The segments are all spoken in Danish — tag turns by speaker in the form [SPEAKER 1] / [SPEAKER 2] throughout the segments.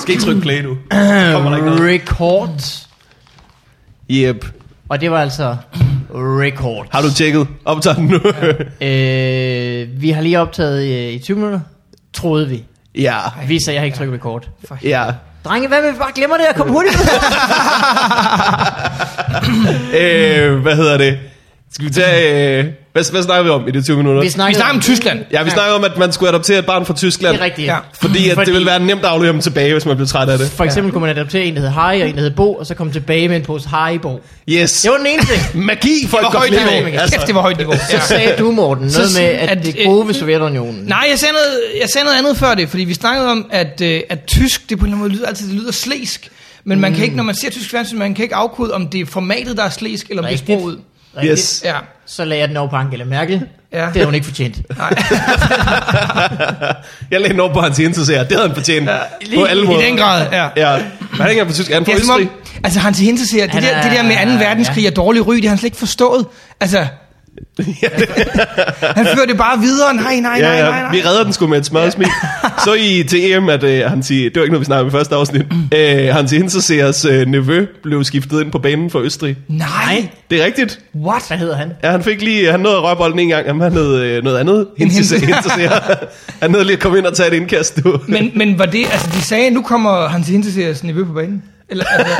[SPEAKER 1] skal ikke trykke play nu. Så Kommer der ikke noget.
[SPEAKER 2] Record.
[SPEAKER 1] Yep.
[SPEAKER 2] Og det var altså record.
[SPEAKER 1] Har du tjekket? Optager den nu?
[SPEAKER 2] Øh, vi har lige optaget øh, i 20 minutter, troede vi.
[SPEAKER 1] ja.
[SPEAKER 2] Viser, jeg har ikke trykket record.
[SPEAKER 1] Ja.
[SPEAKER 2] Drenge, hvad med vi bare glemmer det og kommer hurtigt?
[SPEAKER 1] Øh, hvad hedder det? Skal vi tage... Øh, hvad, hvad snakker vi om i de 20 minutter?
[SPEAKER 3] Vi snakker om Tyskland.
[SPEAKER 1] Ja, vi snakker om, at man skulle adoptere et barn fra Tyskland.
[SPEAKER 2] Det er rigtigt.
[SPEAKER 3] Ja.
[SPEAKER 2] Ja.
[SPEAKER 1] Fordi, at det
[SPEAKER 2] Fordi-
[SPEAKER 1] ville være nemt at aflevere dem tilbage, hvis man blev træt af det.
[SPEAKER 2] For eksempel kunne man adoptere en, der hed Harry, og en, der hed Bo, og så komme tilbage med en pose Haribo.
[SPEAKER 1] Yes.
[SPEAKER 2] Det var den ene ting.
[SPEAKER 1] Magi for
[SPEAKER 3] Det
[SPEAKER 1] et
[SPEAKER 3] var
[SPEAKER 1] godt
[SPEAKER 3] højt
[SPEAKER 1] niveau.
[SPEAKER 3] niveau. Kæft, det var højt niveau.
[SPEAKER 2] Så
[SPEAKER 3] Ja.
[SPEAKER 2] sagde du, Morten, noget
[SPEAKER 3] Så-
[SPEAKER 2] med, at,
[SPEAKER 3] at,
[SPEAKER 2] det
[SPEAKER 3] øh,
[SPEAKER 2] gode ved Sovjetunionen.
[SPEAKER 3] Nej, jeg sagde, noget, jeg sagde noget andet før det, fordi vi snakkede om, at, øh, at tysk, det på en eller anden måde lyder altid, det lyder slæsk. Men man kan ikke, når man ser tysk fjernsyn, man kan ikke afkode, om det er formatet, der er slæsk, eller om det er
[SPEAKER 2] Rigtigt.
[SPEAKER 3] sproget.
[SPEAKER 2] Rigtigt.
[SPEAKER 1] Yes.
[SPEAKER 3] Ja.
[SPEAKER 2] Så lagde jeg den over på Angela Merkel.
[SPEAKER 3] Ja.
[SPEAKER 2] Ja. Det har hun ikke fortjent.
[SPEAKER 3] Nej.
[SPEAKER 1] Jeg lagde den op på hans interesser. Det havde han fortjent. Ja, på alle
[SPEAKER 3] I
[SPEAKER 1] måder.
[SPEAKER 3] den grad, ja.
[SPEAKER 1] Ja. Men han er ikke engang på tysk. Han er
[SPEAKER 3] Det
[SPEAKER 1] fra
[SPEAKER 3] er som
[SPEAKER 1] Østrig.
[SPEAKER 3] om, altså Hans Hinze siger, det
[SPEAKER 2] Han
[SPEAKER 3] der,
[SPEAKER 2] er-
[SPEAKER 3] det der med 2.
[SPEAKER 2] ja.
[SPEAKER 3] verdenskrig og dårlig ry, det har han slet ikke forstået. Altså, han fører det bare videre, nej, nej,
[SPEAKER 1] Ja,
[SPEAKER 3] nej,
[SPEAKER 1] ja.
[SPEAKER 3] nej, nej.
[SPEAKER 1] Vi redder den sgu med et smørsmil. Så i til EM, at øh, han siger, det var ikke noget, vi snakkede om i første afsnit,
[SPEAKER 3] Mm.
[SPEAKER 1] øh, Hans Hinseseers øh, nevø blev skiftet ind på banen for Østrig.
[SPEAKER 3] Nej,
[SPEAKER 1] Det er rigtigt.
[SPEAKER 3] what?
[SPEAKER 2] Hvad hedder han?
[SPEAKER 1] Ja, han fik lige, han nåede at røre bolden en gang, jamen, han hed øh, noget andet. Hinseseer. Hinseseer. han nåede lige at komme ind og tage et indkast nu.
[SPEAKER 3] Men, men var det, altså de sagde, nu kommer Hans Hinze niveau på banen? Eller, altså,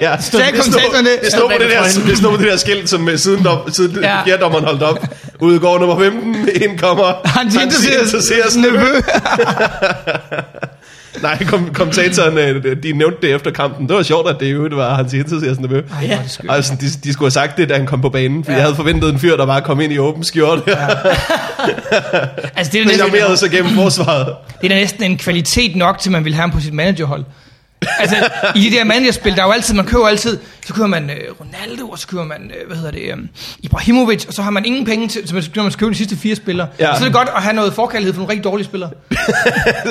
[SPEAKER 1] ja.
[SPEAKER 3] jeg i
[SPEAKER 1] Det stod-
[SPEAKER 3] kontakten, det-
[SPEAKER 1] Det stod på
[SPEAKER 2] Stod
[SPEAKER 1] det
[SPEAKER 2] bag på
[SPEAKER 1] der,
[SPEAKER 2] trøjen.
[SPEAKER 1] det stod på det der skilt, som øh, siden, dom, siden
[SPEAKER 3] Ja.
[SPEAKER 1] ja. dommeren holdt op. Udgår nummer 15, indkommer
[SPEAKER 3] Hans Hinze niveau.
[SPEAKER 1] Nej, kom, kommentatoren, øh, de nævnte det efter kampen. Det var sjovt, at det jo var hans Hinseseers nevø.
[SPEAKER 3] Ej, hvor er det skørt.
[SPEAKER 1] Altså, de, de skulle have sagt det, da han kom på banen, for
[SPEAKER 3] Ja.
[SPEAKER 1] ja. jeg havde forventet en fyr, der bare kom ind i åben skjorte. Ja.
[SPEAKER 3] Altså,
[SPEAKER 1] Men
[SPEAKER 3] det er, jo
[SPEAKER 1] jeg
[SPEAKER 3] næsten,
[SPEAKER 1] merede sig gennem forsvaret.
[SPEAKER 3] det er da næsten en kvalitet nok, til man vil have ham på sit managerhold. Altså, i de der managerspil, der er jo altid, man køber altid, så køber man øh, Ronaldo, og så køber man, øh, hvad hedder det, øh, Ibrahimovic, og så har man ingen penge til, så man, så kan man købe de sidste fire spillere.
[SPEAKER 1] Ja.
[SPEAKER 3] Ja. Så er det godt at have noget forkærlighed for nogle rigtig dårlige spillere.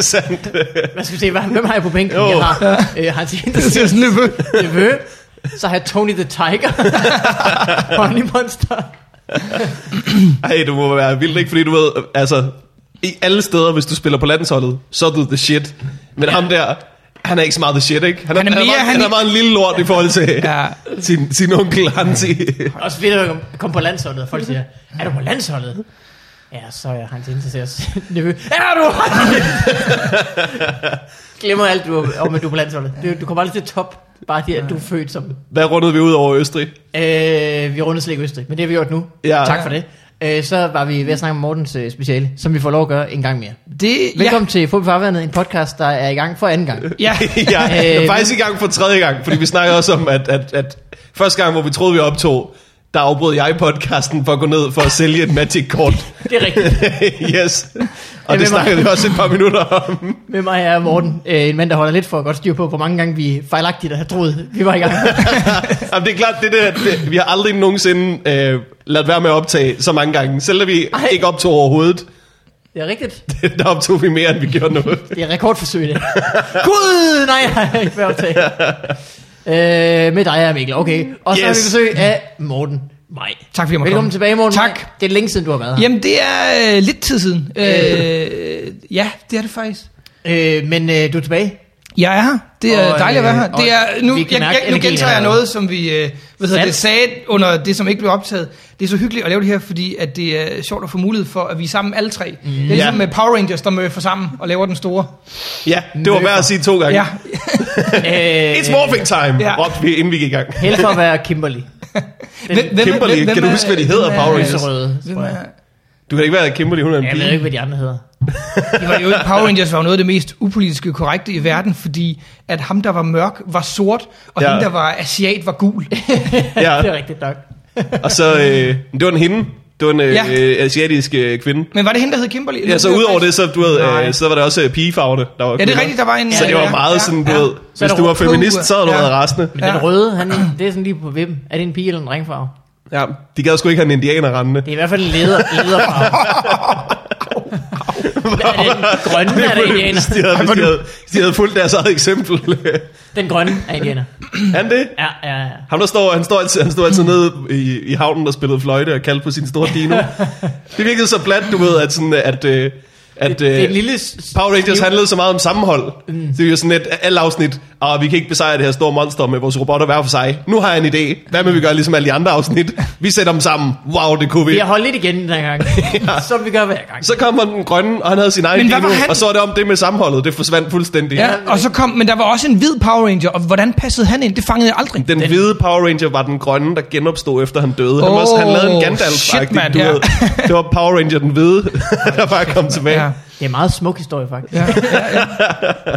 [SPEAKER 1] Sandt.
[SPEAKER 2] Hvad skal vi se, hvad, hvem har jeg på bænken?
[SPEAKER 1] Jo.
[SPEAKER 2] Jeg har øh, Hans
[SPEAKER 3] Det
[SPEAKER 2] Hindersen,
[SPEAKER 3] er sådan lidt
[SPEAKER 2] Nevø, så har jeg Tony the Tiger, Honey Monster.
[SPEAKER 1] Ej, du må være vildt, ikke? Fordi du ved, øh, altså, i alle steder, hvis du spiller på landsholdet, så er du the shit. Men ja. ham der, han er ikke så meget the shit, ikke?
[SPEAKER 3] Han er mere-
[SPEAKER 1] meget,
[SPEAKER 3] han
[SPEAKER 1] han
[SPEAKER 3] er-
[SPEAKER 1] er meget en lille lort i forhold til
[SPEAKER 3] Ja.
[SPEAKER 1] ja. sin, sin onkel Hansi.
[SPEAKER 2] Også fedt at komme- komme på landsholdet, og folk siger, er du på landsholdet? Ja, så er jeg Hans Hindersen, Nevø. Er du? Glemmer alt, du, er- om at du er på landsholdet. Du, du kommer aldrig til top, bare det, at du er født som
[SPEAKER 1] Hvad rundede vi ud over Østrig?
[SPEAKER 2] Øh, vi rundede slet ikke Østrig, men det har vi gjort nu.
[SPEAKER 1] Ja.
[SPEAKER 2] Ja. Tak for det. Øh, så var vi ved at snakke om Mortens øh, speciale, som vi får lov at gøre en gang mere.
[SPEAKER 3] Det,
[SPEAKER 2] Velkommen ja. til Fodbold Farvandet, en podcast, der er i gang for anden gang.
[SPEAKER 3] Ja, ja.
[SPEAKER 1] ja, jeg er
[SPEAKER 2] Øh,
[SPEAKER 1] faktisk i gang for tredje gang, fordi vi snakkede også om, at, at, at første gang, hvor vi troede, vi optog, der afbrød jeg podcasten for at gå ned for at sælge et Magic-kort.
[SPEAKER 2] Det er rigtigt.
[SPEAKER 1] yes. Og
[SPEAKER 2] hvem
[SPEAKER 1] det
[SPEAKER 2] er-
[SPEAKER 1] snakkede vi også et par minutter om.
[SPEAKER 2] Med mig er Morten, øh, en mand, der holder lidt for godt styr på, hvor mange gange vi fejlagtigt har troet, vi var i gang.
[SPEAKER 1] Jamen, det er klart, det der, det, vi har aldrig nogensinde øh, ladt være med at optage så mange gange. Selv da vi Ej.
[SPEAKER 2] Ej.
[SPEAKER 1] ikke optog overhovedet,
[SPEAKER 2] Det er rigtigt.
[SPEAKER 1] der optog vi mere, end vi gjorde noget.
[SPEAKER 2] Det er rekordforsøg, det. Gud, nej, jeg har ikke været optaget. Øh, med dig er Mikkel, okay. Og så yes. har vi
[SPEAKER 1] Yes.
[SPEAKER 2] besøg af Morten Maj.
[SPEAKER 3] Tak fordi jeg måtte
[SPEAKER 2] Velkommen
[SPEAKER 3] komme.
[SPEAKER 2] tilbage, Morten
[SPEAKER 3] Tak.
[SPEAKER 2] Maj. Det er længe siden, du har været her.
[SPEAKER 3] Jamen, det er øh, lidt tid siden. Øh, ja, det er det faktisk.
[SPEAKER 2] Øh, men øh, du er tilbage.
[SPEAKER 3] Jeg er her. Det er
[SPEAKER 2] Og,
[SPEAKER 3] dejligt at være her.
[SPEAKER 2] øh,
[SPEAKER 3] Det er, nu,
[SPEAKER 2] og vi
[SPEAKER 3] jeg,
[SPEAKER 2] kan mærke
[SPEAKER 3] jeg, nu
[SPEAKER 2] energien
[SPEAKER 3] gentager jeg
[SPEAKER 2] allerede.
[SPEAKER 3] noget, som vi øh, hvad hedder det, sagde under det, som ikke blev optaget. Det er så hyggeligt at lave det her, fordi at det er sjovt at få mulighed for, at vi er sammen alle tre. Mm. Det er ligesom
[SPEAKER 1] Ja.
[SPEAKER 3] med Power Rangers, der møffer sammen og laver den store.
[SPEAKER 1] Ja, det var værd at sige to gange.
[SPEAKER 3] Ja,
[SPEAKER 1] Ja. It's morphing time,
[SPEAKER 3] Ja.
[SPEAKER 1] ja. råbte vi, inden vi gik i gang.
[SPEAKER 2] Øh, Held for at være Kimberly. Den
[SPEAKER 3] Hvem- hvem-
[SPEAKER 1] Kimberly, kan
[SPEAKER 3] hvem- hvem
[SPEAKER 1] du
[SPEAKER 3] er-
[SPEAKER 1] huske, hvad de
[SPEAKER 3] hvem
[SPEAKER 1] hedder,
[SPEAKER 3] er-
[SPEAKER 1] Power Rangers?
[SPEAKER 2] lyserøde,
[SPEAKER 3] hvem
[SPEAKER 2] tror jeg.
[SPEAKER 3] er-
[SPEAKER 1] Du kan ikke være Kimberly, hun er en
[SPEAKER 2] Jeg ved
[SPEAKER 1] pige.
[SPEAKER 2] ikke, hvad de andre hedder.
[SPEAKER 3] Det var jo ikke, Power Rangers var jo noget af det mest upolitiske korrekte i verden, fordi at ham, der var mørk, var sort, og
[SPEAKER 1] Ja.
[SPEAKER 3] ja. ham, der var asiat, var gul.
[SPEAKER 2] Det er
[SPEAKER 1] Ja.
[SPEAKER 2] rigtigt nok.
[SPEAKER 1] Og så, øh, det var en hende. Det var en øh,
[SPEAKER 3] Ja.
[SPEAKER 1] ja. asiatisk øh, kvinde.
[SPEAKER 3] Men var det hende, der hed Kimberly?
[SPEAKER 1] Ja, så udover det, så, du ved,
[SPEAKER 3] Nej.
[SPEAKER 1] øh, så var der også øh, pigefarverne, der var
[SPEAKER 3] Ja, det er
[SPEAKER 1] kvinder.
[SPEAKER 3] rigtigt, der var en...
[SPEAKER 1] Så det var meget sådan, du ved,
[SPEAKER 2] Så er
[SPEAKER 1] hvis
[SPEAKER 2] der
[SPEAKER 1] du var
[SPEAKER 2] rød
[SPEAKER 1] feminist,
[SPEAKER 3] pude.
[SPEAKER 1] så havde du
[SPEAKER 3] Ja.
[SPEAKER 1] været rasende.
[SPEAKER 2] Men
[SPEAKER 3] Ja.
[SPEAKER 2] ja. den røde, han, det er sådan lige på vippen. Er det en pige eller en drengfarve?
[SPEAKER 1] Ja, de gad sgu ikke have en indianer rendende.
[SPEAKER 2] Det er i hvert fald en leder, lederfarve. Hvad er det? Den grønne er det indianer.
[SPEAKER 1] Hvis de havde, hvis de havde, hvis de havde fulgt deres eget eksempel.
[SPEAKER 2] Den grønne er indianer.
[SPEAKER 1] han det?
[SPEAKER 2] Ja, ja, ja.
[SPEAKER 1] Ham der står, han står altid, han står altid nede i, i havnen og spillede fløjte og kaldte på sin store dino. Det virkede så blandt, du ved, at, sådan, at øh, at
[SPEAKER 2] det, det er en
[SPEAKER 1] øh,
[SPEAKER 2] lille... s-
[SPEAKER 1] Power Rangers
[SPEAKER 2] sniv-
[SPEAKER 1] handlede så meget om sammenhold. Mm. Det er jo sådan et alle afsnit, og vi kan ikke besejre det her store monster med vores robotter hver for sig. Nu har jeg en idé. Hvad med vi gør ligesom alle de andre afsnit? Vi sætter dem sammen. Wow, det kunne vi.
[SPEAKER 2] Vi har holdt lidt igen den her gang, som vi gør hver gang.
[SPEAKER 1] Så kom den grønne, og han havde sin egen
[SPEAKER 3] Men hvad var
[SPEAKER 1] dino,
[SPEAKER 3] han?
[SPEAKER 1] og så var det om det med sammenholdet. Det forsvandt fuldstændig.
[SPEAKER 3] Ja, og så kom, men der var også en hvid Power Ranger, og hvordan passede han ind? Det fangede jeg aldrig.
[SPEAKER 1] Den, den hvide Power Ranger var den grønne, der genopstod efter han døde. Han, var, også- han lavede en
[SPEAKER 3] Åh,
[SPEAKER 1] gandalf
[SPEAKER 3] shit, mand,
[SPEAKER 1] du
[SPEAKER 3] ja.
[SPEAKER 1] ved. Det var Power Ranger den hvide, der bare kom tilbage.
[SPEAKER 3] ja.
[SPEAKER 2] Det er en meget smuk historie, faktisk.
[SPEAKER 3] Ja, ja, ja.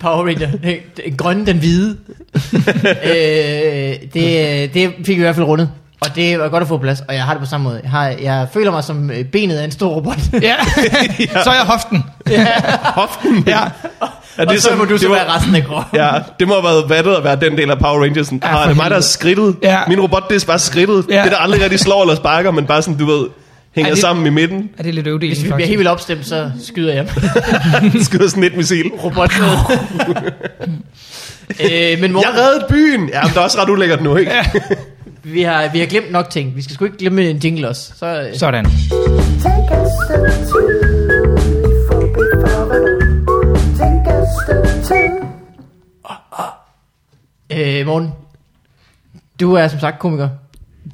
[SPEAKER 2] Power Ranger. Den- Den grønne, den hvide. øh, det, det fik vi i hvert fald rundet. Og det var godt at få på plads, og jeg har det på samme måde. Jeg, har, jeg føler mig som øh, benet af en stor robot.
[SPEAKER 3] ja. Så er jeg hoften.
[SPEAKER 1] Hoften.
[SPEAKER 3] Ja.
[SPEAKER 1] Ja,
[SPEAKER 2] og så
[SPEAKER 1] som-
[SPEAKER 2] må du så
[SPEAKER 1] ligesom- var-
[SPEAKER 2] være resten af kroppen.
[SPEAKER 1] Ja, det må have været vattet at være den del af Power Rangers. Ja,
[SPEAKER 3] Ja,
[SPEAKER 1] ah,
[SPEAKER 3] for
[SPEAKER 1] det er mig, der er
[SPEAKER 3] helvede.
[SPEAKER 1] skridtet. Ja.
[SPEAKER 3] Ja.
[SPEAKER 1] Min robot, det er bare skridtet. Ja.
[SPEAKER 3] Ja.
[SPEAKER 1] Det, der aldrig rigtig slår eller sparker, men bare sådan, du ved, hænger
[SPEAKER 3] Ja,
[SPEAKER 1] det...
[SPEAKER 3] det-
[SPEAKER 1] sammen i midten.
[SPEAKER 3] Ja, det er lidt øvdelen,
[SPEAKER 2] Hvis vi bliver
[SPEAKER 3] faktisk.
[SPEAKER 2] helt vildt opstemt, så skyder jeg dem.
[SPEAKER 1] Skyder sådan et missil.
[SPEAKER 2] robot. øh, men
[SPEAKER 1] Jeg
[SPEAKER 2] morgen,
[SPEAKER 1] reddede byen! Ja, men det er også ret ulækkert nu, ikke? Ja.
[SPEAKER 2] vi, har, vi har glemt nok ting. Vi skal sgu ikke glemme en jingle også. Så, øh,
[SPEAKER 3] Sådan.
[SPEAKER 4] Take us to two for before. Take us to two.
[SPEAKER 2] øh, morgen. Du er som sagt komiker.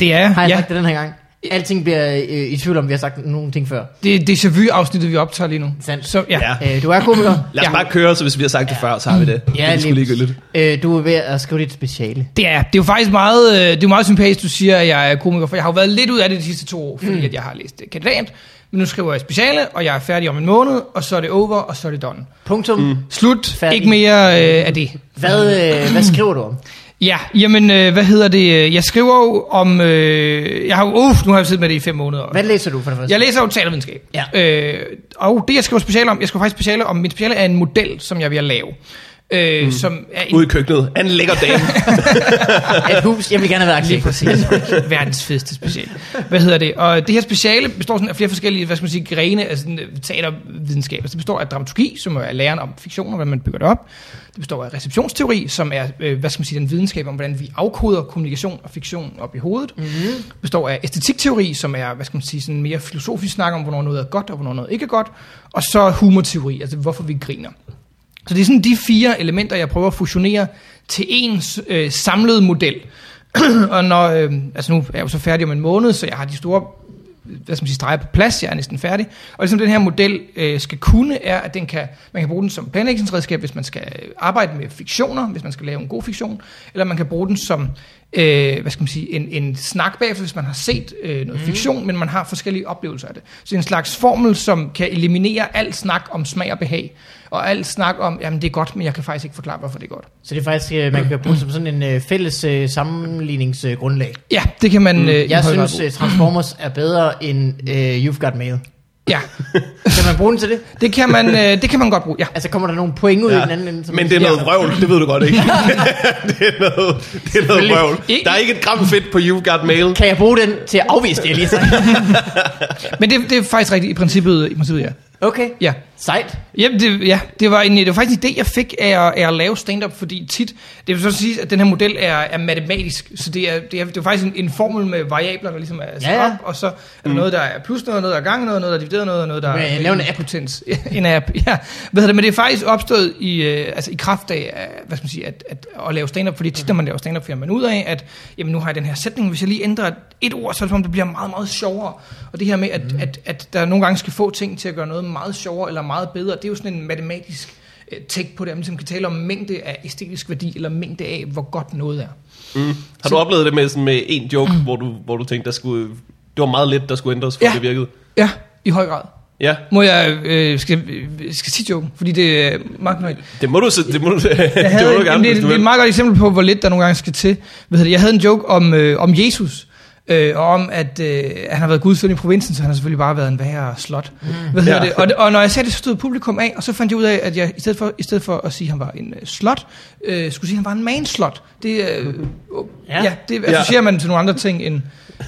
[SPEAKER 3] Det er,
[SPEAKER 2] Har jeg ja.
[SPEAKER 3] ja,
[SPEAKER 2] sagt det den her gang? Alting bliver øh, i tvivl om, vi har sagt nogle ting før.
[SPEAKER 3] det er déjà vu-afsnittet, vi optager lige nu.
[SPEAKER 2] Sandt.
[SPEAKER 3] Så, ja.
[SPEAKER 1] Ja.
[SPEAKER 3] ja.
[SPEAKER 2] Øh, du er komiker.
[SPEAKER 1] Lad os
[SPEAKER 3] Ja.
[SPEAKER 1] bare køre, så hvis vi har sagt det før, så har vi det. det er sgu ligegyldigt.
[SPEAKER 2] øh, du er ved at skrive dit speciale.
[SPEAKER 3] Det er, det er jo faktisk meget, øh, det er jo meget sympatisk, du siger, at jeg er komiker, for jeg har jo været lidt ud af det de sidste to år, fordi mm. at jeg har læst øh, kandidat, men nu skriver jeg speciale, og jeg er færdig om en måned, og så er det over, og så er det done.
[SPEAKER 2] Punktum. Mm.
[SPEAKER 3] Slut.
[SPEAKER 2] Færdig.
[SPEAKER 3] Færdig. Ikke mere øh, af det.
[SPEAKER 2] Hvad, øh, hvad skriver du om?
[SPEAKER 3] Ja, jamen, øh, hvad hedder det? Jeg skriver jo om... Øh, jeg har jo... Uff, nu har jeg siddet med det i fem måneder.
[SPEAKER 2] Hvad læser du for det første?
[SPEAKER 3] Jeg læser jo talervidenskab.
[SPEAKER 2] Ja.
[SPEAKER 3] Øh, og det, jeg skriver speciale om... Jeg skriver faktisk speciale om... Min speciale er en model, som jeg er ved at lave. Øh, mm. Som er en
[SPEAKER 1] Ude i køkkenet. Han lækker dame.
[SPEAKER 2] Et hus, jeg vil gerne være
[SPEAKER 3] Lige
[SPEAKER 2] arkitekt.
[SPEAKER 3] præcis. Verdens fedeste special. Hvad hedder det? Og det her speciale består sådan af flere forskellige, hvad skal man sige, grene af sådan øh, teatervidenskab. Altså, det består af dramaturgi, som jo er læren om fiktion og hvordan man bygger det op. Det består af receptionsteori, som er, øh, hvad skal man sige, den videnskab om, hvordan vi afkoder kommunikation og fiktion op i hovedet. Mm-hmm. Det består af æstetikteori, som er, hvad skal man sige, sådan mere filosofisk snak om, hvornår noget er godt og hvornår noget ikke er godt. Og så humorteori, altså hvorfor vi griner. Så det er sådan de fire elementer, jeg prøver at fusionere til ens øh, samlede model. og når, øh, altså nu er jeg jo så færdig om en måned, så jeg har de store øh, hvad skal man sige, streger på plads, jeg er næsten færdig. Og ligesom den her model øh, skal kunne, er, at den kan, man kan bruge den som planlægningsredskab, hvis man skal øh, arbejde med fiktioner, hvis man skal lave en god fiktion, eller man kan bruge den som øh, hvad skal man sige, en, en snak bagefter, hvis man har set øh,
[SPEAKER 2] Mhm.
[SPEAKER 3] noget mm. fiktion, men man har forskellige oplevelser af det. Så det er en slags formel, som kan eliminere al snak om smag og behag, og al snak om, jamen det er godt, men jeg kan faktisk ikke forklare, hvorfor det er godt.
[SPEAKER 2] Så det er faktisk, øh, man kan bruge som sådan en øh, fælles øh, sammenligningsgrundlag.
[SPEAKER 3] Ja, det kan man... Mm. Øh, i
[SPEAKER 2] Jeg
[SPEAKER 3] høj grad
[SPEAKER 2] synes,
[SPEAKER 3] bruge.
[SPEAKER 2] øh, Transformers er bedre end øh, You've Got Mail.
[SPEAKER 3] Ja,
[SPEAKER 2] Kan man bruge den til det?
[SPEAKER 3] det kan man, øh, det kan man godt bruge, ja.
[SPEAKER 2] Altså, kommer der nogle point ud ja. i den anden ende? som
[SPEAKER 1] Men
[SPEAKER 2] man
[SPEAKER 1] det er
[SPEAKER 2] siger?
[SPEAKER 1] noget vrøvl, det ved du godt, ikke? det er noget, det er noget
[SPEAKER 2] Selvfølgelig.
[SPEAKER 1] vrøvl. Der er ikke et gram fedt på You've Got Mail.
[SPEAKER 2] Kan jeg bruge den til at afvise det, jeg lige sagde?
[SPEAKER 3] Men det, det er faktisk rigtigt i princippet, i princippet ja.
[SPEAKER 2] Okay.
[SPEAKER 3] ja.
[SPEAKER 2] Sejt.
[SPEAKER 3] Jamen, det, ja, det var, en, det var faktisk en idé, jeg fik af at, af at lave stand-up, fordi tit, det vil så sige, at den her model er, er matematisk, så det er, det er, det er faktisk en, en formel med variabler, der ligesom er sat
[SPEAKER 2] Ja,
[SPEAKER 3] ja,
[SPEAKER 2] ja.
[SPEAKER 3] ja. op, og så er der mm. noget, der er plus noget, noget der er gang noget, noget der er divideret noget, og noget der
[SPEAKER 2] Men
[SPEAKER 3] er...
[SPEAKER 2] lav en app.
[SPEAKER 3] potens. en app, ja. Hvad hedder det, men det er faktisk opstået i, øh, altså i kraft af, af, hvad skal man sige, at, at, at lave stand-up, fordi tit, når man laver stand-up, finder man ud af, at jamen, nu har jeg den her sætning, hvis jeg lige ændrer et ord, så er det som om, det bliver meget, meget sjovere. Og det her med, at, mm. at, at der nogle gange skal få ting til at gøre noget meget sjovere eller meget bedre, det er jo sådan en matematisk øh, take på det, at man ligesom kan tale om mængde af æstetisk værdi, eller mængde af, hvor godt noget er.
[SPEAKER 1] Har du oplevet det med, sådan med en joke, hvor, du, hvor du tænkte, der skulle, det var meget lidt, der skulle ændres, for ja.
[SPEAKER 3] Mm. Ja.
[SPEAKER 1] det virkede?
[SPEAKER 3] Ja, i høj grad.
[SPEAKER 1] Ja.
[SPEAKER 3] Må jeg, øh, skal, øh, skal sige joken, fordi det er meget nøjagtigt.
[SPEAKER 1] Det må du, se- det må du,
[SPEAKER 3] Jeg
[SPEAKER 1] det
[SPEAKER 3] havde,
[SPEAKER 1] må du
[SPEAKER 3] en-
[SPEAKER 1] gerne,
[SPEAKER 3] jamen, det,
[SPEAKER 1] hvis du
[SPEAKER 3] er- det er et
[SPEAKER 1] vil.
[SPEAKER 3] meget godt eksempel på, hvor lidt der nogle gange skal til. Hvad hedder det? Jeg havde en joke om, øh, om Jesus, øh, og om, at, øh, at han har været gudsfølende i provinsen, så han har selvfølgelig bare været en værre slot. Mm. Hvad hedder
[SPEAKER 1] Ja.
[SPEAKER 3] det? Og, det- og når jeg sagde det, så stod publikum af, og så fandt jeg ud af, at jeg i stedet for, i stedet for at sige, at han var en øh, slot, øh, skulle sige, at han var en manslot. Det, øh,
[SPEAKER 2] Ja.
[SPEAKER 3] ja. ja, det associerer man til nogle andre ting end,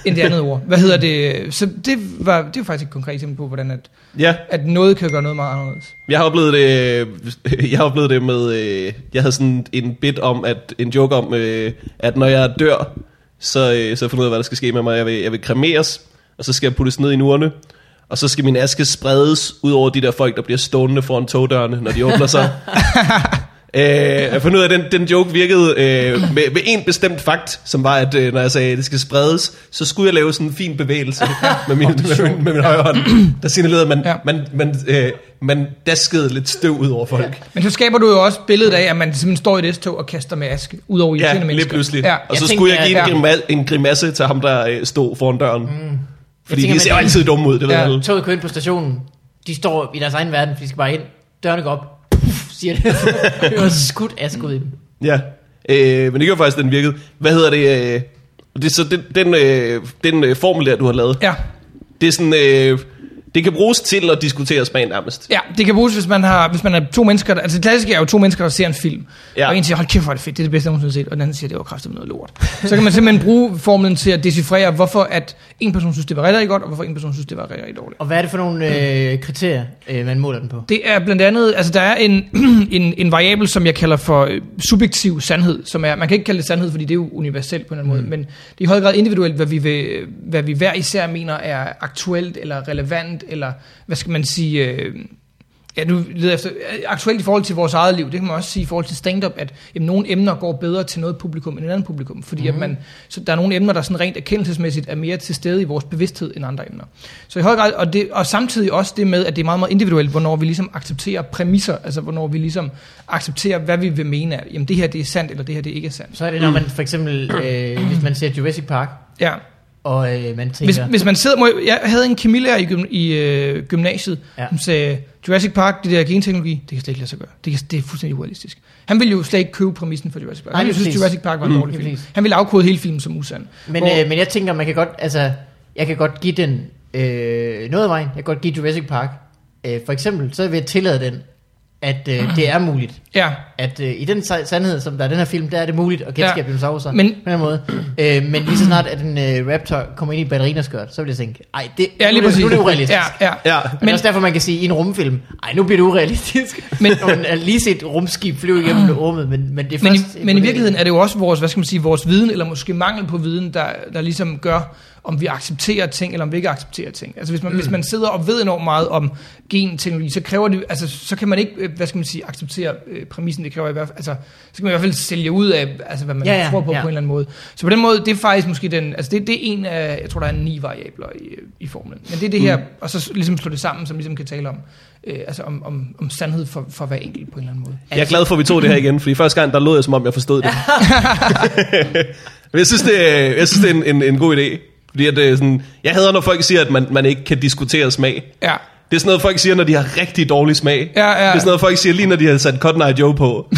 [SPEAKER 3] end det andet ord. Hvad hedder det? Så det var, det var faktisk et konkret eksempel på, hvordan at,
[SPEAKER 1] Ja,
[SPEAKER 3] at noget kan gøre noget meget anderledes.
[SPEAKER 1] jeg har oplevet det, øh, jeg har oplevet det med, øh, jeg havde sådan en bit om, at en joke om, øh, at når jeg dør, så, øh, så finder jeg ud af, hvad der skal ske med mig. Jeg vil, jeg vil kremeres, og så skal jeg puttes ned i en urne. Og og så skal min aske spredes ud over de der folk, der bliver stående foran togdørene, når de åbner sig. Øh, jeg fandt ud af, at den, den joke virkede øh, med, med en bestemt fakt, som var, at øh, når jeg sagde, at det skal spredes, så skulle jeg lave sådan en fin bevægelse med min, med, min, med min højre hånd, der signalerede, at man,
[SPEAKER 3] Ja.
[SPEAKER 1] ja. man, man, øh, man daskede lidt støv ud over folk.
[SPEAKER 3] Men så skaber du jo også billedet af, at man simpelthen står i et tog og kaster med aske ud over
[SPEAKER 1] Ja,
[SPEAKER 3] irriterende
[SPEAKER 1] ja lige
[SPEAKER 3] mennesker.
[SPEAKER 1] pludselig.
[SPEAKER 3] Ja.
[SPEAKER 1] Ja, og så
[SPEAKER 2] Jeg
[SPEAKER 1] skulle
[SPEAKER 2] tænker,
[SPEAKER 1] jeg give en,
[SPEAKER 3] at-
[SPEAKER 1] grima, en grimasse til ham, der øh, stod foran døren. Mm. Fordi
[SPEAKER 2] tænker,
[SPEAKER 1] de
[SPEAKER 2] man
[SPEAKER 1] ser jo
[SPEAKER 2] kan-
[SPEAKER 1] altid dumme ud, det ved
[SPEAKER 3] Ja.
[SPEAKER 1] alle.
[SPEAKER 2] Toget kører ind på stationen. De står i deres egen verden, for de skal bare ind. Dørene går op. Puff, siger det. det var skudt ask ud i dem.
[SPEAKER 1] Ja, øh, men det gjorde faktisk, at den virkede. Hvad hedder det? Øh, det er så den, den, øh, den øh, formel der, du har lavet.
[SPEAKER 3] ja.
[SPEAKER 1] Det er sådan, øh, det kan bruges til at diskutere smag nærmest.
[SPEAKER 3] Ja, det kan bruges, hvis man, har, hvis man er to mennesker. Der, altså det klassiske er jo to mennesker, der ser en film. Ja.
[SPEAKER 1] Ja.
[SPEAKER 3] Og en siger, hold kæft, hvor er det fedt, det er det bedste, jeg nogensinde har set. Og den anden siger, det var kraftigt noget lort. Så kan man simpelthen bruge formlen til at decifrere, hvorfor at en person synes, det var rigtig godt, og hvorfor en person synes, det var rigtig, rigtig dårligt.
[SPEAKER 2] Og hvad er det for nogle øh, kriterier, øh, man måler den på?
[SPEAKER 3] Det er blandt andet, altså der er en, en, en variabel, som jeg kalder for øh, subjektiv sandhed, som er, man kan ikke kalde det sandhed, fordi det er jo universelt på en eller anden mm. måde, men det er i høj grad individuelt, hvad vi, vil, hvad vi hver især mener er aktuelt, eller relevant, eller hvad skal man sige, øh, ja nu leder jeg efter, øh, aktuelt i forhold til vores eget liv, det kan man også sige i forhold til stand-up, at jamen, nogle emner går bedre til noget publikum end et andet publikum, fordi mm. at man, så der er nogle emner, der sådan rent erkendelsesmæssigt er mere til stede i vores bevidsthed end andre emner. Så i høj grad, og, det, og samtidig også det med, at det er meget, meget individuelt, hvornår vi ligesom accepterer præmisser, altså hvornår vi ligesom accepterer, hvad vi vil mene af, jamen det her det er sandt, eller det her det ikke er sandt.
[SPEAKER 2] Så er det, når man for eksempel, øh, hvis man ser Jurassic Park,
[SPEAKER 3] Ja.
[SPEAKER 2] og øh, man tænker...
[SPEAKER 3] Hvis, hvis man sidder, må jeg, jeg havde en kemilærer i, gym, i øh, gymnasiet,
[SPEAKER 2] Ja.
[SPEAKER 3] ja. som sagde, Jurassic Park, det der genteknologi, det kan slet ikke lade sig gøre. Det, kan, det er fuldstændig urealistisk. Han ville jo slet ikke købe præmissen for Jurassic Park.
[SPEAKER 2] Nej,
[SPEAKER 3] Nej, han
[SPEAKER 2] lige
[SPEAKER 3] ville synes,
[SPEAKER 2] præcis.
[SPEAKER 3] Jurassic Park var en
[SPEAKER 2] Mm.
[SPEAKER 3] dårlig
[SPEAKER 2] Lige
[SPEAKER 3] film.
[SPEAKER 2] præcis.
[SPEAKER 3] Han ville afkode hele filmen som usand.
[SPEAKER 2] Men,
[SPEAKER 3] Hvor-
[SPEAKER 2] øh, men jeg tænker, man kan godt, altså, jeg kan godt give den øh, noget af vejen. Jeg kan godt give Jurassic Park. Øh, for eksempel, så vil jeg tillade den, at øh, det er muligt.
[SPEAKER 3] ja.
[SPEAKER 2] At øh, i den sa- sandhed, som der er i den her film, der er det muligt at genskabe
[SPEAKER 3] Ja.
[SPEAKER 2] ja. dinosaurer
[SPEAKER 3] Men-
[SPEAKER 2] på den her måde. Øh, men lige så snart, at en øh, raptor kommer ind i en ballerinaskørt, så vil jeg tænke, ej, det,
[SPEAKER 3] Ja, lige
[SPEAKER 2] nu, er det-
[SPEAKER 3] præcis.
[SPEAKER 2] nu er det urealistisk.
[SPEAKER 3] Ja, ja.
[SPEAKER 1] Ja.
[SPEAKER 2] Men,
[SPEAKER 3] Men-
[SPEAKER 2] men også derfor, man kan sige, i en rumfilm, ej, nu bliver det urealistisk.
[SPEAKER 3] Men-
[SPEAKER 2] Men,
[SPEAKER 3] Ah.
[SPEAKER 2] Når man har lige set et rumskib flyve igennem rummet, men, men det er
[SPEAKER 3] Men,
[SPEAKER 2] først...
[SPEAKER 3] i, men i virkeligheden er det jo også vores, hvad skal man sige, vores viden, eller måske mangel på viden, der, der ligesom gør, om vi accepterer ting, eller om vi ikke accepterer ting. Altså hvis man, mm. hvis man sidder og ved enormt meget om genteknologi, så kræver det, altså så kan man ikke, øh, hvad skal man sige, acceptere øh, præmissen, det kræver i hvert fald, altså så kan man i hvert fald sælge ud af, altså hvad man ja, ja, tror på ja. på en eller anden måde. Så på den måde, det er faktisk måske den, altså det, det er en af, jeg tror der er ni variabler i, øh, i formlen. Men det er det her, mm. og så s- ligesom slå det sammen, som ligesom kan tale om, øh, altså om, om, om sandhed for, for hver enkelt på en eller anden måde.
[SPEAKER 1] Jeg er glad for, at vi tog det her igen, fordi første gang, der lød jeg, som om jeg forstod det. Men jeg synes, det er, jeg synes, det er en, en, en god idé. Fordi at, øh, sådan, jeg hader, når folk siger, at man, man ikke kan diskutere smag.
[SPEAKER 3] Ja.
[SPEAKER 1] Det er sådan noget, folk siger, når de har rigtig dårlig smag.
[SPEAKER 3] Ja, ja.
[SPEAKER 1] Det er sådan noget, folk siger, lige når de har sat Cotton Eye Joe på.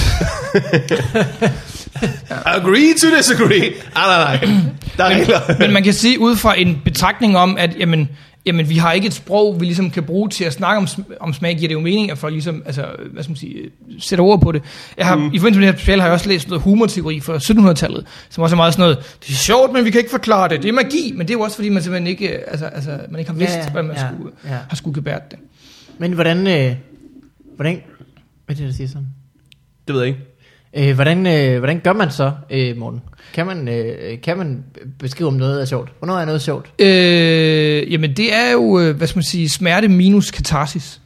[SPEAKER 1] Agree to disagree. Ah, nej, nej. Der er regler.
[SPEAKER 3] Men man kan sige ud fra en betragtning om, at jamen, jamen, vi har ikke et sprog, vi ligesom kan bruge til at snakke om, sm- om smag, giver det jo mening, at folk ligesom, altså, hvad skal man sige, øh, sætter ord på det. Jeg har, mm. I forbindelse med det her speciale har jeg også læst noget humorteori fra 1700-tallet, som også er meget sådan noget, det er sjovt, men vi kan ikke forklare det, det er magi, men det er jo også fordi, man simpelthen ikke, øh, altså, altså, man ikke har vidst, ja, ja, hvordan man ja, skulle, ja. har skulle gebære det.
[SPEAKER 2] Men hvordan... Øh, hvordan... Hvad er det, der siger sådan?
[SPEAKER 1] Det ved jeg ikke.
[SPEAKER 2] Øh, hvordan, øh, hvordan gør man så, øh, Morten? Kan man, øh, kan man beskrive, om noget er sjovt? Hvornår er noget sjovt?
[SPEAKER 3] Øh, jamen det er jo, øh, hvad skal man sige, smerte minus katarsis.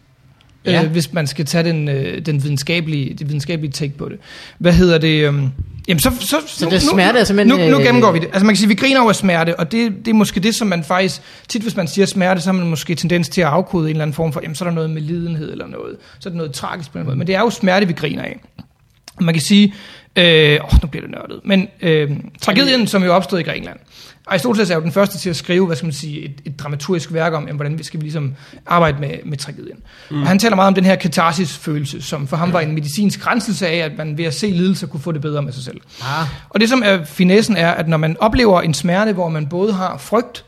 [SPEAKER 3] Ja.
[SPEAKER 2] Ja.
[SPEAKER 3] Øh, hvis man skal tage den, øh, den videnskabelige, det videnskabelige take på det. Hvad hedder det? Øh, jamen så, så, så
[SPEAKER 2] det er smerte, er
[SPEAKER 3] nu,
[SPEAKER 2] simpelthen,
[SPEAKER 3] nu, nu
[SPEAKER 2] øh,
[SPEAKER 3] gennemgår vi det. Altså man kan sige, vi griner over smerte, og det, det er måske det, som man faktisk, tit hvis man siger smerte, så har man måske tendens til at afkode en eller anden form for, jamen så er der noget med lidenhed eller noget. Så er der noget tragisk på en måde. Men det er jo smerte, vi griner af. Og Man kan sige, øh, åh, nu bliver det nørdet, men øh, tragedien, som jo opstod i Grækenland. Aristoteles er jo den første til at skrive, hvad skal man sige, et, et dramaturgisk værk om, jamen, hvordan vi skal vi ligesom arbejde med, med tragedien. Mm. Og han taler meget om den her katarsis-følelse, som for ham var en medicinsk renselse af, at man ved at se lidelse kunne få det bedre med sig selv.
[SPEAKER 2] Ah.
[SPEAKER 3] Og det som er finessen er, at når man oplever en smerte, hvor man både har frygt,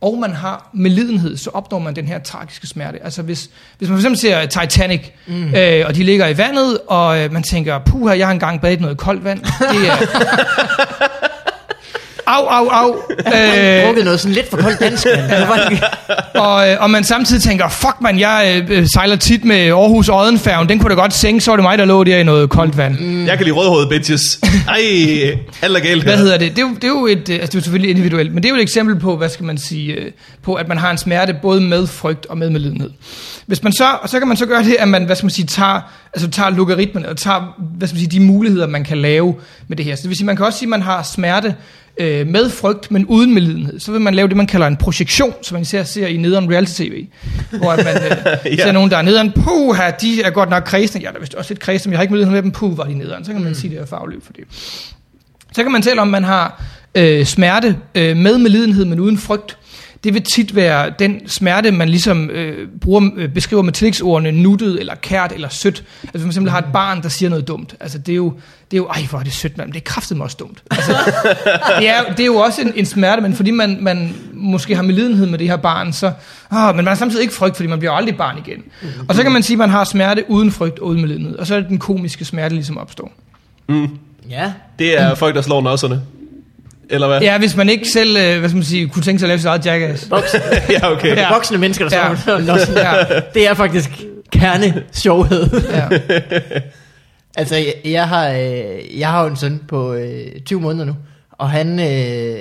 [SPEAKER 3] og man har medlidenhed, så opnår man den her tragiske smerte. Altså hvis, hvis man for eksempel ser øh, Titanic, mm. øh, og de ligger i vandet, og øh, man tænker, puha, jeg har engang badet i noget koldt vand. Det er, Au, au, au.
[SPEAKER 2] Øh.
[SPEAKER 3] Øh,
[SPEAKER 2] Drukket noget sådan lidt for koldt dansk, men det var ikke...
[SPEAKER 3] og, øh, og man samtidig tænker, fuck man, jeg øh, øh, sejler tit med Aarhus Oddenfærgen, den kunne da godt sænke, så var det mig, der lå der i noget koldt vand.
[SPEAKER 1] Jeg kan lide rødhårede bitches. Ej, alt er galt
[SPEAKER 3] Hvad
[SPEAKER 1] her.
[SPEAKER 3] hedder det? Det er, jo, det er jo et, øh, altså det er jo selvfølgelig individuelt, men det er jo et eksempel på, hvad skal man sige, øh, på at man har en smerte både med frygt og med medlidenhed. Hvis man så, og så kan man så gøre det, at man, hvad skal man sige, tager, altså tager logaritmen og tager, hvad skal man sige, de muligheder, man kan lave med det her. Så det vil sige, man kan også sige, at man har smerte øh, med frygt, men uden medlidenhed. Så vil man lave det, man kalder en projektion, som man især ser i nederen reality-tv, hvor at man øh,
[SPEAKER 1] Ja.
[SPEAKER 3] ser nogen, der er nederen, puh, her, de er godt nok kredsende. Jeg er da vist også lidt kredsende, men jeg har ikke medlidenhed med dem, puh, var de nederen. Så kan man sige, at det er fagløb for det. Så kan man tale om, at man har øh, smerte øh, med medlidenhed, men uden frygt. Det vil tit være den smerte, man ligesom øh, bruger, øh, beskriver med tillægsordene nuttet, eller kært, eller sødt. Altså hvis man simpelthen har et barn, der siger noget dumt. Altså det er jo, det er jo ej hvor er det sødt, mand. men Det er kraftedeme også dumt. Altså, det, er, det er jo også en, en smerte, men fordi man, man måske har medlidenhed med det her barn, så... Åh, men man har samtidig ikke frygt, fordi man bliver jo aldrig barn igen. Og så kan man sige, at man har smerte uden frygt og uden medlidenhed. Og så er det den komiske smerte, ligesom opstår.
[SPEAKER 2] Ja.
[SPEAKER 1] Det er folk, der slår nosserne. Eller hvad?
[SPEAKER 3] Ja, hvis man ikke selv, øh, hvad skal man sige, kunne tænke sig at lave sit eget jackass.
[SPEAKER 2] Voksne,
[SPEAKER 1] ja okay.
[SPEAKER 3] Ja.
[SPEAKER 2] ja. voksne mennesker, der
[SPEAKER 3] Ja.
[SPEAKER 2] ja. sådan der.
[SPEAKER 3] Ja.
[SPEAKER 2] Det er faktisk kerne sjovhed.
[SPEAKER 3] Ja.
[SPEAKER 2] Altså, jeg, jeg, har, øh, jeg har jo en søn på øh, 20 måneder nu, og han, øh,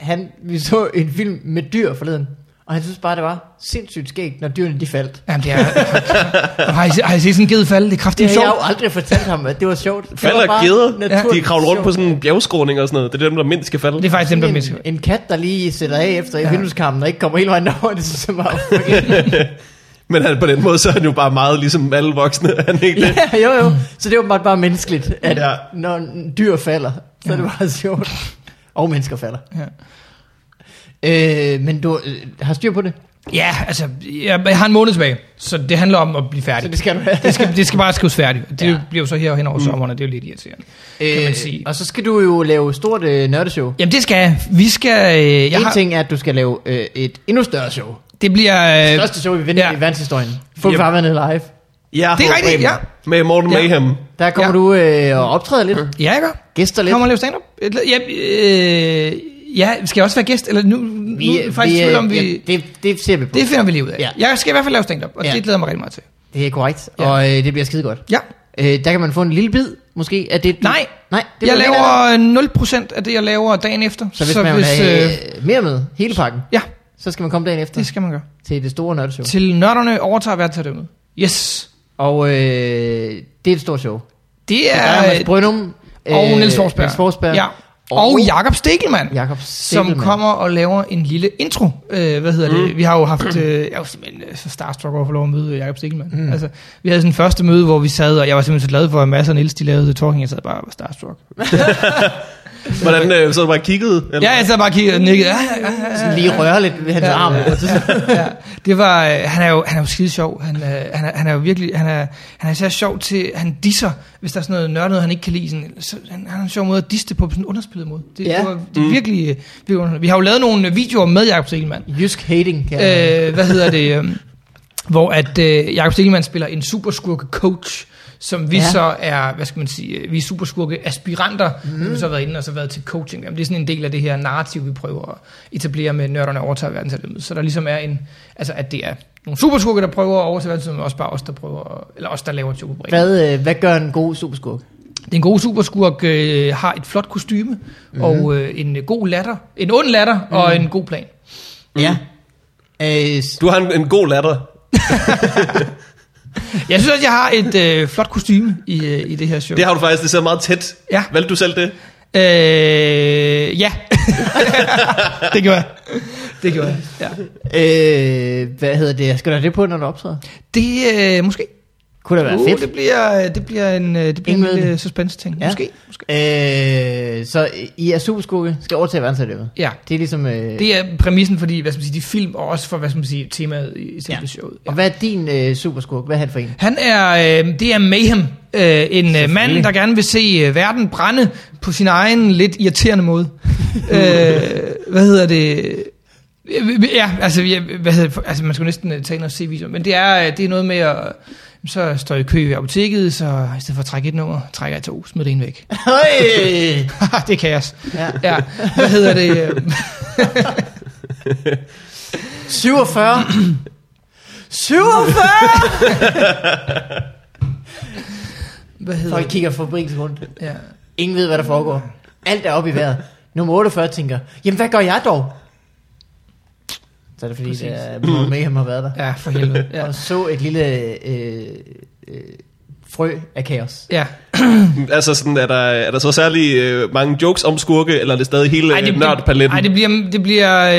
[SPEAKER 2] han, vi så en film med dyr forleden, og han synes bare, det var sindssygt skægt, når dyrene de faldt.
[SPEAKER 3] Jamen, det er... Og har, I, se- har I set sådan en ged falde? Det er
[SPEAKER 2] Det
[SPEAKER 3] kraftigt
[SPEAKER 2] har
[SPEAKER 3] sjovt.
[SPEAKER 2] jeg jo aldrig fortalt ham, at det var sjovt. Det var
[SPEAKER 1] Falder
[SPEAKER 2] bare
[SPEAKER 1] geder, de
[SPEAKER 2] naturligt
[SPEAKER 1] kravler rundt på
[SPEAKER 2] sjovt.
[SPEAKER 1] sådan en bjergskråning og sådan noget. Det er dem, der mindst skal falde.
[SPEAKER 3] Det er faktisk dem, der misker.
[SPEAKER 2] en, en kat, der lige sætter af efter
[SPEAKER 3] Ja.
[SPEAKER 2] ja. vindueskarmen, og ikke kommer hele vejen over, det synes jeg bare
[SPEAKER 1] Men han, på den måde, så er han jo bare meget ligesom alle voksne. Er Han ikke det?
[SPEAKER 2] Ja, jo jo. Så det er åbenbart bare menneskeligt, at
[SPEAKER 1] Ja.
[SPEAKER 2] ja. når dyr falder, så er det bare sjovt. Og mennesker falder.
[SPEAKER 3] Ja.
[SPEAKER 2] Øh, men du øh, har styr på det,
[SPEAKER 3] Ja, altså, jeg, jeg har en måned tilbage, så det handler om at blive
[SPEAKER 2] så
[SPEAKER 3] færdig.
[SPEAKER 2] det skal du have.
[SPEAKER 3] Det skal, det skal bare skrives færdigt. Det
[SPEAKER 2] Ja. Mm. Øh,
[SPEAKER 3] bliver jo så her og hen over sommeren, og det er jo lidt irriterende, kan man sige.
[SPEAKER 2] Og så skal du jo lave stort øh, nørdeshow.
[SPEAKER 3] Jamen, det skal jeg. Vi skal... Øh, jeg
[SPEAKER 2] En
[SPEAKER 3] har,
[SPEAKER 2] ting er, at du skal lave øh, et endnu større show.
[SPEAKER 3] det bliver... Øh,
[SPEAKER 2] Største show i, ja.
[SPEAKER 3] ja.
[SPEAKER 2] i verdenshistorien. Få
[SPEAKER 1] Yep.
[SPEAKER 2] yep. farvandet live.
[SPEAKER 1] Ja,
[SPEAKER 3] Det er rigtigt, ja.
[SPEAKER 1] Med Morten
[SPEAKER 3] Ja.
[SPEAKER 1] Mayhem.
[SPEAKER 2] Der kommer
[SPEAKER 3] Ja.
[SPEAKER 2] ja. du øh, og optræder lidt,
[SPEAKER 3] Ja, jeg gør.
[SPEAKER 2] gæster lidt.
[SPEAKER 3] Kommer og lave stand-up? Ja, øh, ja, skal jeg også være gæst? Eller nu, nu er jeg faktisk i
[SPEAKER 2] øh,
[SPEAKER 3] tvivl om, vi...
[SPEAKER 2] ja, det, det ser vi på.
[SPEAKER 3] Det finder vi lige ud af.
[SPEAKER 2] Ja.
[SPEAKER 3] Jeg skal i hvert fald lave stand-up, og
[SPEAKER 2] Ja.
[SPEAKER 3] det glæder jeg mig rigtig meget til.
[SPEAKER 2] Det er korrekt,
[SPEAKER 3] Ja.
[SPEAKER 2] og øh, det bliver skide godt.
[SPEAKER 3] Ja.
[SPEAKER 2] Øh, der kan man få en lille bid, måske, af det. du-
[SPEAKER 3] Nej.
[SPEAKER 2] Nej, vil
[SPEAKER 3] Det jeg
[SPEAKER 2] ikke have.
[SPEAKER 3] laver 0% af det, jeg laver dagen efter.
[SPEAKER 2] Så hvis så man hvis, vil
[SPEAKER 3] øh,
[SPEAKER 2] have øh, mere med, hele pakken,
[SPEAKER 3] Ja,
[SPEAKER 2] så skal man komme dagen efter
[SPEAKER 3] det skal man gøre.
[SPEAKER 2] til det store nørdeshow.
[SPEAKER 3] Til nørderne overtager værtsadømmet. Yes.
[SPEAKER 2] Og øh, det er et stort show.
[SPEAKER 3] Det
[SPEAKER 2] Der er
[SPEAKER 3] er...
[SPEAKER 2] Mads Brønum.
[SPEAKER 3] øh, og Niels Forsberg.
[SPEAKER 2] Øh, Niels Forsberg.
[SPEAKER 3] Ja. Og, og Jakob Stegelmann.
[SPEAKER 2] Jakob
[SPEAKER 3] som
[SPEAKER 2] Stikkelmann.
[SPEAKER 3] kommer og laver en lille intro. Øh, hvad hedder det? Vi har jo haft, øh, jeg er jo simpelthen øh, så starstruck over for lov at møde Jacob Stikkelmann. Mm. Altså, vi havde sådan en første møde, hvor vi sad, og jeg var simpelthen så glad for, at Mads og Niels, de lavede talking, jeg sad bare og var starstruck.
[SPEAKER 1] Hvordan øh, så du bare kigget? Eller?
[SPEAKER 3] Ja, jeg sad bare og kiggede og nikkede. Ja, ja, ja, ja.
[SPEAKER 2] Sådan lige rører lidt ved hans
[SPEAKER 3] Ja,
[SPEAKER 2] arm. Altså,
[SPEAKER 3] ja, ja. Det var, øh, han er jo, han er jo skide sjov. Han, øh, han, er, han er jo virkelig, han er, han er især sjov til, han disser, hvis der er sådan noget nørdet, han ikke kan lide. Sådan, så, han, han har en sjov måde at disse det på, på sådan en underspillet måde. Det,
[SPEAKER 2] Ja.
[SPEAKER 3] det, var, det er virkelig, øh, virkelig underholdende. Vi har jo lavet nogle øh, videoer med Jacob Stegelmann.
[SPEAKER 2] Jysk hating, kan jeg.
[SPEAKER 3] Øh, hvad hedder det? øhm, hvor at øh, Jacob Stegelmann spiller en superskurke coach, som vi ja.
[SPEAKER 2] Ja.
[SPEAKER 3] så er, hvad skal man sige, øh, vi er superskurke aspiranter, mm. som vi så har været inde og så været til coaching. Jamen, det er sådan en del af det her narrativ, vi prøver at etablere med nørderne overtager verdensaldømmet. Så der ligesom er en, altså at det er nogle superskurke, der prøver at overtage verdensaldømmet, men også bare os, der prøver, at, eller os, der laver chokobrikket.
[SPEAKER 2] Hvad, øh, hvad gør en god superskurk?
[SPEAKER 3] Den gode superskurk øh, har et flot kostyme, mm. og øh, en god latter, en ond latter, mm. og en god plan. Mm.
[SPEAKER 2] Ja. Øh, s-
[SPEAKER 1] Du har en, en god latter.
[SPEAKER 3] Jeg synes også, jeg har et øh, flot kostyme i, øh, i det her show.
[SPEAKER 1] Det har du faktisk, det sidder meget tæt.
[SPEAKER 3] Ja.
[SPEAKER 1] Valgte du selv det?
[SPEAKER 3] Øh, ja. det gjorde jeg. Det gjorde jeg, ja.
[SPEAKER 2] øh, hvad hedder det? Skal du have det på, når du optræder?
[SPEAKER 3] Det, øh, måske.
[SPEAKER 2] Kunne da være
[SPEAKER 3] Uh,
[SPEAKER 2] fedt.
[SPEAKER 3] det bliver, det bliver en, øh, det bliver en
[SPEAKER 2] Ingen ved
[SPEAKER 3] lille
[SPEAKER 2] det.
[SPEAKER 3] suspense-ting. Ja.
[SPEAKER 2] Ja.
[SPEAKER 3] Måske, måske.
[SPEAKER 2] Øh, så I er superskurke, skal overtage verdensaldømmet.
[SPEAKER 3] Ja.
[SPEAKER 2] Det er ligesom... Øh,
[SPEAKER 3] Det er præmissen for de, hvad skal man sige, de film, og også for hvad skal man sige, temaet i i selve ja.
[SPEAKER 2] Ja.
[SPEAKER 3] showet. Ja.
[SPEAKER 2] Og hvad er din øh, superskurk? Hvad er han for en?
[SPEAKER 3] Han er, øh, det er Mayhem, øh, en øh, mand, der gerne vil se øh, verden brænde på sin egen lidt irriterende måde. øh, hvad hedder det? Ja, altså, jeg, hvad hedder, det? altså man skulle næsten øh, tage ind og se videoen, men det er, øh, det er noget med at, så står jeg i kø i apoteket, så i stedet for at trække et nummer, trækker jeg to, smider det ene væk.
[SPEAKER 2] Hey!
[SPEAKER 3] Haha, det er kaos.
[SPEAKER 2] Ja.
[SPEAKER 3] Ja, hvad hedder det? øh,
[SPEAKER 2] 47. 47!
[SPEAKER 3] Hvad hedder
[SPEAKER 2] Folk
[SPEAKER 3] det?
[SPEAKER 2] kigger fabrikken rundt.
[SPEAKER 3] Ja.
[SPEAKER 2] Ingen ved, hvad der foregår. Alt er oppe i vejret. Nummer 48 tænker, jamen hvad gør jeg dog? Så er det fordi,
[SPEAKER 3] Præcis.
[SPEAKER 2] at Paul Mayhem har været der.
[SPEAKER 3] ja, for helvede. Ja.
[SPEAKER 2] Og så et lille øh, øh, frø af kaos.
[SPEAKER 3] Ja.
[SPEAKER 1] Altså sådan, er der, er der så særlig øh, mange jokes om skurke, eller er det stadig hele
[SPEAKER 3] Ej,
[SPEAKER 1] øh,
[SPEAKER 3] det-
[SPEAKER 1] nørdpaletten?
[SPEAKER 3] Nej, det bliver, det bliver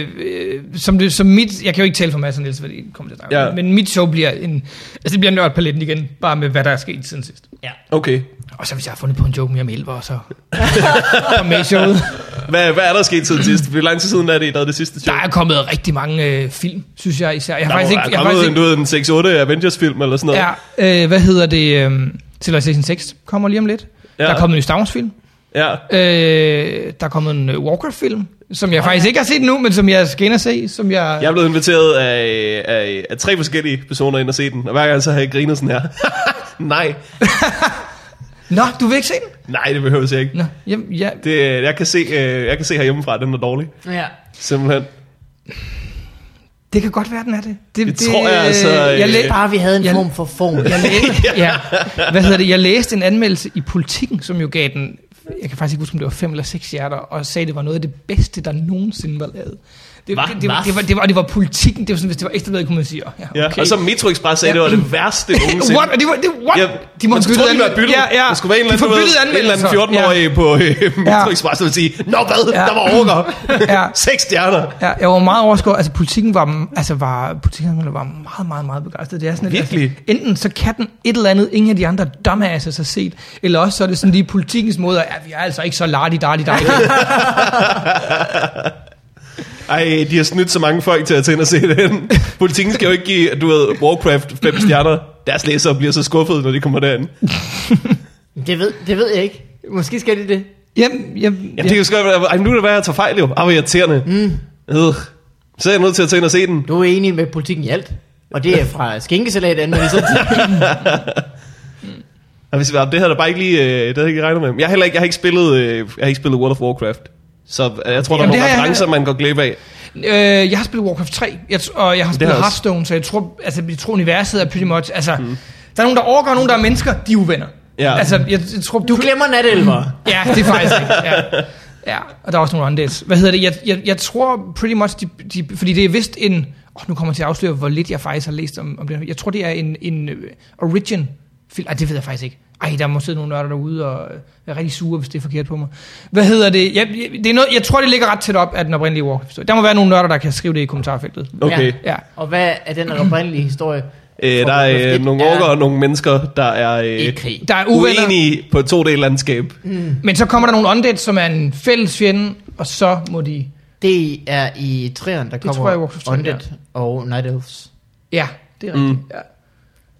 [SPEAKER 3] øh, øh, som, det, som mit, jeg kan jo ikke tale for masser, Niels, fordi det kommer til at snakke,
[SPEAKER 1] Ja.
[SPEAKER 3] ja. men mit show bliver en, altså det bliver nørdpaletten igen, bare med hvad der er sket siden sidst.
[SPEAKER 1] Okay.
[SPEAKER 3] Og så hvis jeg har fundet på en joke mere om elver, så og med i showet.
[SPEAKER 1] Hvad, hvad er der sket siden sidst? Hvor lang tid siden er det, I lavede det sidste
[SPEAKER 3] Der
[SPEAKER 1] show?
[SPEAKER 3] er kommet rigtig mange øh, film, synes jeg især. Jeg har
[SPEAKER 1] Der
[SPEAKER 3] faktisk
[SPEAKER 1] må
[SPEAKER 3] ikke,
[SPEAKER 1] være
[SPEAKER 3] jeg har faktisk
[SPEAKER 1] kommet en,
[SPEAKER 3] ikke,
[SPEAKER 1] du ved, en 6-8 Avengers-film eller sådan noget.
[SPEAKER 3] ja, øh, hvad hedder det, øh, Civilization 6 kommer lige om lidt.
[SPEAKER 1] Ja.
[SPEAKER 3] Ja. Der er kommet en ny Star Wars film.
[SPEAKER 1] ja.
[SPEAKER 3] Øh, der er kommet en øh, Warcraft-film, som jeg faktisk ikke har set nu, men som jeg skal ind og se, som jeg...
[SPEAKER 1] Jeg er blevet inviteret af, af, af tre forskellige personer ind og se den, og hver gang så har jeg grinet sådan her. Nej,
[SPEAKER 3] Nå, du vil ikke se den?
[SPEAKER 1] nej, det behøver jeg ikke.
[SPEAKER 3] Nå, jamen, ja,
[SPEAKER 1] Det, øh, jeg, kan se, øh, jeg kan se herhjemmefra, at den er dårlig.
[SPEAKER 2] Ja.
[SPEAKER 1] Simpelthen.
[SPEAKER 3] det kan godt være, den er det. Det,
[SPEAKER 1] Det tror jeg altså, øh,
[SPEAKER 3] Jeg, læ-
[SPEAKER 2] Bare vi havde en
[SPEAKER 3] Jeg-
[SPEAKER 2] form for form.
[SPEAKER 3] jeg, læ- ja. Hvad hedder det? jeg læste en anmeldelse i Politiken, som jo gav den, jeg kan faktisk ikke huske, om det var fem eller seks hjerter, og sagde, at det var noget af det bedste, der nogensinde var lavet. Det,
[SPEAKER 1] Hva?
[SPEAKER 3] det, det, var, det, var, det, var, og det var politikken. Det var sådan, hvis det var ekstra bedre, kunne man sige, oh, ja,
[SPEAKER 1] Ja.
[SPEAKER 3] okay.
[SPEAKER 1] Og så Metro Express sagde, at det var det værste nogensinde.
[SPEAKER 3] What? Og Det var, det, what?
[SPEAKER 1] Ja,
[SPEAKER 3] de må
[SPEAKER 1] man skulle tro, de var byttet.
[SPEAKER 3] Ja, ja.
[SPEAKER 1] Det skulle være en
[SPEAKER 3] de
[SPEAKER 1] eller anden, du
[SPEAKER 3] forbyttede
[SPEAKER 1] ved, en eller anden
[SPEAKER 3] anmeldelser.
[SPEAKER 1] 14-årig på øh, Metro
[SPEAKER 3] Ja.
[SPEAKER 1] Express, der ville sige, Nå hvad,
[SPEAKER 3] Ja.
[SPEAKER 1] der var overgår.
[SPEAKER 3] Ja.
[SPEAKER 1] Seks stjerner.
[SPEAKER 3] Ja, jeg var meget overrasket. over- Altså, politikken var, altså, var, politikken var meget, meget, meget begejstret. Det er sådan,
[SPEAKER 1] Virkelig?
[SPEAKER 3] Altså, enten så kan den et eller andet, ingen af de andre dumbasses har set, eller også så er det sådan lige politikens måde, at ja, vi er altså ikke så lardi dardi dardi.
[SPEAKER 1] Ej, de har snydt så mange folk til at tage ind og se den. Politikken skal jo ikke give, du ved, Warcraft fem stjerner. Deres læsere bliver så skuffede, når de kommer derind.
[SPEAKER 2] Det ved, det ved jeg ikke. Måske skal de det.
[SPEAKER 3] Jamen, jamen,
[SPEAKER 1] Jamen, det kan jo skønt være, ej, nu er det værd, at jeg tager fejl jo. Ej, hvor irriterende. Mm. Øh. Så er jeg nødt til at tage ind og se den.
[SPEAKER 2] Du er enig med politikken i alt. Og det er fra skinkesalat anmeldelsen.
[SPEAKER 1] Og hvis, det havde jeg bare ikke lige, øh, det havde jeg ikke regnet med. Jeg har heller ikke, jeg har ikke spillet, øh, jeg har ikke spillet World of Warcraft. Så øh, jeg tror, der er
[SPEAKER 3] Jamen,
[SPEAKER 1] nogle
[SPEAKER 3] det har jeg
[SPEAKER 1] referencer, man går glip af.
[SPEAKER 3] Øh, jeg har spillet Warcraft 3, jeg, t- og jeg har spillet
[SPEAKER 1] har jeg også. Mhm.
[SPEAKER 3] Hearthstone, så jeg tror, altså, jeg tror universet er pretty much, altså, mm. der er nogen, der overgår, og nogen, der er mennesker, de er uvenner.
[SPEAKER 1] Ja.
[SPEAKER 3] Altså, jeg, jeg tror,
[SPEAKER 2] Du glemmer natelver.
[SPEAKER 3] Ja, det er faktisk ikke. Ja. ja, og der er også nogle undeads. Hvad hedder det? Jeg, jeg, jeg tror pretty much, de, de, fordi det er vist en... Oh, nu kommer jeg til at afsløre, hvor lidt jeg faktisk har læst om, om det. her. Jeg tror, det er en, en øh, origin film. Ej, det ved jeg faktisk ikke. Ej, der må sidde nogle nørder derude og øh, være rigtig sure, hvis det er forkert på mig. Hvad hedder det? Jeg, jeg, det er noget, jeg tror, det ligger ret tæt op af den oprindelige Warcraft. Der må være nogle nørder, der kan skrive det i kommentarfeltet.
[SPEAKER 1] Okay.
[SPEAKER 3] Ja.
[SPEAKER 2] Og hvad er den oprindelige historie?
[SPEAKER 1] Øh, der
[SPEAKER 2] Warcraft
[SPEAKER 1] er
[SPEAKER 2] et
[SPEAKER 1] øh, nogle
[SPEAKER 2] er
[SPEAKER 1] orker og nogle mennesker, der er
[SPEAKER 2] I
[SPEAKER 1] øh,
[SPEAKER 2] krig.
[SPEAKER 3] Der er uvenner,
[SPEAKER 1] uenige på et to-del landskab.
[SPEAKER 3] men så kommer der nogle undeads, som er en fælles fjende, og så må de...
[SPEAKER 2] Det er i træerne, der kommer
[SPEAKER 3] tror jeg, Warcraft 3,
[SPEAKER 2] Undead og Night Elves.
[SPEAKER 3] Ja, det er rigtigt. Mm. Ja.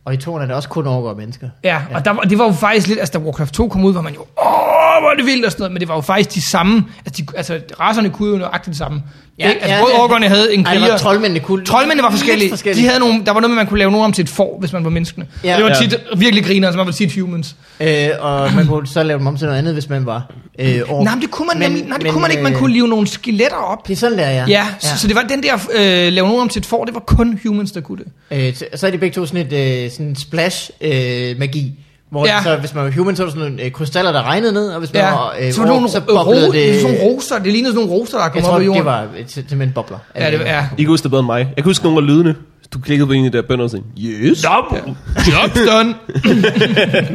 [SPEAKER 2] Og i toren er det også kun orker og mennesker.
[SPEAKER 3] Ja, og der, var- det var jo faktisk lidt, altså da Warcraft 2 kom ud, var man jo, åh, hvor er det vildt og sådan noget, men det var jo faktisk de samme, altså, de, altså racerne kunne jo nøjagtigt det samme. Ja, ikke? Altså ja, både orkerne havde en
[SPEAKER 2] kriger. Ej,
[SPEAKER 3] kriger,
[SPEAKER 2] var troldmændene kunne...
[SPEAKER 3] troldmændene var
[SPEAKER 2] lidt
[SPEAKER 3] forskellige. forskellige, de havde nogle, der var noget med, man kunne lave nogen om til et får, hvis man var menneskene.
[SPEAKER 2] Ja.
[SPEAKER 3] Ja. Det var
[SPEAKER 1] Ja.
[SPEAKER 3] tit virkelig griner, som man var tit humans.
[SPEAKER 2] Øh, og man kunne så lave dem om til noget andet, hvis man var øh, ork.
[SPEAKER 3] Nej, men det kunne man,
[SPEAKER 2] Men-
[SPEAKER 3] nemlig, nej, det
[SPEAKER 2] men,
[SPEAKER 3] kunne man ikke, man
[SPEAKER 2] øh,
[SPEAKER 3] kunne live nogle skeletter op.
[SPEAKER 2] Det er sådan der, ja.
[SPEAKER 3] Ja, ja. Så, så det var den der, øh, lave nogen om til et får, det var kun humans, der kunne det.
[SPEAKER 2] Øh, t- så er de begge to sådan et øh, sådan splash-magi. Øh, magi, hvor
[SPEAKER 3] Ja.
[SPEAKER 2] ja. så, hvis man var human, så var der sådan nogle øh, krystaller, der regnede ned, og hvis man
[SPEAKER 3] Ja.
[SPEAKER 2] var øh,
[SPEAKER 3] så var det
[SPEAKER 2] ork,
[SPEAKER 3] nogle,
[SPEAKER 2] så
[SPEAKER 3] øh, ro,
[SPEAKER 2] boblede
[SPEAKER 3] det...
[SPEAKER 2] det...
[SPEAKER 3] sådan nogle roser, det lignede sådan nogle roser, der
[SPEAKER 2] jeg
[SPEAKER 3] kom
[SPEAKER 2] tror,
[SPEAKER 3] op af jorden.
[SPEAKER 2] det var øh, t- simpelthen bobler.
[SPEAKER 3] ja, det, ja.
[SPEAKER 1] I kan huske det bedre end mig. Jeg kan huske nogle af lydene. Du klikkede på en af de der bønder og sagde, yes.
[SPEAKER 3] Job, job done.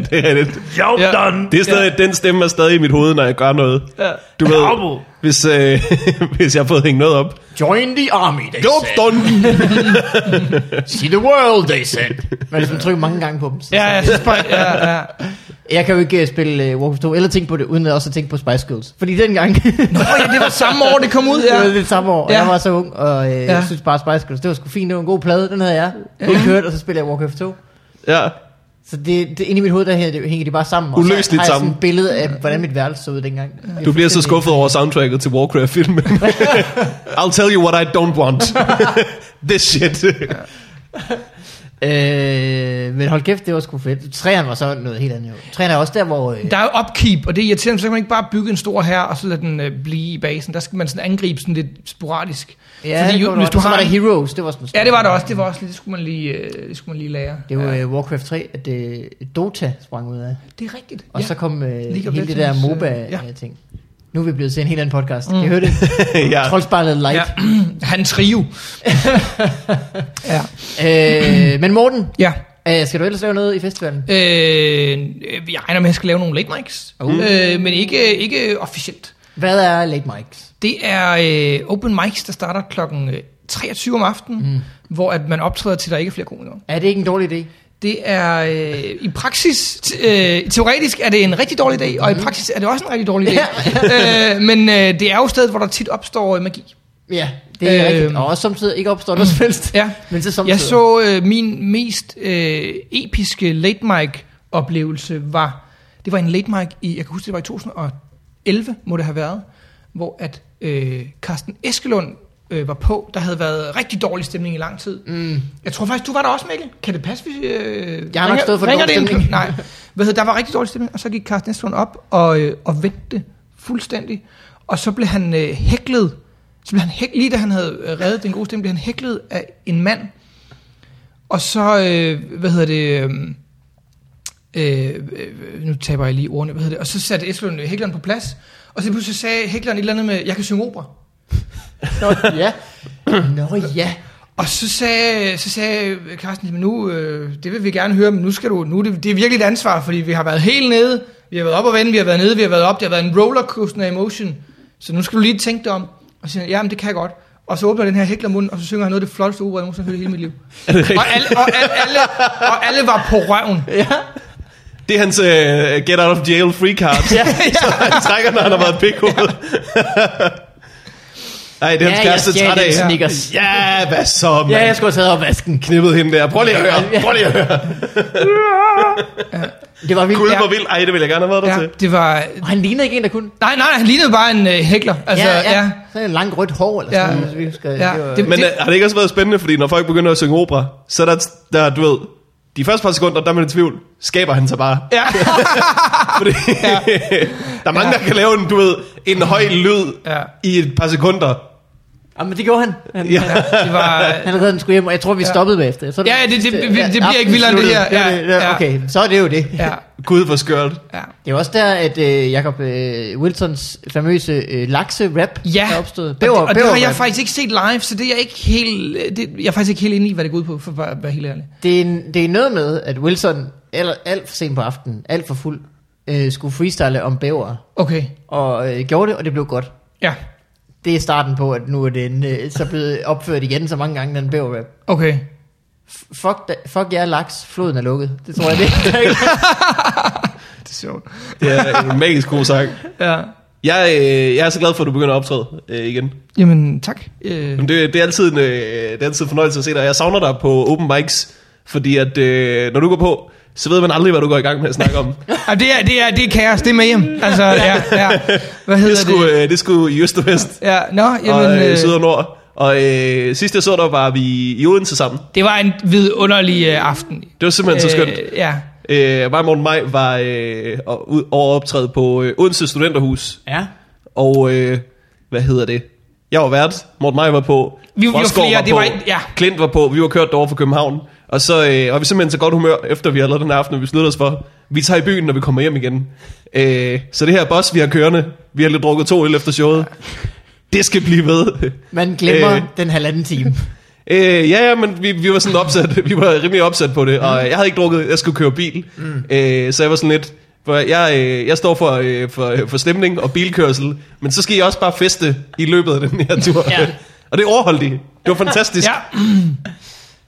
[SPEAKER 1] Det er det.
[SPEAKER 5] Job
[SPEAKER 3] Ja.
[SPEAKER 5] done.
[SPEAKER 1] Det er stadig, ja. den stemme er stadig i mit hoved, når jeg gør noget. Ja. Du ved,
[SPEAKER 5] Bravo.
[SPEAKER 1] hvis, øh, hvis jeg har fået hængt noget op.
[SPEAKER 2] Join the army, they
[SPEAKER 1] Job
[SPEAKER 2] said.
[SPEAKER 1] done.
[SPEAKER 2] See the world, they said. Men hvis man ligesom trykker mange gange på dem, så
[SPEAKER 3] Ja, jeg synes bare, ja, ja.
[SPEAKER 2] Jeg kan jo ikke øh, spille uh, Warcraft 2 eller tænke på det, uden at også at tænke på Spice Girls. Fordi dengang,
[SPEAKER 3] Nå ja, det var samme år, det kom ud,
[SPEAKER 2] det var
[SPEAKER 3] ja.
[SPEAKER 2] det samme år, og
[SPEAKER 3] Ja.
[SPEAKER 2] jeg var så ung, og uh,
[SPEAKER 3] Ja.
[SPEAKER 2] jeg synes bare Spice Girls, det var sgu fint, det var en god plade, den havde jeg. Det kørte, og så spillede jeg Warcraft 2.
[SPEAKER 1] Ja.
[SPEAKER 2] Så det, det, inde i mit hoved, der hænger det, hænger det bare sammen. Og så
[SPEAKER 1] Uløseligt
[SPEAKER 2] har jeg sådan
[SPEAKER 1] sammen.
[SPEAKER 2] et billede af, hvordan mit værelse så ud dengang.
[SPEAKER 1] Du bliver så skuffet over soundtracket til Warcraft-filmen. I'll tell you what I don't want. This shit.
[SPEAKER 2] Øh, men hold kæft, det var sgu fedt. Træerne var så noget helt andet. Jo. Træerne er også der, hvor... Øh,
[SPEAKER 3] Der er jo upkeep, og det er irriterende, for så kan man ikke bare bygge en stor her og så lade den øh, blive i basen. Der skal man sådan angribe sådan lidt sporadisk.
[SPEAKER 2] ja, Fordi, jo,
[SPEAKER 3] hvis du
[SPEAKER 2] så var
[SPEAKER 3] har
[SPEAKER 2] der
[SPEAKER 3] en-
[SPEAKER 2] Heroes, det var sådan
[SPEAKER 3] Ja, det var der også. Det var også lige, det skulle man lige, øh, det skulle man lige lære.
[SPEAKER 2] Det var
[SPEAKER 3] ja.
[SPEAKER 2] ja. Warcraft 3, at øh, Dota sprang ud af.
[SPEAKER 3] det er rigtigt.
[SPEAKER 2] Og ja. så kom øh,
[SPEAKER 3] League of
[SPEAKER 2] hele det der
[SPEAKER 3] Legends, øh, ja.
[SPEAKER 2] MOBA-ting. Nu er vi blevet til en helt anden podcast. Mm. Kan I høre det?
[SPEAKER 1] ja.
[SPEAKER 2] Troldspejlet live.
[SPEAKER 3] ja.
[SPEAKER 2] Ja.
[SPEAKER 3] Han trio. ja.
[SPEAKER 2] Øh, men Morten,
[SPEAKER 3] ja.
[SPEAKER 2] øh, skal du ellers lave noget i festivalen?
[SPEAKER 3] Øh, jeg regner med, at jeg skal lave nogle late mics. Uh. Øh, men ikke, ikke officielt.
[SPEAKER 2] Hvad er Late Mics?
[SPEAKER 3] Det er øh, open mics, der starter klokken øh, 23 om aftenen, mm. hvor at man optræder til, der ikke er flere komikere.
[SPEAKER 2] Er det ikke en dårlig idé?
[SPEAKER 3] Det er øh, i praksis, t- øh, teoretisk er det en rigtig dårlig dag, og i praksis er det også en rigtig dårlig dag. øh, men øh, det er jo stedet, hvor der tit opstår øh, magi.
[SPEAKER 2] Ja, det er øh,
[SPEAKER 3] Øh,
[SPEAKER 2] rigtigt. Og også samtidig ikke opstår noget som helst.
[SPEAKER 3] Ja.
[SPEAKER 2] Men så samtidig.
[SPEAKER 3] Jeg så øh, min mest øh, episke late mic oplevelse var, det var en late mic i, jeg kan huske det var i 2011 må det have været, hvor at øh, Carsten Eskelund øh, var på, der havde været rigtig dårlig stemning i lang tid. Mm. Jeg tror faktisk, du var der også, Mikkel. Kan det passe, hvis... Øh,
[SPEAKER 2] Jeg har nok stået for
[SPEAKER 3] ringer
[SPEAKER 2] dårlig
[SPEAKER 3] det en-
[SPEAKER 2] stemning.
[SPEAKER 3] Nej. Hvad hedder, der var rigtig dårlig stemning, og så gik Carsten Eskelund op og, øh, og vendte fuldstændig. Og så blev han øh, hæklet. Så blev han hæk, lige da han havde øh, reddet den gode stemning, blev han hæklet af en mand. Og så, øh, hvad hedder det... Øh, øh, øh, nu taber jeg lige ordene, hvad hedder det, og så satte Eslund øh, hækleren på plads, og så pludselig sagde hækleren et eller andet med, jeg kan synge opera.
[SPEAKER 2] Nå, ja. Nå ja.
[SPEAKER 3] Og så sagde, så sagde Carsten, "Men nu, øh, det vil vi gerne høre, men nu skal du, nu er det, det er virkelig et ansvar, fordi vi har været helt nede, vi har været op og vende, vi har været nede, vi har været op, det har været en rollercoaster af emotion, så nu skal du lige tænke dig om. Og så siger han, jamen det kan jeg godt. Og så åbner den her hækler munden, og så synger han noget af det flotteste opera, jeg nogensinde har hørt i hele mit liv. Og alle, og, alle, alle, og alle var på røven.
[SPEAKER 1] Det er hans uh, get out of jail free card. ja, Så han trækker, når han har været pikhoved. Nej, det er
[SPEAKER 2] Ja,
[SPEAKER 1] hans
[SPEAKER 2] jeg
[SPEAKER 1] kæreste
[SPEAKER 2] stjal
[SPEAKER 1] træt
[SPEAKER 2] din
[SPEAKER 1] af.
[SPEAKER 2] Snickers.
[SPEAKER 1] Ja, hvad så,
[SPEAKER 2] Ja, jeg
[SPEAKER 1] mand?
[SPEAKER 2] skulle have taget opvasken.
[SPEAKER 1] Knippede hende der. Prøv lige at høre. Prøv lige at høre.
[SPEAKER 2] Det var vildt.
[SPEAKER 1] Gud,
[SPEAKER 2] Ja.
[SPEAKER 1] hvor vildt. Ej, det ville jeg gerne have været der
[SPEAKER 3] Ja,
[SPEAKER 1] til.
[SPEAKER 3] det var,
[SPEAKER 2] Og han ligner ikke en, der kunne.
[SPEAKER 3] Nej, nej, han lignede bare en øh, hækler. Altså, ja, ja.
[SPEAKER 2] Så er langt rødt hår, eller
[SPEAKER 3] Ja.
[SPEAKER 2] sådan noget, hvis vi husker.
[SPEAKER 3] Ja.
[SPEAKER 2] Det var,
[SPEAKER 3] Det-
[SPEAKER 1] Men øh, har det ikke også været spændende, fordi når folk begynder at synge opera, så er der, der du ved, de første par sekunder, der er man i tvivl, skaber han sig bare.
[SPEAKER 3] ja.
[SPEAKER 1] Fordi ja. der er mange, ja. der kan lave en, du ved, en høj lyd
[SPEAKER 3] Ja.
[SPEAKER 1] ja. i et par sekunder.
[SPEAKER 2] ja, men det gjorde han. Han,
[SPEAKER 1] Ja.
[SPEAKER 3] Det var...
[SPEAKER 2] han redde den sgu hjem, og jeg tror, vi stoppede bagefter. Så er
[SPEAKER 3] Ja, det- det- det- det bliver
[SPEAKER 2] aftenen
[SPEAKER 3] ikke vildere end det
[SPEAKER 2] sluttede.
[SPEAKER 3] her. Ja,
[SPEAKER 2] Det var det.
[SPEAKER 3] ja.
[SPEAKER 2] Okay, så er det jo det.
[SPEAKER 3] Ja,
[SPEAKER 1] Gud, hvor skørt.
[SPEAKER 3] ja.
[SPEAKER 2] Det er også der, at øh, Jacob øh, Wilsons famøse øh, lakse-rap
[SPEAKER 3] Ja,
[SPEAKER 2] er opstået.
[SPEAKER 3] og, det, og det har jeg
[SPEAKER 2] rap.
[SPEAKER 3] faktisk ikke set live, så det er jeg ikke helt, øh, det, jeg er faktisk ikke helt inde i, hvad det går ud på, for at være helt ærlig.
[SPEAKER 2] Det er, en- det er noget med, at Wilson alt, alt for sent på aftenen, alt for fuld, øh, skulle freestyle om bæver.
[SPEAKER 3] Okay,
[SPEAKER 2] Og øh, gjorde det, og det blev godt.
[SPEAKER 3] ja,
[SPEAKER 2] Det er starten på, at nu er den øh, så blevet opført igen så mange gange, den bæver-rap.
[SPEAKER 3] okay.
[SPEAKER 2] F- Fuck, da, fuck jer laks, floden er lukket. Det tror jeg, det er.
[SPEAKER 3] Det er sjovt.
[SPEAKER 1] Det er en magisk god sang.
[SPEAKER 3] Ja.
[SPEAKER 1] Jeg, øh, jeg er så glad for, at du begynder at optræde øh, igen.
[SPEAKER 3] Jamen, tak. Øh,
[SPEAKER 1] Jamen, Mm. det, det, er altid en, øh, det er altid en fornøjelse at se dig. Jeg savner dig på open mics, fordi at, øh, når du går på, så ved man aldrig, hvad du går i gang med at snakke om.
[SPEAKER 3] ah, det, er, det, er, det er kaos, det er med hjem. Altså, ja, ja. Hvad
[SPEAKER 1] Det
[SPEAKER 3] hedder det?
[SPEAKER 1] skulle, øh, det skulle i øst og vest,
[SPEAKER 3] Ja, nå, jamen,
[SPEAKER 1] og øh,
[SPEAKER 3] øh,
[SPEAKER 1] syd og nord. Og øh, sidst jeg så dig, var vi i Odense sammen.
[SPEAKER 3] det var en vidunderlig øh, aften.
[SPEAKER 1] Det var simpelthen øh, så skønt.
[SPEAKER 3] Øh, ja.
[SPEAKER 1] Øh, mig og Morten Maj var øh, og- ud- over optræde på øh, Odense Studenterhus.
[SPEAKER 2] ja.
[SPEAKER 1] Og øh, hvad hedder det? Jeg var vært, Morten Maj var på,
[SPEAKER 3] Vi- vi var
[SPEAKER 1] Rosgaard
[SPEAKER 3] flere,
[SPEAKER 1] var
[SPEAKER 3] det
[SPEAKER 1] på,
[SPEAKER 3] var ikke- ja.
[SPEAKER 1] Klint var på, vi var kørt over fra København. Og så øh, var vi simpelthen så godt humør, efter vi havde lavet den her aften, og vi besluttede os for, vi tager i byen, når vi kommer hjem igen. Øh, så det her bus, vi har kørende, vi har lidt drukket to øl efter showet. Det skal blive ved.
[SPEAKER 2] Man glemmer
[SPEAKER 1] Øh.
[SPEAKER 2] øh. den halvanden time.
[SPEAKER 1] Øh, ja, ja, men vi, vi var sådan opsat, vi var rimelig opsat på det,
[SPEAKER 3] Mm.
[SPEAKER 1] og jeg havde ikke drukket, jeg skulle køre bil, mm. øh, så jeg var sådan lidt, for jeg, øh, jeg står for, øh, for, for stemning og bilkørsel, men så skal jeg også bare feste i løbet af den her tur.
[SPEAKER 2] Ja.
[SPEAKER 1] ja. Og det overholdt de. Det var fantastisk.
[SPEAKER 3] Ja,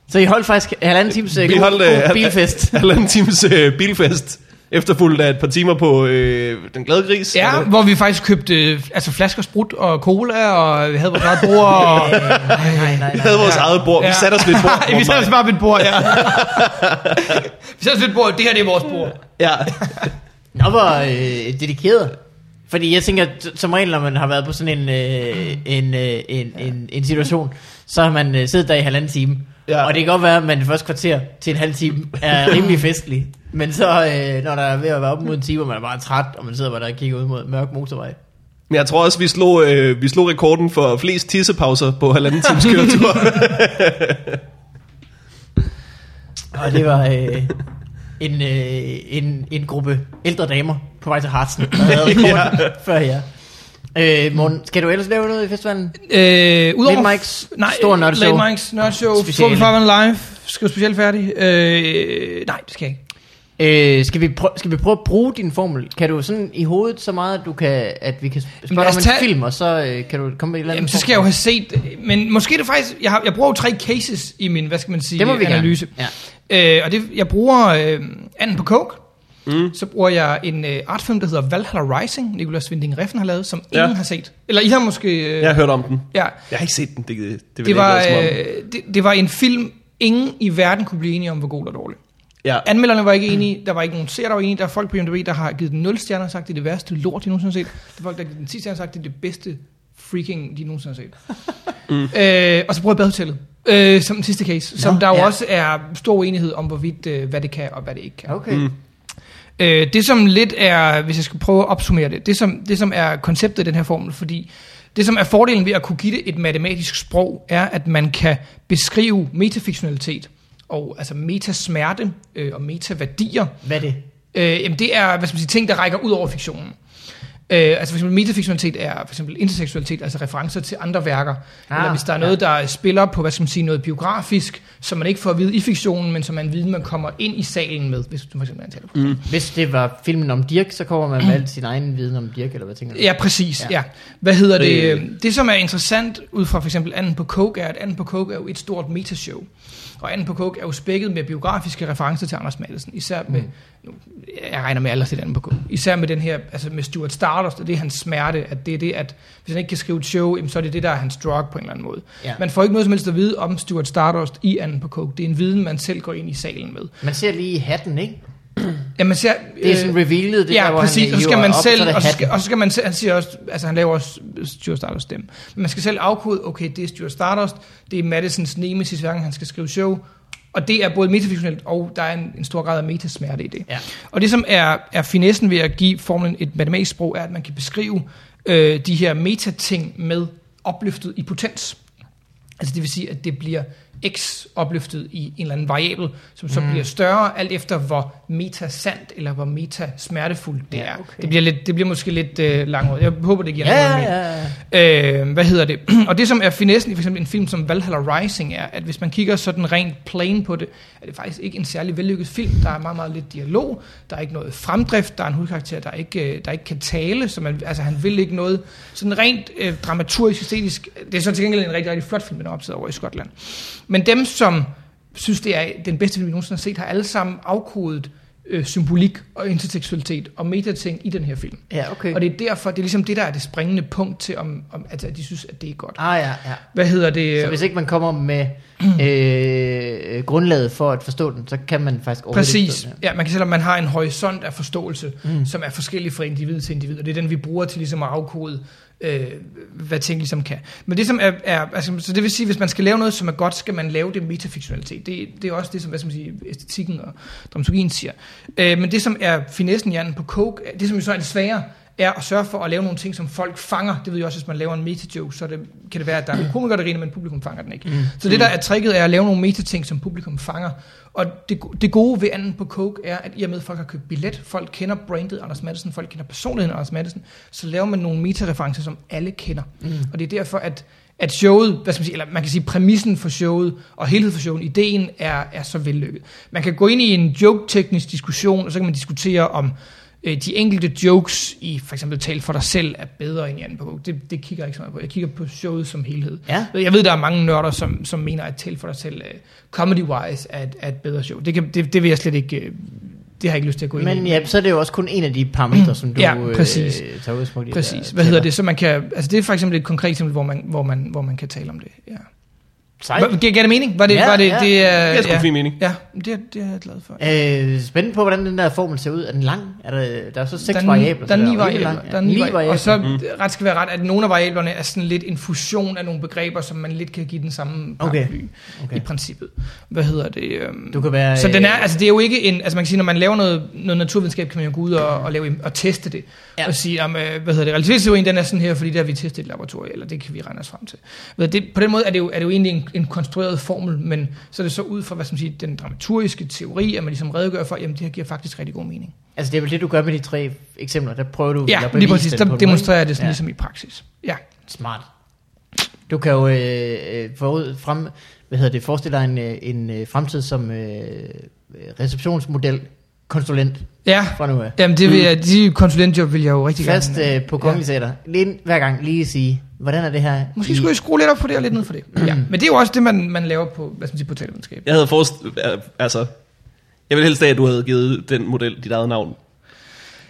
[SPEAKER 2] Så I holdt faktisk halvanden times øh,
[SPEAKER 1] Vi
[SPEAKER 2] god,
[SPEAKER 1] holdt
[SPEAKER 2] god
[SPEAKER 1] øh,
[SPEAKER 2] bilfest.
[SPEAKER 1] halvanden times øh, bilfest. efterfulgt af et par timer på øh, Den Glade Gris.
[SPEAKER 3] Ja,
[SPEAKER 1] Eller-
[SPEAKER 3] hvor vi faktisk købte øh, altså flasker sprut og cola, og vi havde vores eget bord. Og,
[SPEAKER 2] Øh, Nej, nej, nej.
[SPEAKER 1] Vi havde vores
[SPEAKER 3] Ja.
[SPEAKER 1] eget bord. Vi
[SPEAKER 3] Ja.
[SPEAKER 1] satte os ved et bord.
[SPEAKER 3] vi satte os bare ved et bord, ja. vi satte os ved et bord, det her det er vores bord. Øh,
[SPEAKER 1] Ja.
[SPEAKER 2] Nå, hvor øh, dedikeret. Fordi jeg tænker, t- som regel, når man har været på sådan en, øh, en, øh, en, en, en situation, så har man øh, siddet der i halvanden time.
[SPEAKER 1] Ja.
[SPEAKER 2] Ja. Og det kan godt være, at man det første kvarter til en halv time er rimelig festlig. Men så, øh, når der er ved at være op mod en time, og man er bare træt, og man sidder bare der og kigger ud mod en mørk motorvej.
[SPEAKER 1] Men jeg tror også, vi slog, øh, vi slog rekorden for flest tissepauser på halvanden times køretur.
[SPEAKER 2] Og det var øh, en, øh, en, en gruppe ældre damer på vej til Hartsen, der havde rekorden ja. før jer. Øh, Morten, skal du ellers lave noget i festivalen?
[SPEAKER 3] Øh, udover,
[SPEAKER 2] Late Mike's store nørdeshow.
[SPEAKER 3] Late Mike's nørdeshow.
[SPEAKER 2] Speciale.
[SPEAKER 3] 45 live. Skal specielt færdig. Øh, nej, det skal jeg ikke.
[SPEAKER 2] Øh, skal, vi prøve, skal vi prøve at bruge din formel? Kan du sådan i hovedet så meget, at, du kan, at vi kan spørge
[SPEAKER 3] lad
[SPEAKER 2] dig
[SPEAKER 3] os
[SPEAKER 2] om en
[SPEAKER 3] tage-
[SPEAKER 2] film, og så øh, kan du komme med et eller andet?
[SPEAKER 3] Jamen, så skal jeg jo have set... Men måske er det faktisk... Jeg, har, jeg bruger jo tre cases i min, hvad skal man sige,
[SPEAKER 2] Det må vi gerne.
[SPEAKER 3] analyse.
[SPEAKER 2] Ja.
[SPEAKER 3] Øh, og det, jeg bruger øh, anden på coke. Mm. Så bruger jeg en øh, artfilm, der hedder Valhalla Rising, Nicolas Winding Refn har lavet, som
[SPEAKER 1] Ja.
[SPEAKER 3] ingen har set. Eller I har måske... Øh,
[SPEAKER 1] jeg har hørt om den.
[SPEAKER 3] ja.
[SPEAKER 1] Jeg har ikke set den. Det, det, vil
[SPEAKER 3] Det
[SPEAKER 1] jeg
[SPEAKER 3] var,
[SPEAKER 1] ikke lade som om.
[SPEAKER 3] øh, det, det var en film, ingen i verden kunne blive enige om, hvor god eller dårlig.
[SPEAKER 1] Ja.
[SPEAKER 3] Anmelderne var ikke enige, der var ikke nogen seere, der var enige, der er folk på IMDb, der har givet den 0 stjerner og sagt, det er det værste lort, de nogensinde har set. Der er folk, der har givet den 10 stjerner og sagt, det er det bedste freaking, de nogensinde har set. mm. øh, og så bruger jeg badehotellet øh, som den sidste case, som der jo
[SPEAKER 2] ja.
[SPEAKER 3] også er stor enighed om, hvorvidt, øh, hvad det kan og hvad det ikke kan.
[SPEAKER 2] Okay. Mm.
[SPEAKER 3] Øh, det som lidt er, hvis jeg skal prøve at opsummere det, det som, det som er konceptet i den her formel, fordi det som er fordelen ved at kunne give det et matematisk sprog, er at man kan beskrive metafiktionalitet og altså metasmerte øh, og metaværdier.
[SPEAKER 2] Hvad er det?
[SPEAKER 3] Øh, jamen det er hvad skal man sige, ting, der rækker ud over fiktionen. Øh, altså for eksempel metafiktionalitet er for eksempel interseksualitet, altså referencer til andre værker. Ah,
[SPEAKER 2] Ah,
[SPEAKER 3] eller hvis der er noget, der spiller på, hvad skal man sige, noget biografisk, som man ikke får at vide i fiktionen, men som man viden, man kommer ind i salen med, hvis du for eksempel er en teater.
[SPEAKER 2] Hvis det var filmen om Dirk, så kommer man med al sin egen viden om Dirk, eller hvad tænker du?
[SPEAKER 3] Mm. Ja, præcis. Ja.
[SPEAKER 2] Ja.
[SPEAKER 3] ja. Hvad hedder det?
[SPEAKER 1] Øh.
[SPEAKER 3] Det, som er interessant ud fra for eksempel Anden på Coke, er, at Anden på Coke er jo et stort metashow. Og Anden på Coke er jo spækket med biografiske referencer til Anders Maddelsen. Især med,
[SPEAKER 2] Mm.
[SPEAKER 3] nu, jeg regner med alle til Anden på Coke. Især med den her, altså med Stuart Stardust, og det er hans smerte, at det er det, at hvis han ikke kan skrive et show, jamen, så er det det, der er hans drug på en eller anden måde.
[SPEAKER 2] Ja.
[SPEAKER 3] Man får ikke noget som helst at vide om Stuart Stardust i Anden på Coke. Det er en viden, man selv går ind i salen med.
[SPEAKER 2] Man ser lige hatten, ikke?
[SPEAKER 3] Ja, man ser, øh,
[SPEAKER 2] Det er sådan revealet, det
[SPEAKER 3] ja,
[SPEAKER 2] der, hvor
[SPEAKER 3] præcis.
[SPEAKER 2] han øh,
[SPEAKER 3] og så skal
[SPEAKER 2] hiver
[SPEAKER 3] man
[SPEAKER 2] op, så er
[SPEAKER 3] selv,
[SPEAKER 2] det
[SPEAKER 3] og så
[SPEAKER 2] hatten.
[SPEAKER 3] skal, og så skal man selv, han siger også, altså han laver også Stuart Stardust stemme. Men man skal selv afkode, okay, det er Stuart Stardust, det er Madisons nemesis, hver gang han skal skrive show. Og det er både metafiktionelt, og der er en, en stor grad af metasmerte i det.
[SPEAKER 2] Ja.
[SPEAKER 3] Og det, som er, er finessen ved at give formlen et matematisk sprog, er, at man kan beskrive øh, de her metating med opløftet i potens. Altså det vil sige, at det bliver x opløftet i en eller anden variabel, som så mm. bliver større, alt efter hvor meta-sandt eller hvor meta-smertefuldt det
[SPEAKER 2] Ja,
[SPEAKER 3] er.
[SPEAKER 2] okay.
[SPEAKER 3] Det, bliver lidt, det bliver måske lidt øh, langhåret. Jeg håber, det giver
[SPEAKER 2] Ja,
[SPEAKER 3] noget
[SPEAKER 2] ja,
[SPEAKER 3] mening.
[SPEAKER 2] ja, ja.
[SPEAKER 3] Øh, hvad hedder det? og det, som er finessen i for eksempel en film som Valhalla Rising, er, at hvis man kigger sådan rent plain på det, er det faktisk ikke en særlig vellykket film. Der er meget, meget lidt dialog, der er ikke noget fremdrift, der er en hovedkarakter, der ikke, øh, der ikke kan tale, så man, altså, han vil ikke noget. Sådan rent øh, dramaturgisk, æstetisk, det er så til gengæld en rigtig, rigtig flot film, den er optaget over i Skotland. Men dem, som synes, det er den bedste film, vi nogensinde har set, har alle sammen afkodet øh, symbolik og interseksualitet og metating i den her film.
[SPEAKER 2] Ja, okay.
[SPEAKER 3] Og det er derfor, det er ligesom det, der er det springende punkt til, om, om altså, at de synes, at det er godt.
[SPEAKER 2] Ah, ja, ja.
[SPEAKER 3] Hvad hedder det?
[SPEAKER 2] Så hvis ikke man kommer med øh, grundlaget for at forstå den, så kan man faktisk overhovedet ikke
[SPEAKER 3] Øh, Præcis.
[SPEAKER 2] forstå den,
[SPEAKER 3] Ja, man kan selvom man har en horisont af forståelse, mm. som er forskellig fra individ til individ, og det er den, vi bruger til ligesom at afkode, øh, hvad ting ligesom kan. Men det som er, er altså, så det vil sige, hvis man skal lave noget, som er godt, skal man lave det med metafiktionalitet. Det, det er også det, som hvad skal man sige, æstetikken og dramaturgien siger. Øh, men det som er finessen i anden på coke, det som jo så er det svære, er at sørge for at lave nogle ting, som folk fanger. Det ved jeg også, hvis man laver en metajoke, så det, kan det være, at der er nogle komikere, der griner, men publikum fanger den ikke. Mm. Så det, der er tricket, er at lave nogle metating, som publikum fanger. Og det, go- det gode ved anden på Coke er, at i og med, at folk har købt billet, folk kender brandet Anders Madsen, folk kender personligheden Anders Madsen, så laver man nogle metareferencer, som alle kender. Mm. Og det er derfor, at at showet, hvad skal man sige, eller man kan sige præmissen for showet og helhed for showet, ideen er, er så vellykket. Man kan gå ind i en joke-teknisk diskussion, og så kan man diskutere om øh, de enkelte jokes i for eksempel Tal for dig selv er bedre end i anden bog. Det, det kigger jeg ikke så meget på. Jeg kigger på showet som helhed.
[SPEAKER 2] Ja.
[SPEAKER 3] Jeg ved, der er mange nørder, som, som mener, at Tal for dig selv øh, comedy-wise er, et- er et bedre show. Det, kan, det, det vil jeg slet ikke øh, det har jeg ikke lyst til at gå ind i. Mm.
[SPEAKER 2] Men ja, så er det jo også kun en af de parametre, som du
[SPEAKER 3] Ja, præcis.
[SPEAKER 2] Øh, tager udgangspunkt i.
[SPEAKER 3] Præcis.
[SPEAKER 2] der
[SPEAKER 3] Hvad hedder
[SPEAKER 2] tæller.
[SPEAKER 3] det? Så man kan, altså det er for eksempel et konkret eksempel, hvor man, hvor man, hvor man kan tale om det. Ja.
[SPEAKER 2] Sejt.
[SPEAKER 3] Hva- Giver giver det mening? Var det,
[SPEAKER 2] Ja,
[SPEAKER 3] var det,
[SPEAKER 2] ja.
[SPEAKER 3] det,
[SPEAKER 1] Det er sgu
[SPEAKER 3] ja.
[SPEAKER 1] fin mening.
[SPEAKER 3] Ja, det, det er jeg glad for.
[SPEAKER 2] Øh, spændende på, hvordan den der formel ser ud. Er den lang? Er der, der er så seks
[SPEAKER 3] Der er ni-
[SPEAKER 2] variabler.
[SPEAKER 3] Der er
[SPEAKER 2] så
[SPEAKER 3] ni
[SPEAKER 2] jo rimelig
[SPEAKER 3] variabler.
[SPEAKER 2] lang.
[SPEAKER 3] Der er ni variabler. Og så mm. ret skal være ret, at nogle af variablerne er sådan lidt en fusion af nogle begreber, som man lidt kan give den samme
[SPEAKER 2] Okay.
[SPEAKER 3] paraply
[SPEAKER 2] Okay.
[SPEAKER 3] i princippet. Hvad hedder det? øhm,
[SPEAKER 2] Du kan være,
[SPEAKER 3] så den er,
[SPEAKER 2] øh,
[SPEAKER 3] altså det er jo ikke en, altså man kan sige, når man laver noget, noget naturvidenskab, kan man jo gå ud og, og, lave, en- og teste det.
[SPEAKER 2] Ja.
[SPEAKER 3] Ja. Og sige, om, øh, hvad hedder det, relativitetsteorien, den er sådan her, fordi der har vi testet i et laboratorium, eller det kan vi regne os frem til. Ved det, på den måde er det jo, er det jo egentlig en, en konstrueret formel, men så er det så ud fra, hvad skal man sige, den dramaturgiske teori, at man ligesom redegør for, jamen det her giver faktisk rigtig god mening.
[SPEAKER 2] Altså det er vel det, du gør med de tre eksempler. Der prøver du
[SPEAKER 3] Ja,
[SPEAKER 2] at
[SPEAKER 3] lige
[SPEAKER 2] bevise
[SPEAKER 3] præcis.
[SPEAKER 2] den på
[SPEAKER 3] Der
[SPEAKER 2] en måde,
[SPEAKER 3] demonstrerer jeg det sådan,
[SPEAKER 2] ikke?
[SPEAKER 3] ja. ligesom i praksis. Ja,
[SPEAKER 2] Smart. Du kan jo øh, øh, forud, frem, hvad hedder det, forestille dig en, øh, en øh, fremtid som øh, receptionsmodel konsulent
[SPEAKER 3] ja.
[SPEAKER 2] fra nu af. Mm.
[SPEAKER 3] Jamen, det vil jeg, de konsulentjob vil jeg jo rigtig
[SPEAKER 2] Fast
[SPEAKER 3] gerne.
[SPEAKER 2] øh, på Kongelige Teater. Lige ind- hver gang lige sige, hvordan er det her?
[SPEAKER 3] Måske
[SPEAKER 2] i-
[SPEAKER 3] skulle jeg skrue lidt op for det og lidt ned for det.
[SPEAKER 2] Mm.
[SPEAKER 3] Ja. Men det er jo også det, man, man laver på, hvad skal man sige, på teatervidenskab.
[SPEAKER 1] Jeg havde forestillet... Altså, jeg ville helst have, at du havde givet den model dit eget navn.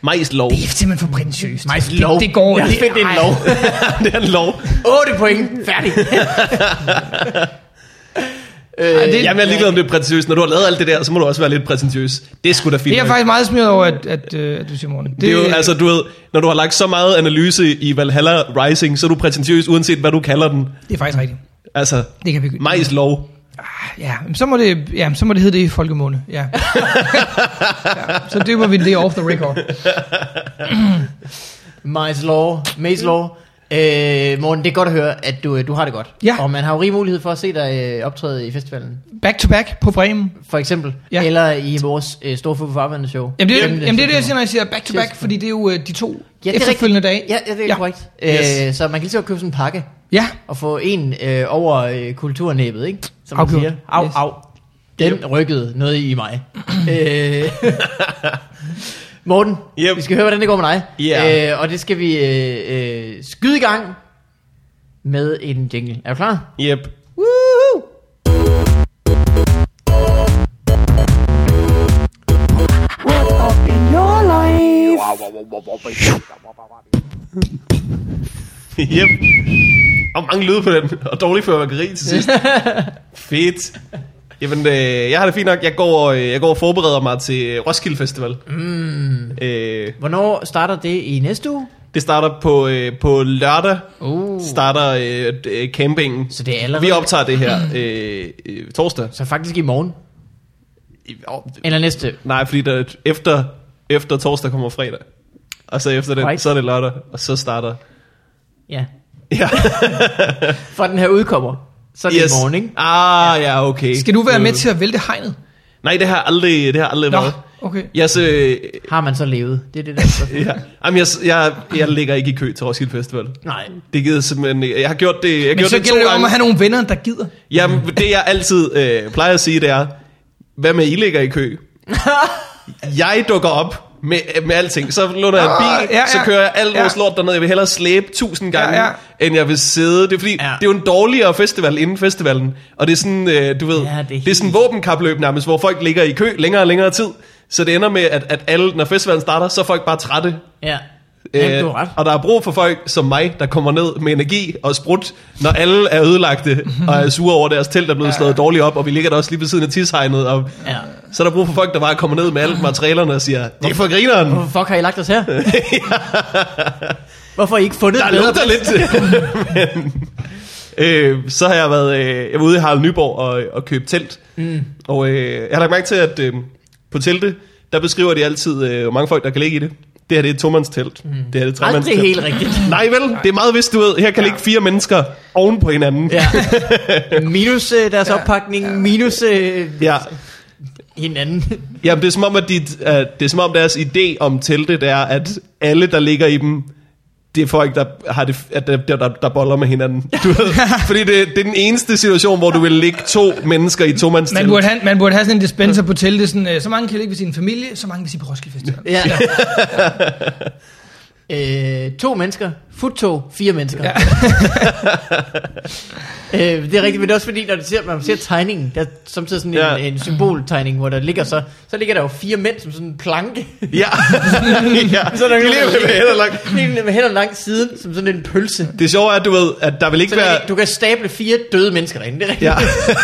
[SPEAKER 1] Majs lov.
[SPEAKER 3] Det er simpelthen for prætentiøst.
[SPEAKER 2] Majs
[SPEAKER 3] Det-
[SPEAKER 2] lov.
[SPEAKER 3] Det går
[SPEAKER 2] Jeg fik det en
[SPEAKER 3] ej.
[SPEAKER 2] lov.
[SPEAKER 1] det er en lov.
[SPEAKER 2] 8 point, færdig. øh,
[SPEAKER 3] Ej, det-
[SPEAKER 1] Jamen, jeg er ligeglad om det er prætentiøst. Når du har lavet alt det der, så må du også være lidt prætentiøs. Det er sgu da fint.
[SPEAKER 3] Det er jeg
[SPEAKER 1] nok.
[SPEAKER 3] faktisk meget smidt over, at, at, øh, at du siger morgen.
[SPEAKER 1] Det er jo, altså, du ved, når du har lagt så meget analyse i Valhalla Rising, så er du prætentiøs, uanset hvad du kalder den.
[SPEAKER 3] det er faktisk rigtigt.
[SPEAKER 1] Altså,
[SPEAKER 3] Det kan vi ikke.
[SPEAKER 1] Majs lov.
[SPEAKER 3] Ah, Ja, men så må det, ja, men så må det hedde det i folkemåne. Ja. ja. Så dyber vi det off the record.
[SPEAKER 2] Maze Law, Maze Law. Øh, Morten, det er godt at høre, at du, øh, du har det godt.
[SPEAKER 3] Ja.
[SPEAKER 2] Og man har jo rig mulighed for at se dig øh, optræde i festivalen.
[SPEAKER 3] Back to back på Bremen.
[SPEAKER 2] For eksempel. Ja.
[SPEAKER 3] Ja.
[SPEAKER 2] Eller i vores øh, store Fufu Farvandet show.
[SPEAKER 3] Jamen det, er,
[SPEAKER 2] Femte
[SPEAKER 3] jamen det er det, jeg
[SPEAKER 1] altså,
[SPEAKER 2] september.
[SPEAKER 3] siger, når jeg siger back to back,
[SPEAKER 2] Tirsdag.
[SPEAKER 3] fordi det er jo øh, de to
[SPEAKER 2] Ja,
[SPEAKER 3] ja,
[SPEAKER 2] det er
[SPEAKER 3] efterfølgende dage.
[SPEAKER 2] Ja, ja det er ja.
[SPEAKER 3] Ja.
[SPEAKER 2] korrekt. Øh,
[SPEAKER 1] Yes.
[SPEAKER 2] så man kan lige så godt købe sådan en pakke
[SPEAKER 3] ja.
[SPEAKER 2] og få en øh, over øh, kulturnæbet, ikke? Som
[SPEAKER 3] Afgjort.
[SPEAKER 2] man siger. Au,
[SPEAKER 3] Yes.
[SPEAKER 2] au. Den rykkede noget i mig. øh. Morten,
[SPEAKER 1] Yep.
[SPEAKER 2] vi skal høre, hvordan det går med dig.
[SPEAKER 1] Ja.
[SPEAKER 2] Øh, og det skal vi øh, øh, skyde i gang med en jingle. Er du klar?
[SPEAKER 1] Yep.
[SPEAKER 2] Woohoo!
[SPEAKER 4] What up in your life?
[SPEAKER 1] Yep. Og mange lyde på den, og dårlig fyrværkeri til sidst. Fedt. Jamen, øh, jeg har det fint nok. Jeg går, øh, jeg går og forbereder mig til øh, Roskilde Festival. Mm. Øh,
[SPEAKER 2] Hvornår starter det i næste uge?
[SPEAKER 1] det starter på, øh, på lørdag,
[SPEAKER 2] Uh.
[SPEAKER 1] starter øh, øh, campingen.
[SPEAKER 2] Så det er allerede...
[SPEAKER 1] Vi optager det her øh, øh, torsdag.
[SPEAKER 2] Så faktisk i morgen.
[SPEAKER 1] I- åh,
[SPEAKER 2] Eller næste.
[SPEAKER 1] Nej, fordi der, efter, efter torsdag kommer fredag. Og så efter den,
[SPEAKER 2] Right.
[SPEAKER 1] så er det lørdag, og så starter...
[SPEAKER 2] Ja.
[SPEAKER 1] Ja,
[SPEAKER 2] For den her udkommer. Så er det yes. i morgen, ikke?
[SPEAKER 1] Ah, ja, okay.
[SPEAKER 3] Skal du være
[SPEAKER 1] Øh,
[SPEAKER 3] med til at vælte hegnet?
[SPEAKER 1] Nej, det har jeg aldrig, det har jeg aldrig
[SPEAKER 3] Nå,
[SPEAKER 1] været.
[SPEAKER 3] okay.
[SPEAKER 1] Jeg, så, øh,
[SPEAKER 2] Har man så levet? Det er det, der er så
[SPEAKER 1] ja. Jamen, jeg, jeg, jeg ligger ikke i kø til Roskilde Festival.
[SPEAKER 2] Nej.
[SPEAKER 1] Det gider simpelthen ikke. Jeg har gjort det, jeg har
[SPEAKER 3] Men
[SPEAKER 1] gjort
[SPEAKER 3] så
[SPEAKER 1] det to
[SPEAKER 3] gælder det om
[SPEAKER 1] gange.
[SPEAKER 3] at have nogle venner, der gider.
[SPEAKER 1] Jamen, det jeg altid øh, plejer at sige, det er, hvad med, I ligger i kø? jeg dukker op med, med alting. Så låner jeg en bil,
[SPEAKER 3] Ah, ja, ja.
[SPEAKER 1] så kører jeg alt
[SPEAKER 3] Ja.
[SPEAKER 1] vores lort derned. Jeg vil hellere slæbe tusind gange,
[SPEAKER 3] Ja,
[SPEAKER 1] end jeg vil sidde. Det er, fordi, det er jo en dårligere festival inden festivalen. Og det er sådan, øh, du ved,
[SPEAKER 2] det er
[SPEAKER 1] det, det er
[SPEAKER 2] helt-
[SPEAKER 1] sådan våbenkapløb nærmest, hvor folk ligger i kø længere og længere tid. Så det ender med, at, at alle, når festivalen starter, så er folk bare trætte.
[SPEAKER 2] Ja. Jamen, du har ret.
[SPEAKER 1] Øh, og der er brug for folk som mig, der kommer ned med energi og sprut, når alle er ødelagte og er sure over at deres telt, der er blevet slået dårligt op, og vi ligger der også lige ved siden af tishegnet. Og
[SPEAKER 2] Ja.
[SPEAKER 1] Så er der brug for folk, der bare kommer ned med alle materialerne og siger, det er for grineren.
[SPEAKER 2] Hvorfor fuck har I lagt os her? Hvorfor har I ikke fundet
[SPEAKER 1] Der
[SPEAKER 2] et bedre?
[SPEAKER 1] lugter lidt. Men, øh, så har jeg været øh, jeg var ude i Harald Nyborg og, og købe telt. Mm. Og øh, jeg har lagt mærke til, at øh, på telte, der beskriver de altid, øh, hvor mange folk, der kan ligge i det. Det her, det er et tomandstelt. Mm. Det her, det er et
[SPEAKER 2] Aldrig
[SPEAKER 1] tremandstelt.
[SPEAKER 2] helt rigtigt.
[SPEAKER 1] Nej vel, det er meget vist, du ved. Her kan ligge fire mennesker oven på hinanden.
[SPEAKER 2] Ja. Minus øh, deres oppakning, minus øh,
[SPEAKER 1] ja.
[SPEAKER 2] hinanden.
[SPEAKER 1] Jamen, det er som om, at, de, uh, det er som om deres idé om telte, det er, at alle, der ligger i dem, det er folk, der, har det, at der, der, der, der boller med hinanden. Du ved? Fordi det, det er den eneste situation, hvor du vil ligge to mennesker i to mands
[SPEAKER 3] Man burde, have, man burde have sådan en dispenser på teltet, sådan, øh, så mange kan ligge ved sin familie, så mange vil sige på Roskilde Festival.
[SPEAKER 2] Ja. Øh, to mennesker, futtog, fire mennesker. Ja. øh, det er rigtigt, men det er også fordi, når, det ser, når man ser tegningen, der er samtidig sådan
[SPEAKER 1] Ja.
[SPEAKER 2] ja. en, en symboltegning, hvor der ligger så, så ligger der jo fire mænd som sådan en planke.
[SPEAKER 1] Ja, ja.
[SPEAKER 2] Så er der
[SPEAKER 1] de lever med hænder langt.
[SPEAKER 2] Lige med hænder langt siden, som sådan en pølse.
[SPEAKER 1] Det sjove er, at du ved, at der vil ikke
[SPEAKER 2] Så
[SPEAKER 1] være...
[SPEAKER 2] der, du kan stable fire døde mennesker derinde, det er rigtigt.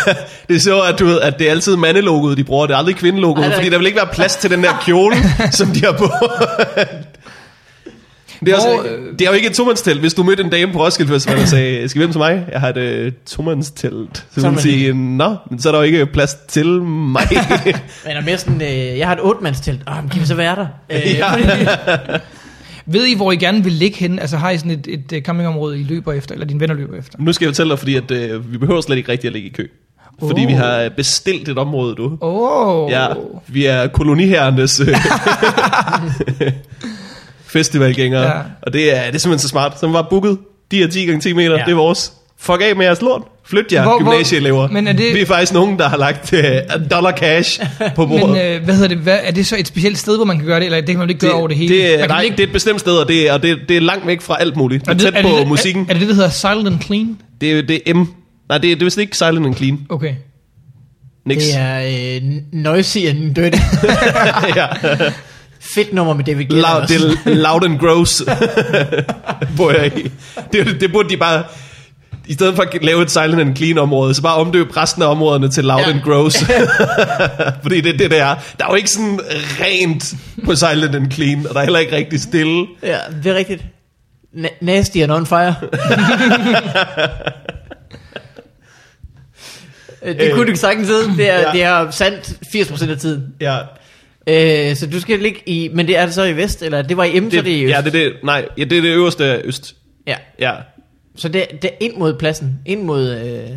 [SPEAKER 1] Ja. det er sjovt, at du ved, at det er altid mandelogoet, de bruger. Det er aldrig kvindelogoet,
[SPEAKER 2] Ej, det er
[SPEAKER 1] fordi
[SPEAKER 2] rigtigt.
[SPEAKER 1] der vil ikke være plads til den der kjole, som de har på. Det er, også,
[SPEAKER 3] Hvor, øh,
[SPEAKER 1] det er jo ikke et tomandstelt. Hvis du mødte en dame på Roskilde Festival og sagde, skal vi hjem til mig? Jeg har et øh, tomandstelt. Så
[SPEAKER 2] er
[SPEAKER 1] vil hun
[SPEAKER 2] man
[SPEAKER 1] sige, nå, men så er der jo ikke plads til mig.
[SPEAKER 2] Men er mere sådan, øh, jeg har et otmandstelt. Åh, men kan vi så være der? Øh,
[SPEAKER 1] Ja.
[SPEAKER 2] ja.
[SPEAKER 3] Ved I, hvor I gerne vil ligge henne? Altså har I sådan et, et øh, campingområde, I løber efter, eller dine venner løber efter?
[SPEAKER 1] nu skal jeg fortælle dig, fordi at, øh, vi behøver slet ikke rigtig at ligge i kø. Fordi
[SPEAKER 3] Oh.
[SPEAKER 1] vi har bestilt et område, du.
[SPEAKER 3] Åh, oh,
[SPEAKER 1] Ja, vi er koloniherrenes øh, festivalgængere. Ja.
[SPEAKER 3] Ja.
[SPEAKER 1] Og det er, det er simpelthen så smart. Så man var booket. De er 10 gange 10 meter, ja.
[SPEAKER 2] Ja.
[SPEAKER 1] det er vores. Fuck af med jeres lort. Flyt jer, hvor,
[SPEAKER 3] Hvor- hvor-
[SPEAKER 1] gymnasieelever.
[SPEAKER 3] men er det-
[SPEAKER 1] Vi er faktisk nogen, der har lagt øh, dollar cash på bordet.
[SPEAKER 3] Men øh, hvad hedder det? Hvad, er det så et specielt sted, hvor man kan gøre det, eller det kan man vel ikke gøre over det hele?
[SPEAKER 1] Det,
[SPEAKER 3] man
[SPEAKER 1] det,
[SPEAKER 3] kan
[SPEAKER 1] nej,
[SPEAKER 3] vel
[SPEAKER 1] det er et bestemt sted, og det er, og det, det er langt væk fra alt muligt. Det er tæt
[SPEAKER 3] er
[SPEAKER 1] på
[SPEAKER 3] det,
[SPEAKER 1] musikken.
[SPEAKER 3] Er, er det det, der hedder Silent and Clean?
[SPEAKER 1] det, er, det er M. Nej, det, er- det er vist ikke Silent and Clean.
[SPEAKER 3] Okay.
[SPEAKER 1] Nix.
[SPEAKER 2] Det er øh, noisy and dirty.
[SPEAKER 1] ja.
[SPEAKER 2] Fedt nummer med David Guetta.
[SPEAKER 1] Loud,
[SPEAKER 2] også.
[SPEAKER 1] det er loud and gross. Bor jeg i. Det, det burde de bare... I stedet for at lave et silent and clean område, så bare omdøb resten af områderne til loud ja.
[SPEAKER 2] Ja.
[SPEAKER 1] and gross. Fordi det er det, det er. Der er jo ikke sådan rent på silent and clean, og der er heller ikke rigtig stille.
[SPEAKER 2] Ja, det er rigtigt. Na- nasty and on fire. Øh, det
[SPEAKER 1] Øh.
[SPEAKER 2] kunne du sagtens sidde. Det er,
[SPEAKER 1] Ja.
[SPEAKER 2] ja. det er sandt 80% af tiden.
[SPEAKER 1] Ja,
[SPEAKER 2] Øh, så du skal ligge i... Men det er det så i vest, eller det var i M, så
[SPEAKER 1] det,
[SPEAKER 2] det er i
[SPEAKER 1] det,
[SPEAKER 2] øst.
[SPEAKER 1] ja, det, er det, nej, ja, det er det øverste af øst.
[SPEAKER 2] ja.
[SPEAKER 1] Ja,
[SPEAKER 2] Så det, det er ind mod pladsen. Ind mod... Øh,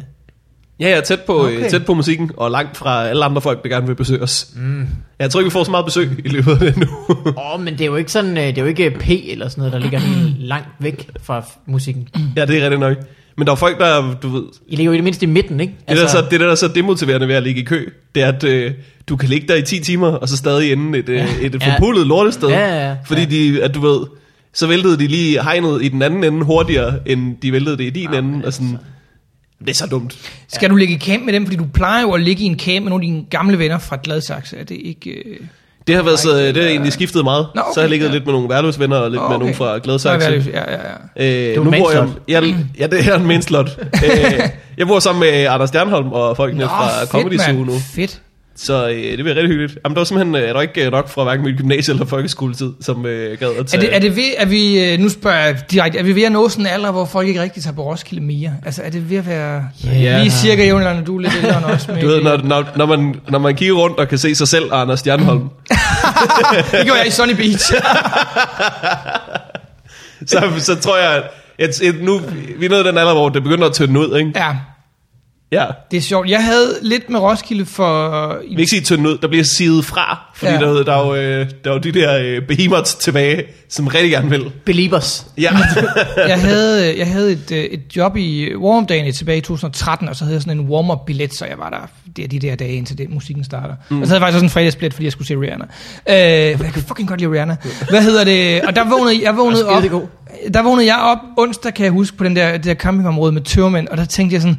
[SPEAKER 1] ja jeg er tæt på, okay.
[SPEAKER 2] Okay.
[SPEAKER 1] tæt på musikken, og langt fra alle andre folk, der gerne vil besøge os. Mm. Jeg tror ikke, vi får så meget besøg i løbet af det nu.
[SPEAKER 2] Åh, men det er jo ikke sådan, øh, det er jo ikke P eller sådan noget, der ligger helt langt væk fra f- musikken.
[SPEAKER 1] ja, det er rigtigt nok. Men der er folk, der, du ved,
[SPEAKER 2] I ligger jo i det mindste i midten, ikke?
[SPEAKER 1] Det, altså, der så, det der er så demotiverende ved at ligge i kø, det er, at øh, du kan ligge der i 10 timer, og så stadig ende et, øh, et
[SPEAKER 2] Ja.
[SPEAKER 1] forpullet lortested.
[SPEAKER 2] Ja, ja, ja.
[SPEAKER 1] Fordi de, at du ved, så væltede de lige hegnet i den anden ende hurtigere, end de væltede det i din ende. Og sådan, det er så dumt.
[SPEAKER 3] Skal du ligge i camp med dem? Fordi du plejer jo at ligge i en camp med nogle af dine gamle venner fra Gladsaxe. Er det ikke... Øh...
[SPEAKER 1] Det har været så, øh, det har egentlig skiftet meget.
[SPEAKER 3] Nå, okay,
[SPEAKER 1] så har jeg ligget
[SPEAKER 3] ja.
[SPEAKER 1] lidt med nogle værløsvenner og lidt
[SPEAKER 3] Åh,
[SPEAKER 1] med nogle fra Gladsaxe.
[SPEAKER 3] Nå, hvad er det? Ja, ja, ja.
[SPEAKER 1] Øh,
[SPEAKER 2] jo
[SPEAKER 1] nu
[SPEAKER 2] en
[SPEAKER 1] bor jeg,
[SPEAKER 2] mainslot.
[SPEAKER 1] jeg, ja, det er en mindslot. øh, jeg bor sammen med Anders Stjernholm og folkene
[SPEAKER 3] Nå,
[SPEAKER 1] fra
[SPEAKER 3] fedt,
[SPEAKER 1] Comedy Zoo
[SPEAKER 3] mand.
[SPEAKER 1] nu.
[SPEAKER 3] Fedt.
[SPEAKER 1] Så øh, det bliver rigtig hyggeligt. Jamen, der var simpelthen øh, der var ikke øh, nok fra hverken min gymnasie eller folkeskoletid, som øh, gad at
[SPEAKER 3] Er
[SPEAKER 1] tage.
[SPEAKER 3] det, er det ved, at vi, øh, nu spørger jeg direkte, er vi ved at nå sådan en alder, hvor folk ikke rigtig tager på Roskilde mere? Altså er det ved at være
[SPEAKER 1] Ja.
[SPEAKER 3] yeah. lige cirka jævn, når du er lidt ældre end os? øh, Med,
[SPEAKER 1] Du ved, når, når, når, man, når man kigger rundt og kan se sig selv og Anders Stjernholm,
[SPEAKER 3] Det gjorde jeg i Sunny Beach.
[SPEAKER 1] så, så tror jeg, at et, nu, vi er nået den alder, hvor det begynder at tynde ud, ikke?
[SPEAKER 3] ja,
[SPEAKER 1] Ja.
[SPEAKER 3] det er sjovt. Jeg havde lidt med Roskilde for...
[SPEAKER 1] Vi kan ikke sige tynde ud, der bliver sivet fra, fordi ja.
[SPEAKER 3] Ja.
[SPEAKER 1] der, der, er jo, øh, der er jo de der øh, behemoths tilbage, som rigtig gerne vil.
[SPEAKER 2] Believers.
[SPEAKER 1] Ja,
[SPEAKER 3] jeg havde, øh, jeg havde et, øh, et job i warm dagene tilbage i 2013, og så havde jeg sådan en warm-up-billet, så jeg var der der, de der dage, indtil det, musikken starter. Mm. Og så havde jeg faktisk også en fredagsbillet, fordi jeg skulle se Rihanna. Øh, for jeg kan fucking godt lide Rihanna. Hvad hedder det? Og der vågnede jeg vågnede
[SPEAKER 2] Og
[SPEAKER 3] op,
[SPEAKER 2] skidegod.
[SPEAKER 3] der vågnede jeg op onsdag, kan jeg huske, på den der, det der campingområde med tørmænd, og der tænkte jeg sådan,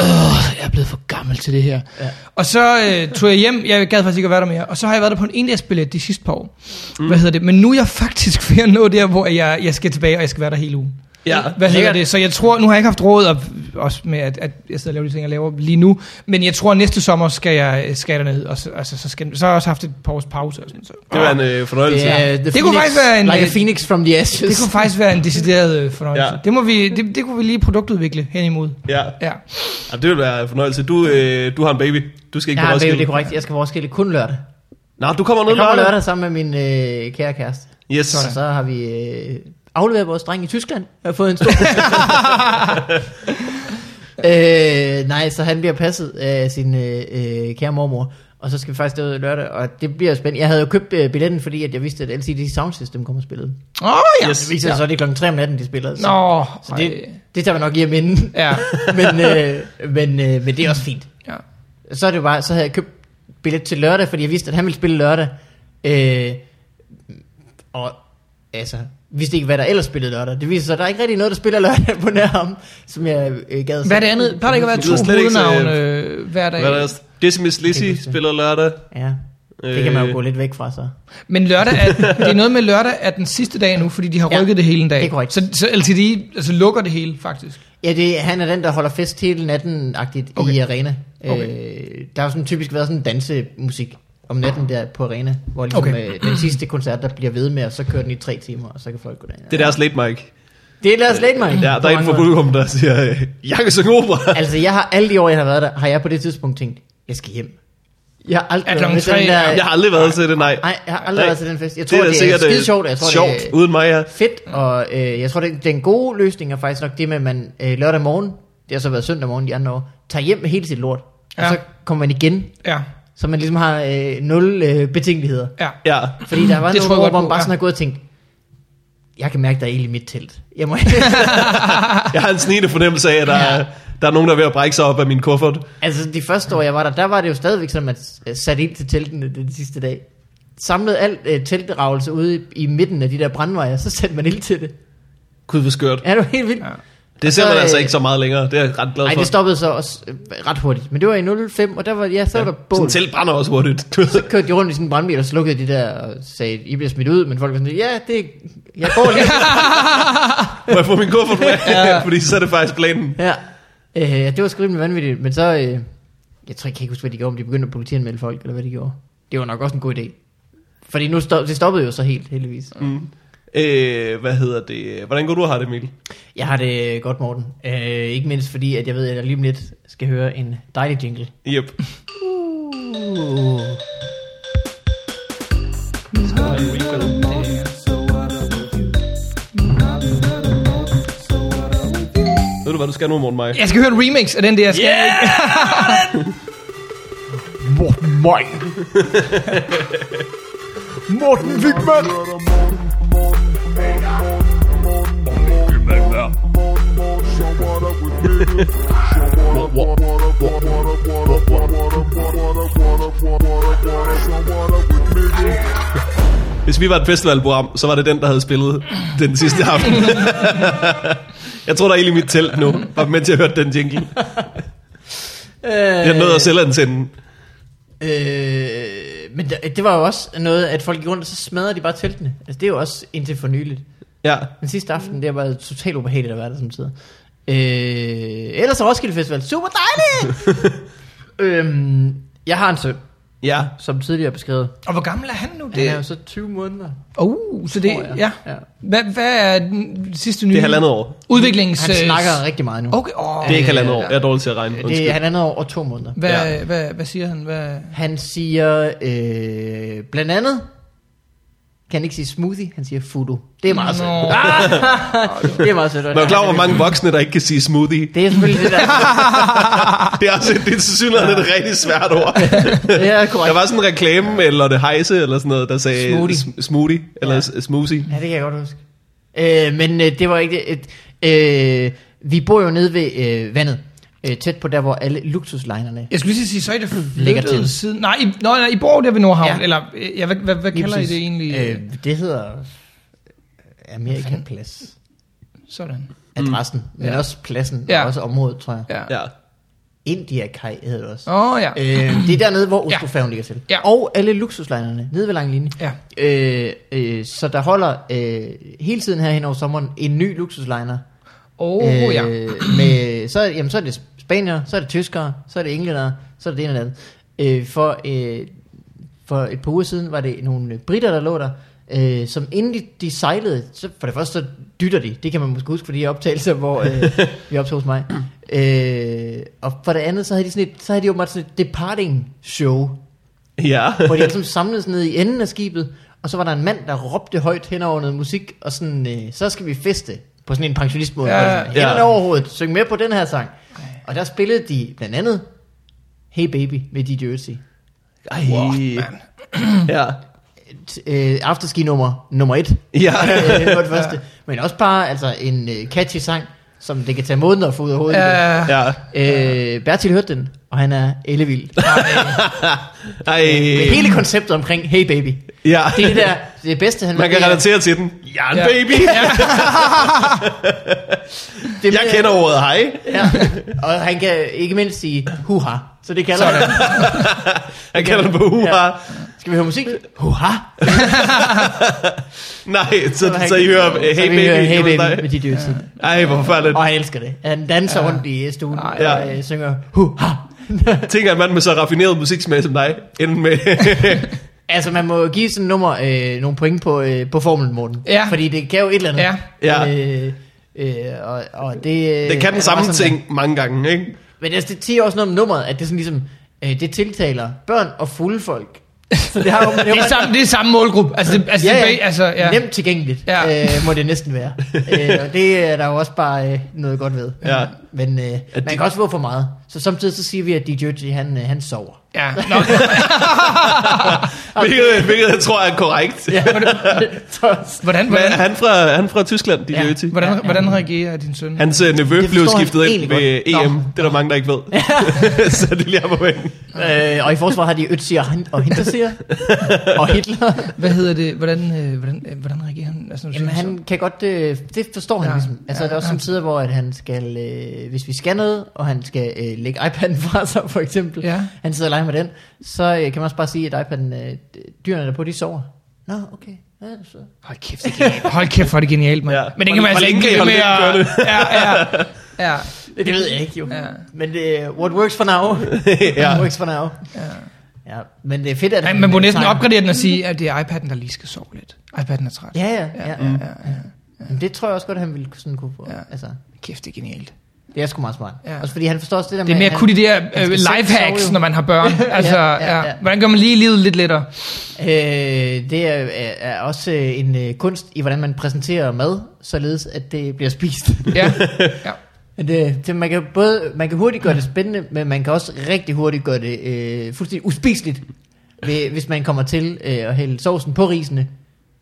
[SPEAKER 3] "Åh, jeg er blevet for gammel til det her. Ja. Og så øh, tog jeg hjem, jeg gad faktisk ikke at være der mere, og så har jeg været der på en endagsbillet de sidste par år. Mm. Hvad hedder det? Men nu er jeg faktisk ved at nå der, hvor jeg, jeg skal tilbage, og jeg skal være der hele ugen.
[SPEAKER 1] ja.
[SPEAKER 3] Hvad hedder
[SPEAKER 2] Lækkert.
[SPEAKER 3] det? Så jeg tror, nu har jeg ikke haft råd, og også med, at, at jeg sidder og laver de ting, jeg laver lige nu, men jeg tror, at næste sommer skal jeg, skal jeg derned, og så, altså, så, skal, så har jeg også haft et par års pause. Og sådan, så.
[SPEAKER 1] Det var en øh, fornøjelse.
[SPEAKER 2] Ja, the
[SPEAKER 3] Det kunne faktisk være en- øh,
[SPEAKER 2] Like a phoenix from the ashes.
[SPEAKER 3] det kunne faktisk være en decideret øh, fornøjelse.
[SPEAKER 1] Ja.
[SPEAKER 3] Ja. Det, må vi, det, det kunne vi lige produktudvikle hen imod.
[SPEAKER 1] Ja.
[SPEAKER 3] Ja.
[SPEAKER 1] Jamen, det vil være en fornøjelse. Du, øh, du har en baby. Du skal ikke
[SPEAKER 2] Jeg har
[SPEAKER 1] på
[SPEAKER 2] en baby,
[SPEAKER 1] Roskilde.
[SPEAKER 2] det er korrekt. Jeg skal på Roskilde kun lørdag.
[SPEAKER 1] Nå, du kommer ned
[SPEAKER 2] Jeg kommer lørdag sammen med min øh, kære kæreste.
[SPEAKER 1] Yes.
[SPEAKER 2] Og så har vi øh, afleveret vores dreng i Tyskland. Jeg har fået en stor... øh, nej, så han bliver passet af sin øh, øh, kære mormor. Og så skal vi faktisk derud lørdag, og det bliver spændende. Jeg havde jo købt øh, billetten, fordi at jeg vidste, at LCD Sound System kommer og spillede.
[SPEAKER 3] Åh, oh, ja.
[SPEAKER 2] Det viser sig så, at det er klokken 3 om natten, de spiller. Så,
[SPEAKER 3] Nå,
[SPEAKER 2] så det, det tager man nok hjem inden.
[SPEAKER 3] Ja.
[SPEAKER 2] men, øh, men, øh, men det er også fint.
[SPEAKER 3] ja.
[SPEAKER 2] Så er det jo bare, så havde jeg købt billet til lørdag, fordi jeg vidste, at han ville spille lørdag. Øh, og altså, vidste ikke, hvad der ellers spillede lørdag. Det viser sig, at der er ikke rigtig noget, der spiller lørdag på nær ham, som jeg øh, gad
[SPEAKER 3] Hvad er det andet? Plejer der ikke at
[SPEAKER 1] Det lyder
[SPEAKER 3] være to
[SPEAKER 1] slet ikke så,
[SPEAKER 3] hovednavne øh, hver dag?
[SPEAKER 1] Hvad er der? Decimus
[SPEAKER 2] Det er
[SPEAKER 1] Lizzy
[SPEAKER 2] det.
[SPEAKER 1] spiller lørdag.
[SPEAKER 2] Ja, det kan man jo gå lidt væk fra så.
[SPEAKER 3] Men lørdag er, det er noget med lørdag er den sidste dag nu, fordi de har
[SPEAKER 2] Ja,
[SPEAKER 3] rykket det hele en dag.
[SPEAKER 2] det er korrekt.
[SPEAKER 3] Så, så LTD altså, lukker det hele, faktisk.
[SPEAKER 2] Ja, det, han er den, der holder fest hele natten-agtigt okay. i
[SPEAKER 3] Okay.
[SPEAKER 2] arena.
[SPEAKER 3] Okay. Ah.
[SPEAKER 2] Øh, der har jo sådan typisk været sådan dansemusik om natten der på arena, hvor ligesom,
[SPEAKER 3] Okay.
[SPEAKER 2] okay. øh, den sidste koncert, der bliver ved med, og så kører den i tre timer, og så kan folk gå derind.
[SPEAKER 1] Det er deres late mic.
[SPEAKER 2] det er Lars Lægman.
[SPEAKER 1] Der, der er en fra publikum, der siger, øh, jeg kan synge opera.
[SPEAKER 2] Altså, jeg har alle de år, jeg har været der, har jeg på det tidspunkt tænkt, jeg skal hjem. Jeg har aldrig
[SPEAKER 3] Er
[SPEAKER 2] været
[SPEAKER 3] klokken
[SPEAKER 2] med til
[SPEAKER 3] tre?
[SPEAKER 2] den der...
[SPEAKER 1] Jeg har aldrig været til det, nej.
[SPEAKER 2] Nej, jeg har aldrig
[SPEAKER 1] Nej.
[SPEAKER 2] været til den fest. Jeg tror, det er,
[SPEAKER 1] da
[SPEAKER 2] det er
[SPEAKER 1] sikkert, øh,
[SPEAKER 2] skide sjovt. Jeg tror,
[SPEAKER 1] sjovt,
[SPEAKER 2] det er
[SPEAKER 1] uden mig, ja.
[SPEAKER 2] fedt, og øh, jeg tror, det, den gode løsning er faktisk nok det med, at man øh, lørdag morgen, det har så været søndag morgen de andre år, tager hjem med hele sit lort, ja.
[SPEAKER 3] Ja.
[SPEAKER 2] og så kommer man igen,
[SPEAKER 3] Ja,
[SPEAKER 2] så man ligesom har øh, nul øh, betingeligheder.
[SPEAKER 3] ja.
[SPEAKER 1] Ja.
[SPEAKER 2] Fordi der var
[SPEAKER 3] Det
[SPEAKER 2] det
[SPEAKER 3] tror
[SPEAKER 2] nogle
[SPEAKER 3] jeg
[SPEAKER 2] år,
[SPEAKER 3] godt
[SPEAKER 2] hvor man
[SPEAKER 3] på,
[SPEAKER 2] bare
[SPEAKER 3] ja.
[SPEAKER 2] sådan har gået og tænkt, jeg kan mærke, der er ild i mit telt. Jeg må,
[SPEAKER 1] Jeg har en snigende fornemmelse af, at der, er, der er nogen, der er ved at brække sig op af min kuffert.
[SPEAKER 2] Altså de første år jeg var der, der var det jo stadigvæk sådan at man satte ind til teltene den sidste dag Samlede alt øh, telteragelse ude i, i midten af de der brandvejer Så satte man ild til det
[SPEAKER 1] Gud, hvor skørt.
[SPEAKER 2] Ja det var helt vildt
[SPEAKER 3] Ja.
[SPEAKER 2] ja.
[SPEAKER 1] Det ser
[SPEAKER 2] så,
[SPEAKER 1] man
[SPEAKER 2] øh,
[SPEAKER 1] altså ikke så meget længere. Det er jeg ret glad
[SPEAKER 2] Ej
[SPEAKER 1] for.
[SPEAKER 2] det stoppede så også øh, ret hurtigt Men det var i 05 og der var, ja, så ja. var der
[SPEAKER 1] Sådan
[SPEAKER 2] bål
[SPEAKER 1] telt brænder også hurtigt.
[SPEAKER 2] Så kørte de rundt i sådan en brandbil og slukkede de der Og sagde I bliver smidt ud Men folk var sådan Ja det er- jeg går lige
[SPEAKER 1] Må jeg få min kuffert med? Fordi så er det faktisk planen.
[SPEAKER 2] Ja øh, Det var sgu rimelig vanvittigt Men så øh, Jeg tror jeg kan ikke huske hvad de gjorde Om de begyndte at politianmelde folk Eller hvad de gjorde Det var nok også en god idé fordi nu stop, det stoppede jo så helt, heldigvis.
[SPEAKER 1] Mm. Øh, hvad hedder det? Hvordan går du og har det, Mikkel?
[SPEAKER 2] Jeg har det godt, Morten. Øh, ikke mindst fordi, at jeg ved, at jeg lige om lidt skal høre en dejlig jingle.
[SPEAKER 1] Yep.
[SPEAKER 2] Uh.
[SPEAKER 1] Ved du, hvad du skal nu, Morten Maj?
[SPEAKER 3] Jeg skal høre en remix af den der. Skal yeah!
[SPEAKER 2] Morten Møj. Morten Wigman.
[SPEAKER 1] Hvis vi var et festivalprogram, så var det den, der havde spillet den sidste aften. jeg tror, der er ild i mit telt nu, bare mens jeg hørte den jingle. Jeg nåede at selv antænde.
[SPEAKER 2] Øh, men det, det var jo også noget, at folk gik rundt, og så smadrede de bare teltene. Altså, det er jo også indtil for nyligt.
[SPEAKER 1] Ja.
[SPEAKER 2] Den sidste aften, det var totalt ubehageligt at være der samtidig. Øh, ellers er Roskilde Festival super dejligt! øhm, jeg har en søn,
[SPEAKER 1] Ja.
[SPEAKER 2] som tidligere beskrevet.
[SPEAKER 3] Og hvor gammel er han nu?
[SPEAKER 2] Det
[SPEAKER 3] Det
[SPEAKER 2] er jo så 20 måneder.
[SPEAKER 3] Oh, så det,
[SPEAKER 2] Tror jeg.
[SPEAKER 3] ja.
[SPEAKER 2] Ja.
[SPEAKER 3] Hvad, hvad er den sidste nye?
[SPEAKER 1] Det er halvandet år.
[SPEAKER 3] Udviklings...
[SPEAKER 2] Han
[SPEAKER 3] øh,
[SPEAKER 2] snakker rigtig meget nu.
[SPEAKER 3] Okay, oh,
[SPEAKER 1] Det er ikke halvandet år. Jeg er dårlig til at regne.
[SPEAKER 2] Det er
[SPEAKER 1] Undskyld.
[SPEAKER 2] halvandet år og to måneder.
[SPEAKER 3] Hvad, hvad, hvad siger han? Hvad?
[SPEAKER 2] Han siger øh, blandt andet, kan han ikke sige smoothie, han siger fudo. Det er meget sødt.
[SPEAKER 3] Nå.
[SPEAKER 2] Ah, det er meget sødt.
[SPEAKER 1] Man er jo klar over, hvor mange voksne, der ikke kan sige smoothie.
[SPEAKER 2] Det er selvfølgelig det der.
[SPEAKER 1] Det er også det er tilsyneladende et rigtig svært ord.
[SPEAKER 2] Det er
[SPEAKER 1] Der
[SPEAKER 2] korrekt.
[SPEAKER 1] var sådan en reklame, eller det hejse, eller sådan noget, der sagde
[SPEAKER 2] Smoothie.
[SPEAKER 1] sm- smoothie eller ja. smoothie.
[SPEAKER 2] Ja, det kan jeg godt huske. Øh, men øh, det var ikke det. Et, øh, vi bor jo nede ved øh, vandet. Øh, tæt på der, hvor alle luksuslejnerne
[SPEAKER 3] Jeg skulle lige sige, så er det
[SPEAKER 2] Lækker til.
[SPEAKER 3] flyttet siden... Nej, i, nå, nej, I bor der ved Nordhavn, ja.
[SPEAKER 2] Ja.
[SPEAKER 3] eller... øh, Ja, hvad, hvad, hvad
[SPEAKER 2] Lige
[SPEAKER 3] kalder I
[SPEAKER 2] præcis.
[SPEAKER 3] det egentlig? Øh.
[SPEAKER 2] Øh, det hedder Amerikan Plads.
[SPEAKER 3] Sådan.
[SPEAKER 2] Adressen, mm. men også pladsen,
[SPEAKER 3] Ja.
[SPEAKER 2] og også området, tror jeg.
[SPEAKER 3] Ja.
[SPEAKER 1] Ja.
[SPEAKER 2] India Kai hedder det også.
[SPEAKER 3] Åh, oh, ja.
[SPEAKER 2] Øh, det er dernede, hvor Oslofærgen ligger til.
[SPEAKER 3] Ja.
[SPEAKER 2] Og alle luksuslejnerne, nede ved Langlinje.
[SPEAKER 3] Ja.
[SPEAKER 2] Øh, øh, så der holder øh, hele tiden her hen over sommeren en ny luksuslejner.
[SPEAKER 3] Åh, oh, ja.
[SPEAKER 2] Øh, med, så, jamen, så er det spanier, så er det tyskere, så er det englænder, så er det det ene eller andet. Øh, for, øh, for et par uger siden var det nogle britter, der lå der, øh, som inden de, de sejlede, så for det første så dytter de, det kan man måske huske fra de her optagelser, hvor øh, vi optog hos mig. Øh, og for det andet, så havde de, sådan et, så havde de åbenbart sådan et departing show,
[SPEAKER 1] Ja.
[SPEAKER 2] hvor de ligesom samledes ned i enden af skibet, og så var der en mand, der råbte højt hen over noget musik, og sådan, øh, så skal vi feste på sådan en pensionistmåde.
[SPEAKER 3] Ja,
[SPEAKER 2] Ja,
[SPEAKER 1] ja.
[SPEAKER 2] ja. Hænderne over hovedet, syng med på den her sang. Og der spillede de blandt andet Hey Baby med DJ Ötzi.
[SPEAKER 1] Ej.
[SPEAKER 3] Wow, man.
[SPEAKER 1] Ja.
[SPEAKER 2] Et, Øh, afterski nummer nummer et.
[SPEAKER 1] Ja.
[SPEAKER 2] øh, for det første. Ja. Men også bare altså, en øh, catchy sang, som det kan tage måneder at få ud af hovedet.
[SPEAKER 3] Ja,
[SPEAKER 1] Ja.
[SPEAKER 2] Øh, Bertil hørte den, og og han er ellevild.
[SPEAKER 1] Ej,
[SPEAKER 2] Med hele konceptet omkring Hey Baby.
[SPEAKER 1] ja.
[SPEAKER 2] Det er det, der, det, er det bedste, han
[SPEAKER 1] Man kan
[SPEAKER 2] det er-
[SPEAKER 1] relatere til den. Ja, en
[SPEAKER 3] Ja.
[SPEAKER 1] baby.
[SPEAKER 2] det er
[SPEAKER 1] Jeg
[SPEAKER 2] med-
[SPEAKER 1] kender ordet hej.
[SPEAKER 2] Ja. Og han kan ikke mindst sige huha. Så det kalder
[SPEAKER 3] Sådan.
[SPEAKER 2] han.
[SPEAKER 1] Jeg kender den på uha.
[SPEAKER 2] Ja. Skal vi høre musik? Huha.
[SPEAKER 1] Nej, så, så I hører øh,
[SPEAKER 2] Så
[SPEAKER 1] hey
[SPEAKER 2] vi hører
[SPEAKER 1] baby.
[SPEAKER 2] Hey
[SPEAKER 1] hjemme hos
[SPEAKER 2] Baby med
[SPEAKER 1] dig.
[SPEAKER 2] de dyrtid.
[SPEAKER 1] Ej, hvor forfærdeligt.
[SPEAKER 2] Og han elsker det. Han danser rundt i stuen
[SPEAKER 3] Ej,
[SPEAKER 2] og øh, synger huha.
[SPEAKER 1] Tænker en mand med så raffineret musiksmag som dig, enden med...
[SPEAKER 2] Altså, man må jo give sådan et nummer øh, nogle point på, øh, på formelen, Morten.
[SPEAKER 3] Ja.
[SPEAKER 2] Fordi det kan jo et eller andet.
[SPEAKER 3] Ja.
[SPEAKER 1] Ja.
[SPEAKER 2] Øh, øh, og, og det,
[SPEAKER 1] det kan den
[SPEAKER 2] er
[SPEAKER 1] samme
[SPEAKER 2] bare sådan,
[SPEAKER 1] ting mange gange, ikke?
[SPEAKER 2] Men altså, det siger også noget om nummeret, at det er sådan ligesom, øh, det tiltaler børn og fulde folk. Så det har jo
[SPEAKER 3] Det er samme, det er samme målgruppe. Altså, det, altså,
[SPEAKER 2] Ja,
[SPEAKER 3] det,
[SPEAKER 2] ja.
[SPEAKER 3] er- altså, ja.
[SPEAKER 2] nemt tilgængeligt,
[SPEAKER 3] Ja.
[SPEAKER 2] ja. øh, må det næsten være. øh, og det er der jo også bare øh, noget godt ved.
[SPEAKER 1] Ja.
[SPEAKER 2] Men øh, man
[SPEAKER 1] de-
[SPEAKER 2] kan også få for meget. Så samtidig så siger vi, at DJ Jersey, han, øh, han sover.
[SPEAKER 3] Ja. Nå,
[SPEAKER 1] Hvilket, hvilket jeg tror er korrekt.
[SPEAKER 2] Ja. Så-
[SPEAKER 3] hvordan,
[SPEAKER 1] Men
[SPEAKER 3] hvordan,
[SPEAKER 1] han er fra, han er fra Tyskland, de
[SPEAKER 2] Ja.
[SPEAKER 1] ja. Jøti.
[SPEAKER 3] hvordan, hvordan reagerer din søn?
[SPEAKER 1] Hans uh, nevø
[SPEAKER 2] Det
[SPEAKER 1] blev
[SPEAKER 2] forstår han
[SPEAKER 1] skiftet ind
[SPEAKER 2] egentlig
[SPEAKER 1] ved
[SPEAKER 2] godt.
[SPEAKER 1] EM.
[SPEAKER 2] Nå.
[SPEAKER 1] Det er der mange, der ikke ved. så det lige er på vejen.
[SPEAKER 2] øh, og i forsvaret har de Ötzi og, Han- og Hinterseer og Hitler.
[SPEAKER 3] Hvad hedder det? Hvordan, øh, hvordan, øh, hvordan reagerer han? Altså, når du
[SPEAKER 2] Jamen,
[SPEAKER 3] siger,
[SPEAKER 2] han kan godt, øh, det forstår han
[SPEAKER 3] Ja,
[SPEAKER 2] ja, ligesom. Altså,
[SPEAKER 3] ja,
[SPEAKER 2] ja, der er også
[SPEAKER 3] ja.
[SPEAKER 2] ja. tider, hvor at han skal, øh, hvis vi skal noget, og han skal øh, lægge iPad'en fra sig, for eksempel,
[SPEAKER 3] Ja.
[SPEAKER 2] han sidder og leger med den, så øh, kan man også bare sige, at iPad'en, øh, dyrene der på, de sover. Nå, okay. Ja, så.
[SPEAKER 3] Hold kæft, det er genialt. Hold kæft, hvor er det genialt, mand.
[SPEAKER 1] Ja.
[SPEAKER 3] Ja. Men det
[SPEAKER 1] Hvor-
[SPEAKER 3] kan man
[SPEAKER 1] hvor
[SPEAKER 3] altså
[SPEAKER 1] længe
[SPEAKER 3] ikke
[SPEAKER 1] kan I
[SPEAKER 3] blive
[SPEAKER 1] holde
[SPEAKER 3] med at...
[SPEAKER 1] det
[SPEAKER 3] Ja, ja, ja.
[SPEAKER 2] Det ved jeg ikke, jo.
[SPEAKER 3] Ja.
[SPEAKER 2] Ja. Men det, what works for now,
[SPEAKER 1] Ja.
[SPEAKER 2] what works for now.
[SPEAKER 3] Ja.
[SPEAKER 2] Ja, men det er fedt, at
[SPEAKER 3] Nej,
[SPEAKER 2] han-
[SPEAKER 3] man må næsten
[SPEAKER 2] tager-
[SPEAKER 3] opgradere den og sige, at det er iPad'en, der lige skal sove lidt. iPad'en er træt.
[SPEAKER 2] Ja, ja, ja. ja,
[SPEAKER 3] ja, ja.
[SPEAKER 2] Men det tror jeg også godt, han ville sådan kunne få.
[SPEAKER 3] Ja.
[SPEAKER 2] Ja. Altså,
[SPEAKER 3] Kæft, det er genialt.
[SPEAKER 2] det er sgu meget smart.
[SPEAKER 3] Ja.
[SPEAKER 2] Ja. Også fordi han forstår også det der
[SPEAKER 3] Det er
[SPEAKER 2] med...
[SPEAKER 3] mere
[SPEAKER 2] at
[SPEAKER 3] kun de der øh,
[SPEAKER 2] skal selv
[SPEAKER 3] lifehacks,
[SPEAKER 2] sove jo.
[SPEAKER 3] når man har børn. Altså, ja, ja, ja. Hvordan gør man lige livet lidt lettere?
[SPEAKER 2] Øh, det er, er- er også øh, en øh, kunst i, hvordan man præsenterer mad, således at det bliver spist.
[SPEAKER 3] Ja. ja.
[SPEAKER 2] Men øh, det, det, man, kan både, man kan hurtigt gøre det spændende, men man kan også rigtig hurtigt gøre det øh, fuldstændig uspiseligt, ved, hvis man kommer til øh, at hælde sovsen på risene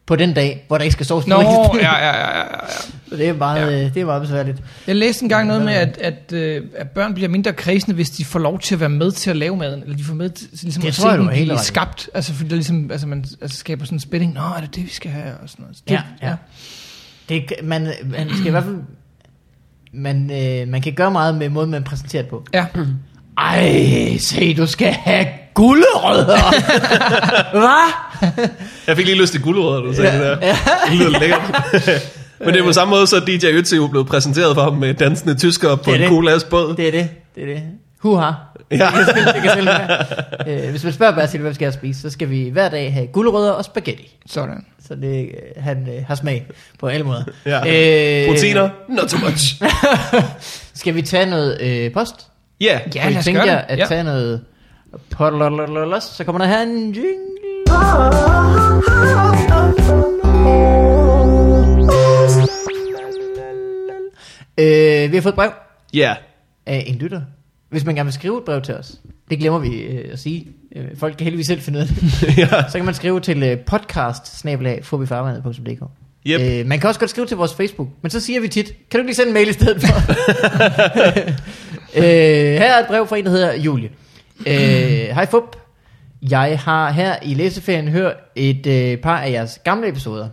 [SPEAKER 2] på den dag, hvor der ikke skal sovs
[SPEAKER 3] Nå,
[SPEAKER 2] på risene.
[SPEAKER 3] ja, ja, ja, ja, ja.
[SPEAKER 2] Så det er meget,
[SPEAKER 3] Ja.
[SPEAKER 2] ja. det er meget besværligt.
[SPEAKER 3] Jeg læste engang noget med, at, at, øh, at børn bliver mindre kredsende, hvis de får lov til at være med til at lave maden, eller de får med til ligesom,
[SPEAKER 2] Det
[SPEAKER 3] at
[SPEAKER 2] tror jeg, du
[SPEAKER 3] den
[SPEAKER 2] har helt
[SPEAKER 3] blive
[SPEAKER 2] ret i.
[SPEAKER 3] skabt. Altså, fordi der ligesom, altså, man altså, skaber sådan en spænding. Nå, er det det, vi skal have? Og sådan noget. Så Det,
[SPEAKER 2] Ja, ja. Det, kan- man, man skal i hvert fald... Man, øh, man kan gøre meget med måden, man præsenterer det på.
[SPEAKER 3] ja.
[SPEAKER 2] Ej, se, du skal have gulerødder. Hvad?
[SPEAKER 1] Jeg fik lige lyst til guldrødder, du sagde det der. Det lyder lækkert. Men det er på samme måde, så er DJ Jøti jo blevet præsenteret for ham med dansende tyskere på
[SPEAKER 2] Det er
[SPEAKER 1] en
[SPEAKER 2] det.
[SPEAKER 1] colas båd.
[SPEAKER 2] Det er det. Det er det. Huha.
[SPEAKER 1] Ja.
[SPEAKER 2] Det kan selv, det kan selv være. Øh, hvis man spørger Basil, hvad vi skal have at spise, så skal vi hver dag have gulerødder og spaghetti.
[SPEAKER 3] Sådan.
[SPEAKER 2] Så det, øh, han øh, har smag på alle måder.
[SPEAKER 1] Ja.
[SPEAKER 2] Øh,
[SPEAKER 1] Proteiner, not too much.
[SPEAKER 2] Skal vi tage noget øh, post?
[SPEAKER 1] Ja,
[SPEAKER 3] Ja,
[SPEAKER 2] For
[SPEAKER 3] lad
[SPEAKER 2] jeg
[SPEAKER 3] os gøre
[SPEAKER 2] tænker
[SPEAKER 3] det.
[SPEAKER 2] at
[SPEAKER 3] Ja.
[SPEAKER 2] tage noget potololololos, så kommer der her en jingle. Øh, vi har fået et brev
[SPEAKER 1] ja.
[SPEAKER 2] af en lytter. Hvis man gerne vil skrive et brev til os, det glemmer vi øh, at sige. Øh, folk kan heldigvis selv finde ud af det.
[SPEAKER 1] ja.
[SPEAKER 2] Så kan man skrive til øh, podcast
[SPEAKER 1] Yep.
[SPEAKER 2] øh, Man kan også godt skrive til vores Facebook, men så siger vi tit, kan du ikke lige sende en mail i stedet for? øh, her er et brev fra en, der hedder Julie. Øh, Hej Fup, jeg har her i læseferien hørt et øh, par af jeres gamle episoder.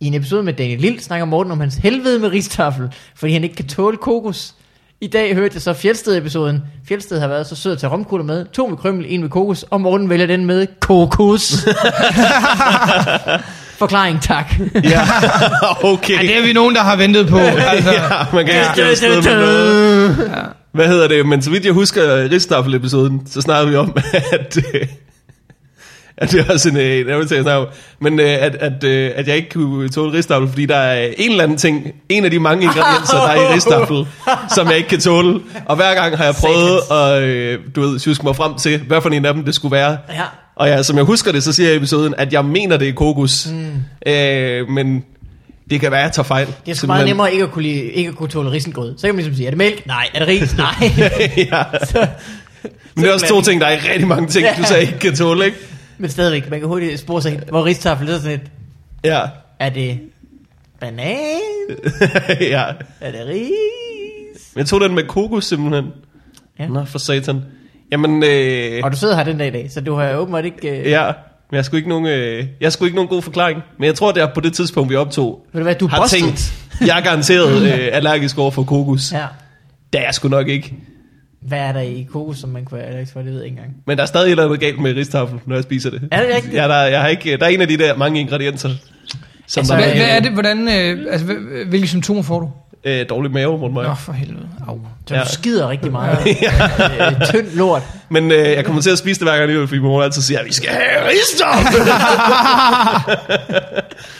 [SPEAKER 2] I en episode med Daniel Lille snakker Morten om hans helvede med ristafel, fordi han ikke kan tåle kokos. I dag hørte jeg så Fjeldsted-episoden. Fjeldsted har været så sød at tage romkugler med. To med krymmel, en med kokos, og Morten vælger den med kokos. Forklaring, tak.
[SPEAKER 1] ja.
[SPEAKER 3] Ja,
[SPEAKER 1] Okay.
[SPEAKER 3] det er vi nogen, der har ventet på. Altså, ja.
[SPEAKER 1] Man kan ikke stille sted med noget. Hvad hedder det? Men så vidt jeg husker Ristaffel-episoden, så snakkede vi om, at... øh, At det var sådan en... Jeg vil tage snakke om, men øh, at, at, øh, at jeg ikke kunne tåle ristaffel, fordi der er en eller anden ting, en af de mange ingredienser, der er i ristaffel, som jeg ikke kan tåle. Og hver gang har jeg prøvet at, øh, du ved, huske mig frem til, hvad for en af dem det skulle være.
[SPEAKER 2] Ja.
[SPEAKER 1] Og ja, som jeg husker det, så siger jeg i episoden, at jeg mener, det er kokos. Mm. Øh, men det kan være, at jeg tager fejl.
[SPEAKER 2] Det er sgu
[SPEAKER 1] Simpelthen.
[SPEAKER 2] meget nemmere ikke at kunne, lide, ikke at kunne tåle risengrød. Så kan man ligesom sige, er det mælk? Nej. Er det ris? Nej.
[SPEAKER 1] ja. Men det er også to ting, der er rigtig mange ting, du så ikke kan tåle, ikke?
[SPEAKER 2] Men stadigvæk, man kan hurtigt spore sig hen, hvor ristafel er sådan et,
[SPEAKER 1] Ja.
[SPEAKER 2] er det banan?
[SPEAKER 1] ja.
[SPEAKER 2] Er det ris?
[SPEAKER 1] Men jeg tog den med kokos simpelthen.
[SPEAKER 2] Ja.
[SPEAKER 1] Nå, for satan. Jamen, øh,
[SPEAKER 2] Og du sidder her den dag i dag, så du har åbenbart ikke... Øh, ja.
[SPEAKER 1] ja, men jeg har sgu ikke nogen, øh, jeg har sgu ikke nogen god forklaring. Men jeg tror, det er på det tidspunkt, vi optog,
[SPEAKER 2] Ved du hvad, du er
[SPEAKER 1] har
[SPEAKER 2] busted.
[SPEAKER 1] tænkt, jeg er garanteret øh, allergisk over for kokos. Ja.
[SPEAKER 2] ja.
[SPEAKER 1] Det er jeg sgu nok ikke.
[SPEAKER 2] Hvad er der i kokos, som man kunne være allergisk for? Det ved jeg ikke engang.
[SPEAKER 1] Men der er stadig et eller andet galt med ristafel, når jeg spiser det.
[SPEAKER 2] Er det rigtigt?
[SPEAKER 1] Ja, der, jeg har ikke, der er en af de der mange ingredienser, som
[SPEAKER 2] Altså,
[SPEAKER 1] der
[SPEAKER 3] Hvad,
[SPEAKER 1] er,
[SPEAKER 3] hvad er det, hvordan, øh, altså, hvad, hvilke symptomer får du?
[SPEAKER 1] Øh, dårlig mave rundt mig.
[SPEAKER 3] Nå, for helvede. Au.
[SPEAKER 2] Så ja.
[SPEAKER 1] Ja.
[SPEAKER 2] du skider rigtig meget. ja. øh, tynd lort.
[SPEAKER 1] Men øh, jeg kommer til at spise det hver gang alligevel, fordi min mor altid siger, at vi skal have ristafel. Åh,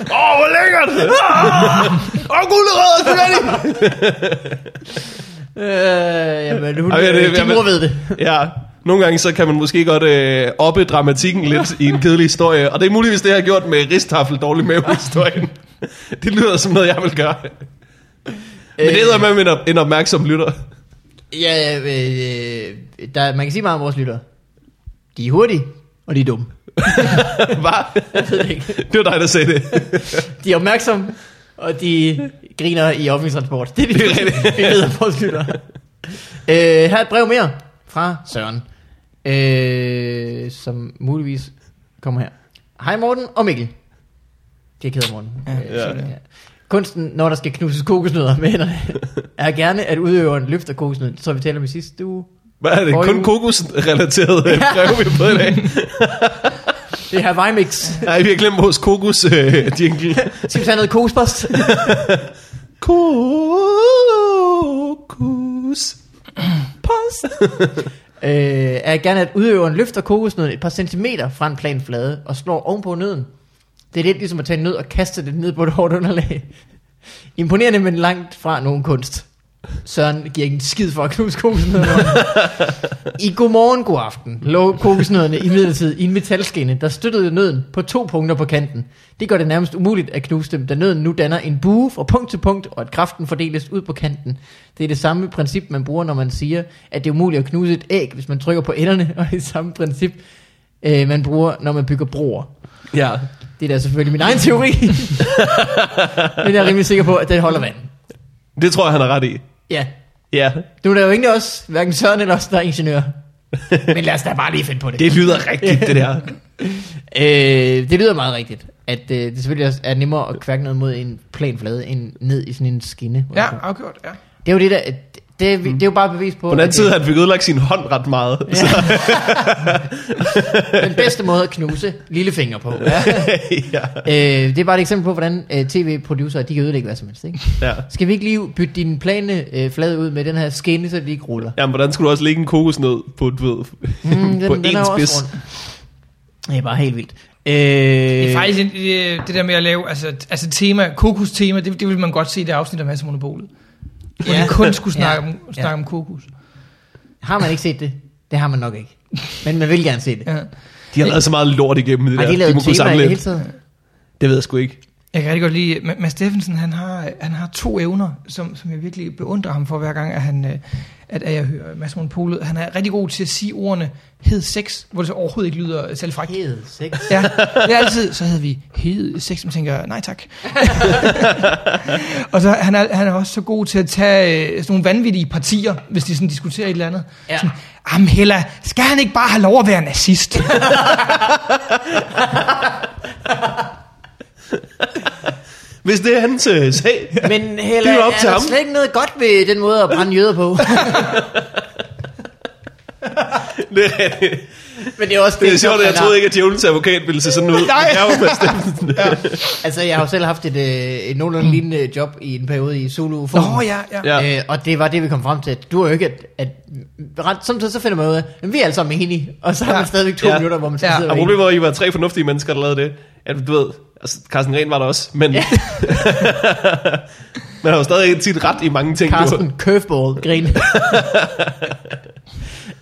[SPEAKER 1] oh, hvor lækkert! Åh, oh, gulerødder, spaghetti!
[SPEAKER 2] Øh, jamen, hun,
[SPEAKER 1] Ej,
[SPEAKER 2] Ej,
[SPEAKER 1] ja,
[SPEAKER 2] det,
[SPEAKER 1] det-
[SPEAKER 2] din
[SPEAKER 1] jamen-
[SPEAKER 2] mor ved det.
[SPEAKER 1] Ja, nogle gange så kan man måske godt øh, oppe dramatikken lidt i en kedelig historie, og det er muligvis det, jeg har gjort med ristafel dårlig mavehistorien. det lyder som noget, jeg vil gøre. Men det hedder med en, op- en opmærksom lytter.
[SPEAKER 2] Øh, Ja, ja, øh, øh, der, man kan sige meget om vores lyttere. De er hurtige, og de er dumme.
[SPEAKER 1] Hva?
[SPEAKER 2] Jeg ved det ikke.
[SPEAKER 1] Det var dig, der sagde det.
[SPEAKER 2] De er opmærksomme, og de griner i offentlig transport. Det er det,
[SPEAKER 1] Det er rigtigt.
[SPEAKER 2] vi ved om vores lyttere. Øh, her er et brev mere fra Søren, øh, som muligvis kommer her. Hej Morten og Mikkel. Det er ked af Morten. Øh,
[SPEAKER 1] ja.
[SPEAKER 2] så det- Kunsten, når der skal knuses kokosnødder med hænderne, er gerne, at udøveren løfter kokosnødden, så vi taler om i sidste uge.
[SPEAKER 1] Hvad er det?
[SPEAKER 2] Forrige
[SPEAKER 1] Kun
[SPEAKER 2] uge.
[SPEAKER 1] kokos-relateret brev, vi har fået i dag.
[SPEAKER 2] Det er Hawaii Mix.
[SPEAKER 1] Nej, vi har glemt vores kokos øh, jingle.
[SPEAKER 2] Skal vi tage noget kokospost?
[SPEAKER 1] Kokos.
[SPEAKER 2] øh, er gerne, at udøveren løfter kokosnøden et par centimeter fra en plan flade og slår ovenpå nøden. Det er lidt ligesom at tage en nød og kaste den ned på et hårdt underlag. Imponerende, men langt fra nogen kunst. Søren giver ikke en skid for at knuse kokosnødderne. I godmorgen, god aften lå kokosnødderne i midlertid i en metalskinne, der støttede nøden på to punkter på kanten. Det gør det nærmest umuligt at knuse dem, da nøden nu danner en bue fra punkt til punkt, og at kraften fordeles ud på kanten. Det er det samme princip, man bruger, når man siger, at det er umuligt at knuse et æg, hvis man trykker på enderne, og det samme princip, øh, man bruger, når man bygger broer.
[SPEAKER 1] Ja.
[SPEAKER 2] Det er da selvfølgelig min egen teori. Men jeg er rimelig sikker på, at den holder vand.
[SPEAKER 1] Det tror jeg, han har ret i.
[SPEAKER 2] Ja.
[SPEAKER 1] Ja.
[SPEAKER 2] Nu er der jo ingen af os, hverken Søren eller os, der er ingeniører. Men lad os da bare lige finde på det.
[SPEAKER 1] Det lyder rigtigt, det der.
[SPEAKER 2] Øh, det lyder meget rigtigt. At øh, det selvfølgelig også er nemmere at kværke noget mod en plan flade, end ned i sådan en skinne.
[SPEAKER 3] Ja, afgjort, ja.
[SPEAKER 2] Det er jo det der, at det, er vi- det er jo bare bevis på,
[SPEAKER 1] På den anden
[SPEAKER 2] at det
[SPEAKER 1] side, han fik ødelagt sin hånd ret meget. Ja. Så,
[SPEAKER 2] er den bedste måde at knuse lillefinger på. Ja.
[SPEAKER 1] ja.
[SPEAKER 2] øh, det er bare et eksempel på, hvordan øh, tv-producer, de kan ødelægge hvad som helst. Ikke?
[SPEAKER 1] ja.
[SPEAKER 2] Skal vi ikke lige bytte dine plane øh, flade ud med den her skinne, så de ikke ruller?
[SPEAKER 1] Jamen, hvordan skulle du også lægge en kokosnød på, du ved,
[SPEAKER 2] Mm,
[SPEAKER 1] på
[SPEAKER 2] den, den er
[SPEAKER 1] én
[SPEAKER 2] jo
[SPEAKER 1] spids?
[SPEAKER 2] også rund. Det er bare helt vildt. Øh,
[SPEAKER 3] Det er faktisk det, det, det der med at lave, altså, altså tema, kokos-tema, det, det vil man godt se i det afsnit af Mads og Monopolet. Hvor
[SPEAKER 2] Ja.
[SPEAKER 3] ja. de kun skulle
[SPEAKER 2] Ja.
[SPEAKER 3] snakke, ja. om, snakke
[SPEAKER 2] Ja.
[SPEAKER 3] ja. om kokos.
[SPEAKER 2] Har man ikke set det? Det har man nok ikke. Men man vil gerne se det.
[SPEAKER 3] Ja.
[SPEAKER 1] De har lavet så meget lort igennem det
[SPEAKER 2] Har
[SPEAKER 1] der.
[SPEAKER 2] de
[SPEAKER 1] de, må
[SPEAKER 2] lavet
[SPEAKER 1] kunne
[SPEAKER 2] temaer
[SPEAKER 1] samle
[SPEAKER 2] i det hele
[SPEAKER 1] lidt.
[SPEAKER 2] tiden?
[SPEAKER 1] Det ved jeg sgu ikke.
[SPEAKER 3] Jeg kan rigtig godt lide, Ma- Mads Steffensen, han har, han har to evner, som, som jeg virkelig beundrer ham for hver gang, at, han, øh, at, at jeg hører Mads Monopolet. Han er rigtig god til at sige ordene hed sex, hvor det så overhovedet ikke lyder særlig frækt.
[SPEAKER 2] Hed sex.
[SPEAKER 3] Ja, det er altid, så havde vi hede sex, man tænker, nej tak. og så han er, han er også så god til at tage øh, sådan nogle vanvittige partier, hvis de sådan diskuterer et eller andet.
[SPEAKER 2] Ja.
[SPEAKER 3] Sådan, Jamen Hella, skal han ikke bare have lov at være nazist?
[SPEAKER 1] Hvis det er hans øh, sag,
[SPEAKER 2] Men heller,
[SPEAKER 1] Det er
[SPEAKER 2] er,
[SPEAKER 1] jo op til
[SPEAKER 2] der
[SPEAKER 1] ham.
[SPEAKER 2] slet ikke noget godt ved den måde at brænde jøder på.
[SPEAKER 1] det er rigtigt.
[SPEAKER 2] Men det er også
[SPEAKER 1] Det er sjovt,
[SPEAKER 2] som
[SPEAKER 1] at jeg
[SPEAKER 2] man har-
[SPEAKER 1] troede ikke, at djævelens advokat ville se sådan ud.
[SPEAKER 3] Nej.
[SPEAKER 1] Jeg var med stemmen.
[SPEAKER 2] Altså, jeg har jo selv haft et, øh, et nogenlunde lignende job i en periode i Zulu Forum.
[SPEAKER 3] Nå ja, ja.
[SPEAKER 1] Ja.
[SPEAKER 2] Øh, og det var det, vi kom frem til. at Du er jo ikke, at, at ret, samtidig så finder man ud af, at vi er alle sammen enige, og så har
[SPEAKER 3] Ja.
[SPEAKER 2] man stadigvæk to
[SPEAKER 1] Ja.
[SPEAKER 2] minutter, hvor man skal
[SPEAKER 3] Ja.
[SPEAKER 2] sidde
[SPEAKER 1] Og
[SPEAKER 2] og
[SPEAKER 1] problemet var, at I var tre fornuftige mennesker, der lavede det. At, du ved, altså, Carsten Ren var der også, men... man har jo stadig tit ret i mange ting. jo.
[SPEAKER 2] Carsten Curveball grin.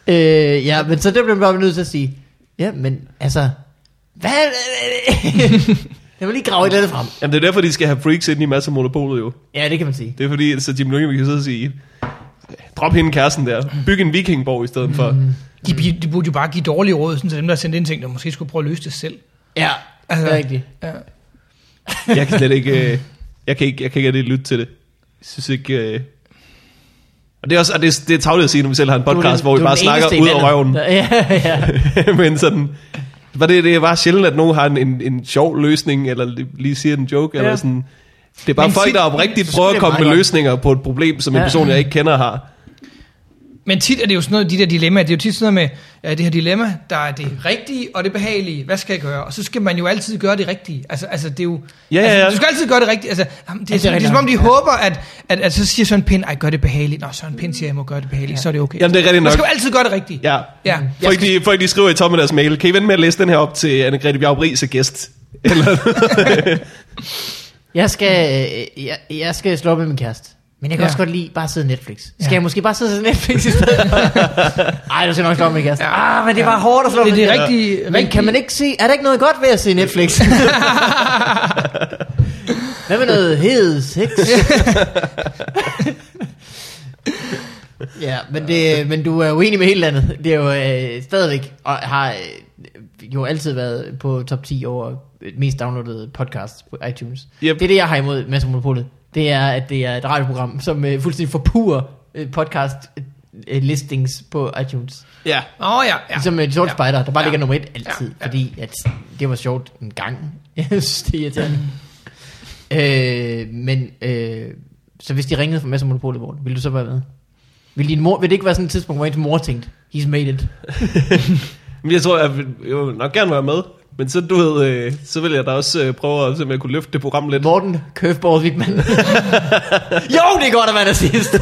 [SPEAKER 2] øh, ja, men så det blev man bare nødt til at sige, ja, men altså, hvad? jeg vil lige grave et eller andet frem.
[SPEAKER 1] Jamen, det er derfor, de skal have freaks ind i masser af monopolet, jo.
[SPEAKER 2] Ja, det kan man sige.
[SPEAKER 1] Det er fordi, så Jim Lyngvild kan sidde og sige, drop hende kæresten der, byg en vikingborg i stedet for.
[SPEAKER 2] Mm.
[SPEAKER 3] De, bi- de burde jo bare give dårlige råd, sådan, så dem, der har sendt ind ting, der måske skulle prøve at løse det selv.
[SPEAKER 2] Ja,
[SPEAKER 3] Altså-
[SPEAKER 2] det er rigtigt.
[SPEAKER 3] Ja.
[SPEAKER 1] Jeg kan slet ikke, øh, jeg kan ikke, jeg kan ikke rigtig lytte til det. Jeg synes ikke, øh, Og det er, også, og det, er- det er tavligt at sige, når vi selv har en
[SPEAKER 2] Du er
[SPEAKER 1] podcast,
[SPEAKER 2] den-
[SPEAKER 1] hvor vi
[SPEAKER 2] du er
[SPEAKER 1] bare
[SPEAKER 2] den eneste
[SPEAKER 1] snakker
[SPEAKER 2] i
[SPEAKER 1] ud af
[SPEAKER 2] landet.
[SPEAKER 1] røven.
[SPEAKER 2] Ja, ja.
[SPEAKER 1] Men sådan, var det, det er bare sjældent, at nogen har en, en, en sjov løsning, eller li- lige siger en joke, ja. eller
[SPEAKER 2] Ja.
[SPEAKER 1] sådan. Det er bare
[SPEAKER 3] Men
[SPEAKER 1] folk,
[SPEAKER 3] tit-
[SPEAKER 1] der oprigtigt
[SPEAKER 2] så
[SPEAKER 1] prøver
[SPEAKER 2] det
[SPEAKER 1] at
[SPEAKER 2] er
[SPEAKER 1] komme
[SPEAKER 2] meget
[SPEAKER 1] med
[SPEAKER 2] godt.
[SPEAKER 1] løsninger på et problem, som en
[SPEAKER 2] Ja.
[SPEAKER 1] person, jeg ikke kender, har.
[SPEAKER 3] Men tit er det jo sådan noget, de der dilemmaer, det er jo tit sådan noget med, ja, det her dilemma, der er det rigtige og det behagelige, hvad skal jeg gøre? Og så skal man jo altid gøre det rigtige. Altså, altså det er jo...
[SPEAKER 1] Ja, ja,
[SPEAKER 3] altså,
[SPEAKER 1] ja.
[SPEAKER 3] Du skal altid gøre det rigtige. Altså, jamen, det,
[SPEAKER 2] det er
[SPEAKER 3] er, det, er, det er
[SPEAKER 2] rigtigt
[SPEAKER 3] som om, de
[SPEAKER 2] nok.
[SPEAKER 3] håber, at, at, at, så siger Søren Pind, ej, gør det behageligt. Nå, Søren Pind siger, jeg må gøre det behageligt, ja. så er det okay.
[SPEAKER 1] Jamen, det er rigtigt
[SPEAKER 3] Man
[SPEAKER 1] nok.
[SPEAKER 3] skal jo altid gøre det rigtige.
[SPEAKER 1] Ja.
[SPEAKER 3] ja.
[SPEAKER 1] Folk, de, folk, de skriver i toppen af deres mail, kan I vente med at læse den her op til Anne-Grethe Bjarup Riis er gæst? Eller,
[SPEAKER 2] Jeg skal, øh, jeg, jeg skal slå op med min kæreste. Men jeg kan
[SPEAKER 3] Ja.
[SPEAKER 2] ja. også godt lide bare at sidde i Netflix. Skal
[SPEAKER 3] Ja.
[SPEAKER 2] ja. jeg måske bare sidde i Netflix i stedet? Nej, du skal nok slå op med min kæreste.
[SPEAKER 3] Ja.
[SPEAKER 2] Ja. Ah, men det var hårdt at slå op
[SPEAKER 3] Det er
[SPEAKER 2] med min
[SPEAKER 3] det
[SPEAKER 2] kæreste.
[SPEAKER 3] rigtige...
[SPEAKER 2] Men kan man ikke se, er der ikke noget godt ved at se Netflix? Hvad med noget hed sex? ja, men, det, men du er uenig med helt andet. Det er jo øh, stadigvæk, og har øh, jo altid været på top 10 over mest downloadede podcast på iTunes.
[SPEAKER 1] Yep.
[SPEAKER 2] Yep. Det er det, jeg har imod Mads og Monopolet. Det er, at det er et radioprogram, som øh, fuldstændig forpurer øh, podcast øh, listings på iTunes.
[SPEAKER 1] ja.
[SPEAKER 3] Åh, oh, ja, ja.
[SPEAKER 2] Ja. Ligesom med de sorte ja. spejder, der bare
[SPEAKER 3] Ja.
[SPEAKER 2] ja. ligger nummer et altid,
[SPEAKER 3] Ja.
[SPEAKER 2] ja.
[SPEAKER 3] Ja.
[SPEAKER 2] Ja. fordi at det var sjovt en gang. Jeg synes, det er irriterende. øh, men, øh, så hvis de ringede fra Mads og Monopolet, Morten, ville du så være med? Vil, din mor, vil det ikke være sådan et tidspunkt, hvor ens mor tænkte, he's made it?
[SPEAKER 1] Men jeg tror, jeg vil, jeg vil nok gerne være med. Men så, du ved, øh, så vil jeg da også øh, prøve at se, om jeg kunne løfte det program lidt.
[SPEAKER 2] Morten, curveball, Wittmann. jo, det er godt at være nazist.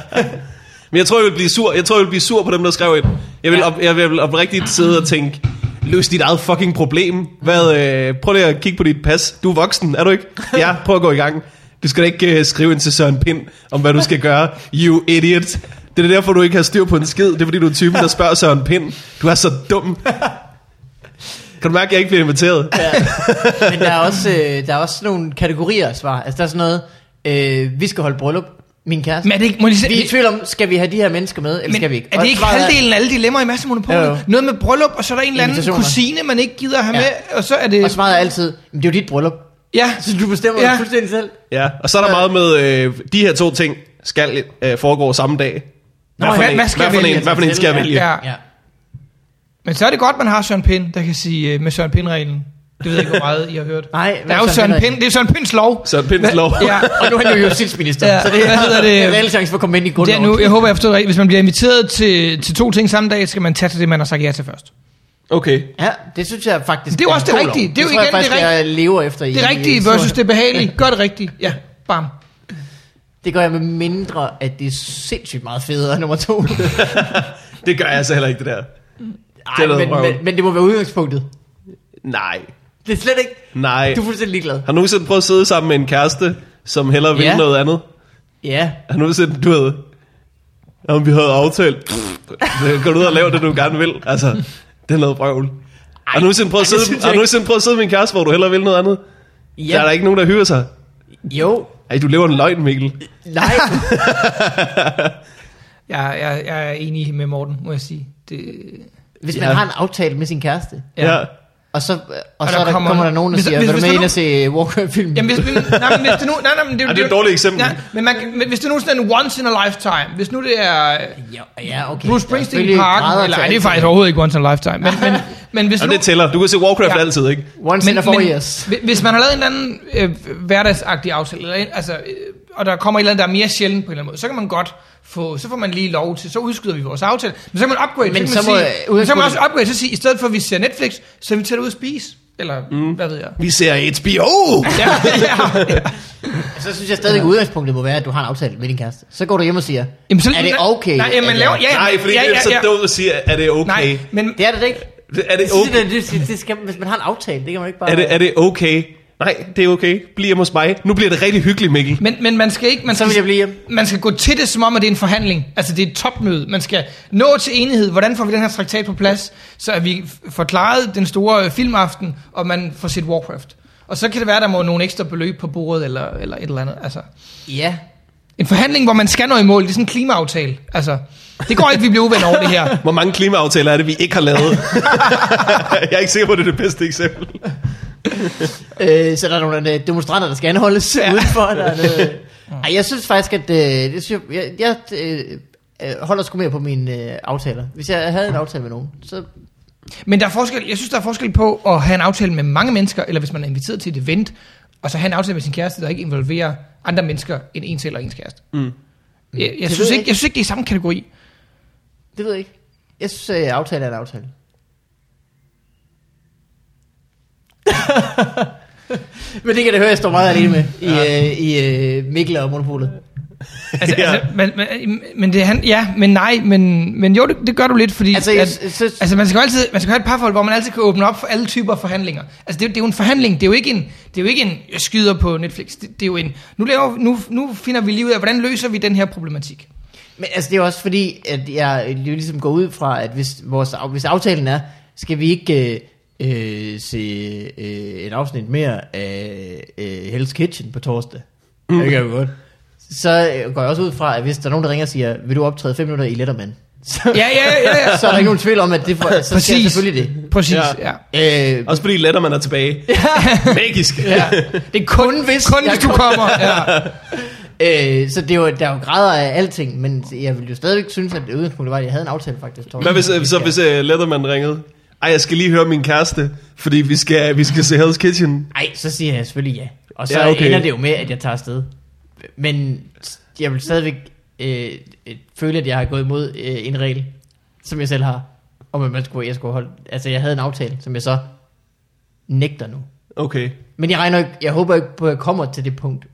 [SPEAKER 1] Men jeg tror, jeg vil blive sur. Jeg tror, jeg vil blive sur på dem, der skrev ind. Jeg vil, op, jeg vil oprigtigt sidde og tænke, løs dit eget fucking problem. Hvad, øh, prøv lige at kigge på dit pas. Du er voksen, er du ikke? Ja, prøv at gå i gang. Du skal da ikke øh, skrive ind til Søren Pind om, hvad du skal gøre. You idiot. Det er derfor, du ikke har styr på en skid. Det er fordi, du er typen, der spørger Søren Pind. Du er så dum. Kan du mærke, at jeg ikke bliver inviteret?
[SPEAKER 2] Men der er også, øh, der er også sådan nogle kategorier af svar. Altså der er sådan noget, øh, vi skal holde bryllup, min kæreste.
[SPEAKER 3] Men er det ikke... Må jeg lige, se-
[SPEAKER 2] vi er i tvivl om, skal vi have de her mennesker med, eller
[SPEAKER 3] Men
[SPEAKER 2] skal vi ikke?
[SPEAKER 3] Er
[SPEAKER 2] Og
[SPEAKER 3] det ikke
[SPEAKER 2] svaret
[SPEAKER 3] halvdelen af alle dilemmaer i massemonopolet?
[SPEAKER 2] Jo, jo.
[SPEAKER 3] Noget med bryllup, og så er der en eller anden
[SPEAKER 2] Invitationer.
[SPEAKER 3] kusine, man ikke gider at have
[SPEAKER 2] Ja.
[SPEAKER 3] med, og så er det...
[SPEAKER 2] Og svaret er altid, "Men det er jo dit bryllup.
[SPEAKER 3] Ja,
[SPEAKER 2] Så du bestemmer
[SPEAKER 3] Ja.
[SPEAKER 2] ja. fuldstændig selv.
[SPEAKER 1] Ja, og så er der meget med, øh, de her to ting skal øh, foregå samme dag. Hvad
[SPEAKER 3] Nå,
[SPEAKER 1] for
[SPEAKER 3] hvad-
[SPEAKER 1] en-
[SPEAKER 3] hvad skal
[SPEAKER 1] hvad
[SPEAKER 3] jeg
[SPEAKER 1] for
[SPEAKER 3] vælge?
[SPEAKER 1] en- Hvad for en skal jeg vælge?
[SPEAKER 3] ja.
[SPEAKER 2] Ja.
[SPEAKER 3] Men så er det godt, man har Søren Pind, der kan sige øh, med Søren Pind-reglen. Det ved jeg ikke, hvor meget I har hørt.
[SPEAKER 2] Nej, hvad
[SPEAKER 3] der er jo
[SPEAKER 2] er Søren
[SPEAKER 3] Søren Pind,
[SPEAKER 2] Pind-reglen?
[SPEAKER 3] det er Søren Pinds lov.
[SPEAKER 1] Søren Pinds lov.
[SPEAKER 3] Ja,
[SPEAKER 2] Og nu er han jo justitsminister,
[SPEAKER 3] Ja.
[SPEAKER 2] ja. så det
[SPEAKER 3] Hvad hedder
[SPEAKER 2] er,
[SPEAKER 3] det?
[SPEAKER 2] det er en reel chance for at komme ind i
[SPEAKER 3] det er
[SPEAKER 2] grundloven.
[SPEAKER 3] nu, jeg håber, jeg forstod det rigtigt. Hvis man bliver inviteret til, til to ting samme dag, skal man tage til det, man har sagt ja til først.
[SPEAKER 1] Okay.
[SPEAKER 2] Ja, det synes jeg faktisk...
[SPEAKER 3] Det er jo også det
[SPEAKER 2] en god
[SPEAKER 3] rigtige.
[SPEAKER 2] lov.
[SPEAKER 3] Det er jo
[SPEAKER 2] tror
[SPEAKER 3] igen
[SPEAKER 2] jeg
[SPEAKER 3] det
[SPEAKER 2] faktisk, jeg lever efter i...
[SPEAKER 3] Det rigtige versus det behagelige. Gør det rigtige. Ja, bam.
[SPEAKER 2] Det gør jeg med mindre, at det er sindssygt meget federe nummer to. Ej,
[SPEAKER 1] Det gør jeg altså heller ikke, det der. er noget
[SPEAKER 2] men,
[SPEAKER 1] vrøvl.
[SPEAKER 2] men, men, det må være udgangspunktet.
[SPEAKER 1] Nej.
[SPEAKER 2] Det er slet ikke...
[SPEAKER 1] Nej.
[SPEAKER 2] Du er fuldstændig ligeglad.
[SPEAKER 1] Har du nogensinde prøvet at sidde sammen med en kæreste, som hellere vil
[SPEAKER 2] Ja.
[SPEAKER 1] noget andet?
[SPEAKER 2] Ja.
[SPEAKER 1] Har du nogensinde, du ved, om vi havde aftalt, så går du ud og laver det, du gerne vil. Altså, det er noget brøvl. Har du nogensinde prøvet at
[SPEAKER 2] ej, det
[SPEAKER 1] sidde,
[SPEAKER 2] synes jeg
[SPEAKER 1] har du
[SPEAKER 2] ikke.
[SPEAKER 1] nogensinde prøvet at sidde med en kæreste, hvor du hellere vil noget andet? Ja. Der er der
[SPEAKER 2] ja.
[SPEAKER 1] ikke nogen, der hyrer sig.
[SPEAKER 2] Jo.
[SPEAKER 1] Ej, du lever en løgn, Mikkel.
[SPEAKER 2] Nej.
[SPEAKER 3] Jeg, jeg, jeg er enig med Morten, må jeg sige. Det,
[SPEAKER 2] Hvis man
[SPEAKER 1] Ja.
[SPEAKER 2] har en aftale med sin kæreste,
[SPEAKER 1] Ja. ja.
[SPEAKER 2] og så, og så der kommer, der nogen, der
[SPEAKER 3] Hvis-
[SPEAKER 2] siger,
[SPEAKER 3] hvis-
[SPEAKER 2] vil du
[SPEAKER 3] hvis
[SPEAKER 2] med
[SPEAKER 3] der
[SPEAKER 2] ind
[SPEAKER 3] nu-
[SPEAKER 2] og se Warcraft-filmen?
[SPEAKER 3] Jamen, hvis, hvis- nej, men hvis det nu... Nej, nej, men det,
[SPEAKER 1] Ej, det er et dårligt eksempel.
[SPEAKER 3] Nej, men man, kan- hvis det nu er sådan en once in a lifetime, hvis nu det er øh,
[SPEAKER 2] Ja, ja, okay. Der
[SPEAKER 3] Bruce
[SPEAKER 2] er
[SPEAKER 3] Springsteen i
[SPEAKER 2] selvfølgelig grader
[SPEAKER 3] parken, eller
[SPEAKER 2] til
[SPEAKER 3] ej, det er
[SPEAKER 2] alt.
[SPEAKER 3] faktisk overhovedet ikke once in a lifetime, men, men, men hvis
[SPEAKER 1] Jamen,
[SPEAKER 3] nu...
[SPEAKER 1] det tæller. Du kan se Warcraft
[SPEAKER 3] Ja.
[SPEAKER 1] ja. altid, ikke?
[SPEAKER 2] Once in a four
[SPEAKER 3] men,
[SPEAKER 2] years.
[SPEAKER 3] hvi- Hvis man har lavet en eller anden øh, hverdagsagtig aftale, eller, en- altså, øh, og der kommer et eller andet, der er mere sjældent på en eller anden måde, så kan man godt få, så får man lige lov til, så udskyder vi vores aftale, men så kan man upgrade,
[SPEAKER 2] Men
[SPEAKER 3] så, kan
[SPEAKER 2] så
[SPEAKER 3] man
[SPEAKER 2] må-
[SPEAKER 3] sige,
[SPEAKER 2] øh,
[SPEAKER 3] men så kan man også
[SPEAKER 2] udskyde-
[SPEAKER 3] upgrade, så sige, i stedet for at vi ser Netflix, så er vi tager ud og spise, eller mm. hvad ved jeg.
[SPEAKER 1] Vi ser HBO!
[SPEAKER 3] Ja, ja, ja.
[SPEAKER 2] Så synes jeg stadig, at udgangspunktet må være, at du har en aftale med din kæreste. Så går du hjem og siger,
[SPEAKER 3] Jamen, så,
[SPEAKER 2] er det okay?
[SPEAKER 3] Nej, jamen,
[SPEAKER 2] at
[SPEAKER 3] laver,
[SPEAKER 2] jeg-
[SPEAKER 3] ja,
[SPEAKER 1] Nej, fordi
[SPEAKER 3] ja,
[SPEAKER 1] det
[SPEAKER 3] ja,
[SPEAKER 1] er så
[SPEAKER 3] ja.
[SPEAKER 1] dumt at sige, er det okay?
[SPEAKER 3] Nej, men
[SPEAKER 2] Det er det da ikke.
[SPEAKER 1] Er det okay?
[SPEAKER 2] Det, det, det, det skal, hvis man har en aftale, det kan man ikke bare...
[SPEAKER 1] Er det, er det okay? Nej, det er okay. Bliv hjemme hos mig. Nu bliver det rigtig hyggeligt, Mikkel.
[SPEAKER 3] Men, men man skal ikke... Man
[SPEAKER 2] Så
[SPEAKER 3] skal,
[SPEAKER 2] vil jeg blive hjemme.
[SPEAKER 3] Man skal gå til det, som om, at det er en forhandling. Altså, det er et topmøde. Man skal nå til enighed. Hvordan får vi den her traktat på plads? Så er vi forklaret den store øh, filmaften, og man får set Warcraft. Og så kan det være, der må nogle ekstra beløb på bordet, eller, eller et eller andet. Altså,
[SPEAKER 2] Ja.
[SPEAKER 3] en forhandling, hvor man skal nå i mål, det er sådan en klimaaftale. Altså, det går ikke, vi bliver uvenner over det her.
[SPEAKER 1] Hvor mange klimaaftaler er det, vi ikke har lavet? jeg er ikke sikker på, at det er det bedste eksempel.
[SPEAKER 2] Øh, så der er nogle øh, demonstranter, der skal anholdes ja. udenfor. Der er noget, Ej, jeg synes faktisk, at øh, det synes, jeg, jeg øh, øh, holder sgu mere på mine øh, aftaler. Hvis jeg havde en aftale med nogen, så...
[SPEAKER 3] Men der er forskel, jeg synes, der er forskel på at have en aftale med mange mennesker, eller hvis man er inviteret til et event, og så have en aftale med sin kæreste, der ikke involverer andre mennesker end en selv og ens kæreste. Mm. Jeg, jeg,
[SPEAKER 2] Det
[SPEAKER 3] synes
[SPEAKER 2] ved jeg
[SPEAKER 3] ikke, jeg synes ikke, det er i samme kategori.
[SPEAKER 2] Det ved jeg ikke. Jeg synes, at øh, aftale er en aftale. Men det kan det høre, jeg står meget alene med i, øh, i øh, Mikkel og Monopolet.
[SPEAKER 3] Altså,
[SPEAKER 1] Ja.
[SPEAKER 3] ja. altså, men, men, men, det, er han, ja, men nej, men, men jo, det, det gør du lidt, fordi...
[SPEAKER 2] Altså,
[SPEAKER 3] at-
[SPEAKER 2] jeg, jeg synes,
[SPEAKER 3] Altså, man skal jo altid, man skal jo have et parforhold, hvor man altid kan åbne op for alle typer af forhandlinger. Altså, det, er jo- det er jo en forhandling. Det er jo ikke en, det er jo ikke en jeg skyder på Netflix. Det, det er jo en, nu, laver, nu, nu finder vi lige ud af, hvordan løser vi den her problematik.
[SPEAKER 2] Men altså, det er jo også fordi, at jeg jo ligesom går ud fra, at hvis, vores, hvis aftalen er, skal vi ikke øh, øh, se øh, et afsnit mere af øh, Hell's Kitchen på torsdag. Mm. Det kan jeg godt. Så øh, går jeg også ud fra, at hvis der er nogen, der ringer og siger, vil du optræde 5 minutter i Letterman? Så,
[SPEAKER 3] Ja, ja, ja, ja.
[SPEAKER 2] så er der ikke nogen tvivl om, at det for, så skal jeg
[SPEAKER 3] Præcis.
[SPEAKER 2] selvfølgelig det.
[SPEAKER 3] Præcis,
[SPEAKER 1] Ja.
[SPEAKER 3] ja. ja.
[SPEAKER 2] Øh,
[SPEAKER 1] Også fordi Letterman er tilbage. Magisk.
[SPEAKER 3] ja. Det er kun, kun hvis, kun,
[SPEAKER 2] jeg
[SPEAKER 3] hvis du kommer. Ja.
[SPEAKER 2] øh, så det er jo, der er jo grader af alting, men jeg vil jo stadigvæk synes, at udgangspunktet var, at jeg havde en aftale faktisk. torsdag.
[SPEAKER 1] Hvad hvis, øh, så hvis øh, Letterman ringede? Ej, jeg skal lige høre min kæreste, fordi vi skal, vi skal se Hell's Kitchen.
[SPEAKER 2] Nej, så siger jeg selvfølgelig ja. Og så
[SPEAKER 1] Ja,
[SPEAKER 2] ja,
[SPEAKER 1] okay.
[SPEAKER 2] okay. ender det jo med, at jeg tager afsted. Men jeg vil stadigvæk øh, øh, føle, at jeg har gået imod øh, en regel, som jeg selv har. Om at man skulle, jeg skulle holde... Altså, jeg havde en aftale, som jeg så nægter nu.
[SPEAKER 1] Okay.
[SPEAKER 2] Men jeg regner ikke, jeg håber ikke på, at jeg kommer til det punkt,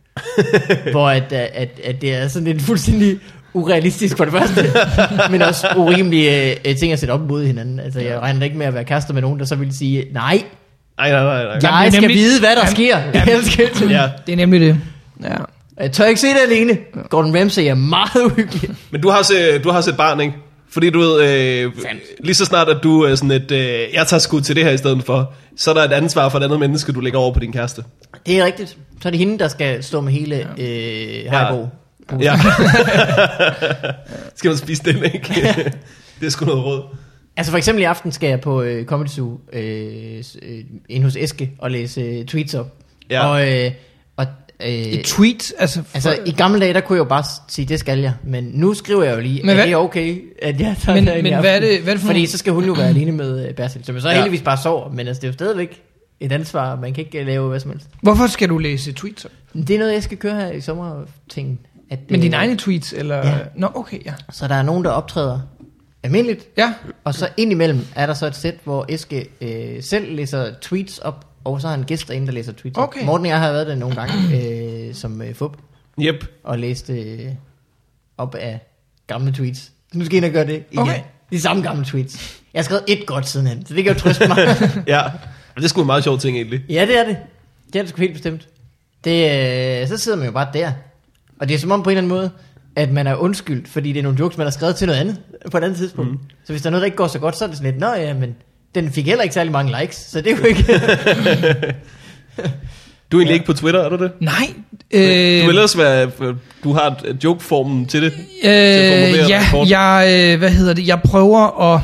[SPEAKER 2] hvor at, at, at, at det er sådan en fuldstændig urealistisk for det første, men også urimelige øh, ting at sætte op mod hinanden. Altså, jeg regner ikke med at være kærester med nogen, der så vil sige, nej,
[SPEAKER 1] Ej, nej, nej, nej.
[SPEAKER 2] jeg
[SPEAKER 3] det er
[SPEAKER 2] skal
[SPEAKER 3] nemlig-
[SPEAKER 2] vide, hvad der
[SPEAKER 3] Jamen,
[SPEAKER 2] sker. Jeg elsker det.
[SPEAKER 1] Ja.
[SPEAKER 3] Det er nemlig det. Ja.
[SPEAKER 2] Og Jeg tør ikke se det alene. Gordon Ramsay er meget uhyggelig.
[SPEAKER 1] Men du har også, øh, du har også et barn, ikke? Fordi du ved, øh, lige så snart at du er sådan et, øh, jeg tager skud til det her i stedet for, så er der et ansvar for et andet menneske, du lægger over på din kæreste.
[SPEAKER 2] Det er rigtigt. Så er det hende, der skal stå med hele øh, Haribo.
[SPEAKER 1] Ja. skal man spise den, ikke? det er sgu noget råd.
[SPEAKER 2] Altså for eksempel i aften skal jeg på øh, Comedy Zoo øh, s- øh, ind hos Eske og læse øh, tweets op.
[SPEAKER 1] Ja.
[SPEAKER 2] Og, øh, og, øh,
[SPEAKER 3] Et tweet, altså... For,
[SPEAKER 2] altså i gamle dage, der kunne jeg jo bare s- sige, det skal jeg. Men nu skriver jeg jo lige,
[SPEAKER 3] Men
[SPEAKER 2] men er
[SPEAKER 3] hvad-
[SPEAKER 2] det okay, at jeg tager
[SPEAKER 3] Men-
[SPEAKER 2] derind i
[SPEAKER 3] men
[SPEAKER 2] aften?
[SPEAKER 3] hvad er det- hvad er det for
[SPEAKER 2] Fordi
[SPEAKER 3] nogle-
[SPEAKER 2] så skal hun jo være alene med øh, Bertil, som jeg så
[SPEAKER 1] Ja.
[SPEAKER 2] ja. heldigvis bare sover. Men altså det er jo stadigvæk et ansvar, man kan ikke øh, lave hvad som helst.
[SPEAKER 3] Hvorfor skal du læse tweets? så?
[SPEAKER 2] Men Det er noget, jeg skal køre her i sommertingen. At,
[SPEAKER 3] Men
[SPEAKER 2] øh,
[SPEAKER 3] dine egne tweets, eller... Ja.
[SPEAKER 2] Ja.
[SPEAKER 3] Nå, okay, ja.
[SPEAKER 2] Så der er nogen, der optræder almindeligt,
[SPEAKER 3] Ja,
[SPEAKER 2] og så indimellem er der så et sæt, hvor Eske øh, selv læser tweets op, og så har han gæster inde, der læser tweets
[SPEAKER 3] Okay.
[SPEAKER 2] op. Morten og jeg har været der nogle gange øh, som øh, fup,
[SPEAKER 1] Yep.
[SPEAKER 2] og læste øh, op af gamle tweets. Så nu skal I ind og gøre det igen.
[SPEAKER 3] Okay.
[SPEAKER 2] Okay. De samme gamle tweets. Jeg har skrevet et godt sidenhen, så det kan jo trøste mig.
[SPEAKER 1] Ja. Men det er sgu en meget sjov ting, egentlig.
[SPEAKER 2] Ja, det er det. Det er det sgu helt bestemt. Det, øh, så sidder man jo bare der. Og det er som om på en eller anden måde, at man er undskyldt, fordi det er nogle jokes, man har skrevet til noget andet på et andet tidspunkt. Mm. Så hvis der er noget, der ikke går så godt, så er det sådan lidt, nå ja, men den fik heller ikke særlig mange likes, så det er jo ikke...
[SPEAKER 1] Du er egentlig ikke på Twitter, er du det?
[SPEAKER 3] nej.
[SPEAKER 1] Du
[SPEAKER 3] Øh,
[SPEAKER 1] vil ellers være, du har joke-formen til det. at formulere
[SPEAKER 3] Øh, ja,
[SPEAKER 1] den kort.
[SPEAKER 3] jeg, øh, hvad hedder det, jeg prøver at,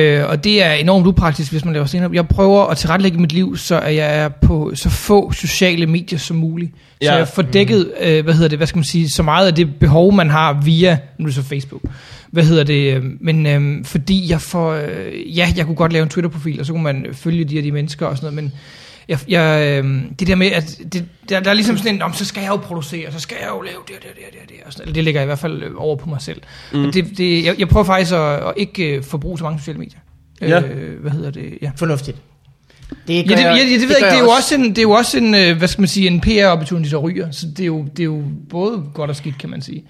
[SPEAKER 3] øh, og det er enormt upraktisk, hvis man laver stand jeg prøver at tilrettelægge mit liv, så at jeg er på så få sociale medier som muligt. Så
[SPEAKER 1] Ja.
[SPEAKER 3] jeg får dækket, øh, hvad hedder det, hvad skal man sige, så meget af det behov, man har via, nu er det så Facebook, hvad hedder det, øh, men øh, fordi jeg får, øh, ja, jeg kunne godt lave en Twitter-profil, og så kunne man følge de og de mennesker og sådan noget, men jeg, jeg, øh, det der med, at det, der, der er ligesom sådan en, "Nå, men så skal jeg jo producere, så skal jeg jo lave det og det og det og det, og det, og sådan, eller det ligger jeg i hvert fald øh, over på mig selv. Mm. Det, det, jeg, jeg prøver faktisk at, at ikke øh, forbruge så mange sociale medier.
[SPEAKER 1] Ja.
[SPEAKER 3] Øh, hvad hedder det, ja.
[SPEAKER 2] Fornuftigt. Det
[SPEAKER 3] Ja, det, ja, det, det ved jeg
[SPEAKER 2] gør
[SPEAKER 3] ikke. Det er, jo også en, det er jo også en, øh, hvad skal man sige, en PR-opportunity, der ryger. Så det er, jo, det er jo både godt og skidt, kan man sige.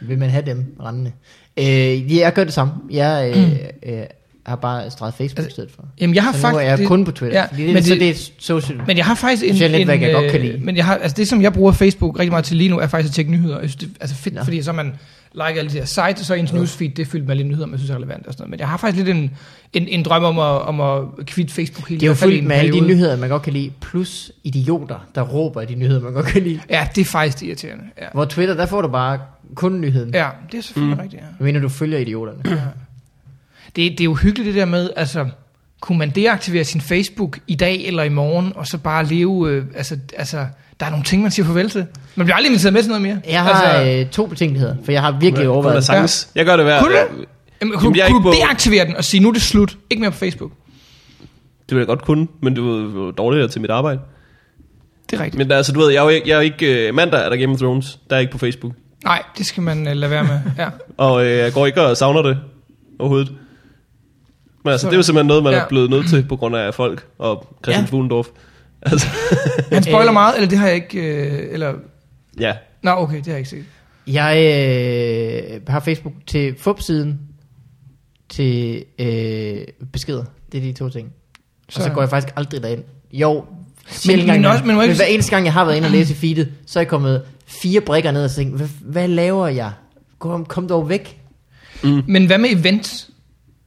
[SPEAKER 2] Vil man have dem rendende? Øh, ja, jeg gør det samme. Jeg øh, øh, har bare streget Facebook i stedet for.
[SPEAKER 3] Jamen, Mm. Altså, jeg har
[SPEAKER 2] Så nu
[SPEAKER 3] faktisk...
[SPEAKER 2] er jeg
[SPEAKER 3] det-
[SPEAKER 2] kun på Twitter.
[SPEAKER 3] Ja,
[SPEAKER 2] Ja, fordi det,
[SPEAKER 3] men
[SPEAKER 2] men så
[SPEAKER 3] det-
[SPEAKER 2] det er social...
[SPEAKER 3] Men jeg har faktisk en,
[SPEAKER 2] Sociale
[SPEAKER 3] en
[SPEAKER 2] netværk, jeg godt kan
[SPEAKER 3] øh,
[SPEAKER 2] lide.
[SPEAKER 3] Men jeg har, altså det, som jeg bruger Facebook rigtig meget til lige nu, er faktisk at tjekke nyheder. Jeg synes, det er altså fedt,
[SPEAKER 2] Nå.
[SPEAKER 3] fordi så er man liker alle de der sites, og så er ens newsfeed, det er fyldt med alle de nyheder, man synes er relevant og sådan noget. Men jeg har faktisk lidt en, en, en drøm om at, om at kvitte Facebook helt.
[SPEAKER 2] Det er jo
[SPEAKER 3] i hvert fald i
[SPEAKER 2] fyldt
[SPEAKER 3] en
[SPEAKER 2] med alle de
[SPEAKER 3] periode.
[SPEAKER 2] nyheder, man godt kan lide, plus idioter, der råber af de nyheder, man godt kan lide.
[SPEAKER 3] Ja, det er faktisk irriterende. Ja,
[SPEAKER 2] Hvor Twitter, der får du bare kun nyheden. Ja.
[SPEAKER 3] ja det er selvfølgelig mm. rigtigt, ja.
[SPEAKER 2] Jeg mener, du følger idioterne.
[SPEAKER 3] Det, det er jo hyggeligt det der med, altså, kunne man deaktivere sin Facebook i dag eller i morgen, og så bare leve, øh, altså, altså, der er nogle ting, man siger farvel til. Man bliver aldrig inviteret med til noget mere.
[SPEAKER 2] Jeg har
[SPEAKER 3] altså,
[SPEAKER 2] øh, to betænkeligheder, for jeg har virkelig
[SPEAKER 1] Kunne der
[SPEAKER 2] overvejet det.
[SPEAKER 1] sagtens? Jeg gør det hver.
[SPEAKER 3] Kunne du det?
[SPEAKER 1] det? jamen,
[SPEAKER 3] jamen, kunne,
[SPEAKER 1] jeg er
[SPEAKER 3] kunne du
[SPEAKER 1] ikke på-
[SPEAKER 3] deaktivere den og sige, nu er det slut, ikke mere på Facebook?
[SPEAKER 1] Det vil jeg godt kunne, men det var dårligere til mit arbejde.
[SPEAKER 3] Det er rigtigt.
[SPEAKER 1] Men altså, du ved, jeg er jo ikke... Jeg er jo ikke øh, mandag er der Game of Thrones. Der er jeg ikke på Facebook.
[SPEAKER 3] Nej, det skal man øh, lade være med. Ja.
[SPEAKER 1] Og øh, jeg går ikke og savner det overhovedet. Men altså,
[SPEAKER 3] Så-
[SPEAKER 1] det er jo simpelthen noget, man
[SPEAKER 3] Ja.
[SPEAKER 1] er blevet nødt til på grund af folk og Christian
[SPEAKER 2] Ja.
[SPEAKER 1] ja. Fuglendorf. Altså,
[SPEAKER 3] Han spoiler
[SPEAKER 2] Øh.
[SPEAKER 3] meget, eller det har jeg ikke... Øh, eller...
[SPEAKER 1] ja.
[SPEAKER 3] Nå, okay, det har jeg ikke set.
[SPEAKER 2] Jeg øh, har Facebook til FUP-siden til øh, beskeder. Det er de to ting. Og så
[SPEAKER 3] Sådan.
[SPEAKER 2] går jeg faktisk aldrig derind. Jo, sjældent
[SPEAKER 3] men
[SPEAKER 2] gang,
[SPEAKER 3] også- men
[SPEAKER 2] men,
[SPEAKER 3] må jeg
[SPEAKER 2] men
[SPEAKER 3] ikke-
[SPEAKER 2] hver eneste gang, jeg har været inde og læse i feedet, så er jeg kommet fire brikker ned og tænkt, hvad, hvad laver jeg? Kom, kom dog væk.
[SPEAKER 3] Men hvad med events?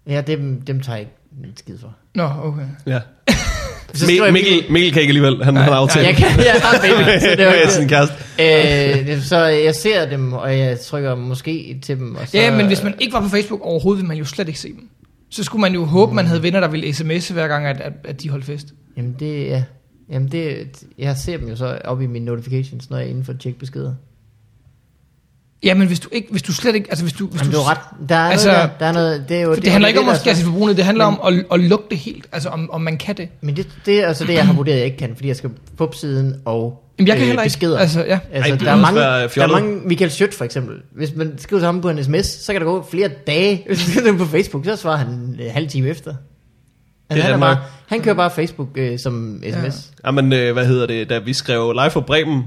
[SPEAKER 2] Ja, dem, dem tager jeg ikke en skid for.
[SPEAKER 3] Nå, okay.
[SPEAKER 1] ja.
[SPEAKER 2] Så skriver
[SPEAKER 1] Mi-
[SPEAKER 2] jeg-
[SPEAKER 1] Mikkel, Mikkel kan ikke alligevel. Han har aftalt.
[SPEAKER 2] Jeg, kan, jeg har en baby, så det er jo
[SPEAKER 1] med
[SPEAKER 2] ikke
[SPEAKER 1] sin
[SPEAKER 2] det.
[SPEAKER 1] kæreste.
[SPEAKER 2] Øh, så jeg ser dem, og jeg trykker måske til dem. Og så,
[SPEAKER 3] Ja, men hvis man ikke var på Facebook overhovedet, ville man jo slet ikke se dem. Så skulle man jo
[SPEAKER 2] Mm.
[SPEAKER 3] håbe, man havde venner, der ville sms'e hver gang, at, at, at de holdt fest.
[SPEAKER 2] Jamen det, ja. Jamen det, jeg ser dem jo så op i mine notifications, når jeg er inde for at tjekke beskeder.
[SPEAKER 3] Ja, men hvis du, ikke, hvis du slet ikke... Altså, hvis du, hvis
[SPEAKER 2] Jamen, du
[SPEAKER 3] du,
[SPEAKER 2] har ret. Der er,
[SPEAKER 3] Altså,
[SPEAKER 2] altså, noget, der, der er noget, det er jo...
[SPEAKER 3] For det, det handler
[SPEAKER 2] er
[SPEAKER 3] ikke om at
[SPEAKER 2] der er
[SPEAKER 3] skære sit
[SPEAKER 2] svært.
[SPEAKER 3] forbrug ned, det handler om at, at lukke det helt. Altså, om, om man kan det.
[SPEAKER 2] Men det, det er altså det, jeg har vurderet, jeg ikke kan, fordi jeg skal på siden og øh,
[SPEAKER 3] Jamen, jeg kan heller ikke.
[SPEAKER 2] beskeder.
[SPEAKER 3] Altså, ja.
[SPEAKER 2] Altså,
[SPEAKER 1] Ej,
[SPEAKER 2] Ej,
[SPEAKER 1] det
[SPEAKER 2] der, er
[SPEAKER 1] må
[SPEAKER 2] mange,
[SPEAKER 1] også være
[SPEAKER 2] der er
[SPEAKER 1] fjollet.
[SPEAKER 2] mange, Michael Schødt for eksempel, hvis man skriver til ham på en sms, så kan der gå flere dage, hvis du skriver til ham på Facebook, så svarer han øh, halv time efter.
[SPEAKER 1] Det
[SPEAKER 2] Altså,
[SPEAKER 1] er
[SPEAKER 2] han, er
[SPEAKER 1] Danmark.
[SPEAKER 2] bare, han kører bare Facebook øh, som sms.
[SPEAKER 1] Jamen, øh, hvad hedder det, da vi skrev Live for Bremen,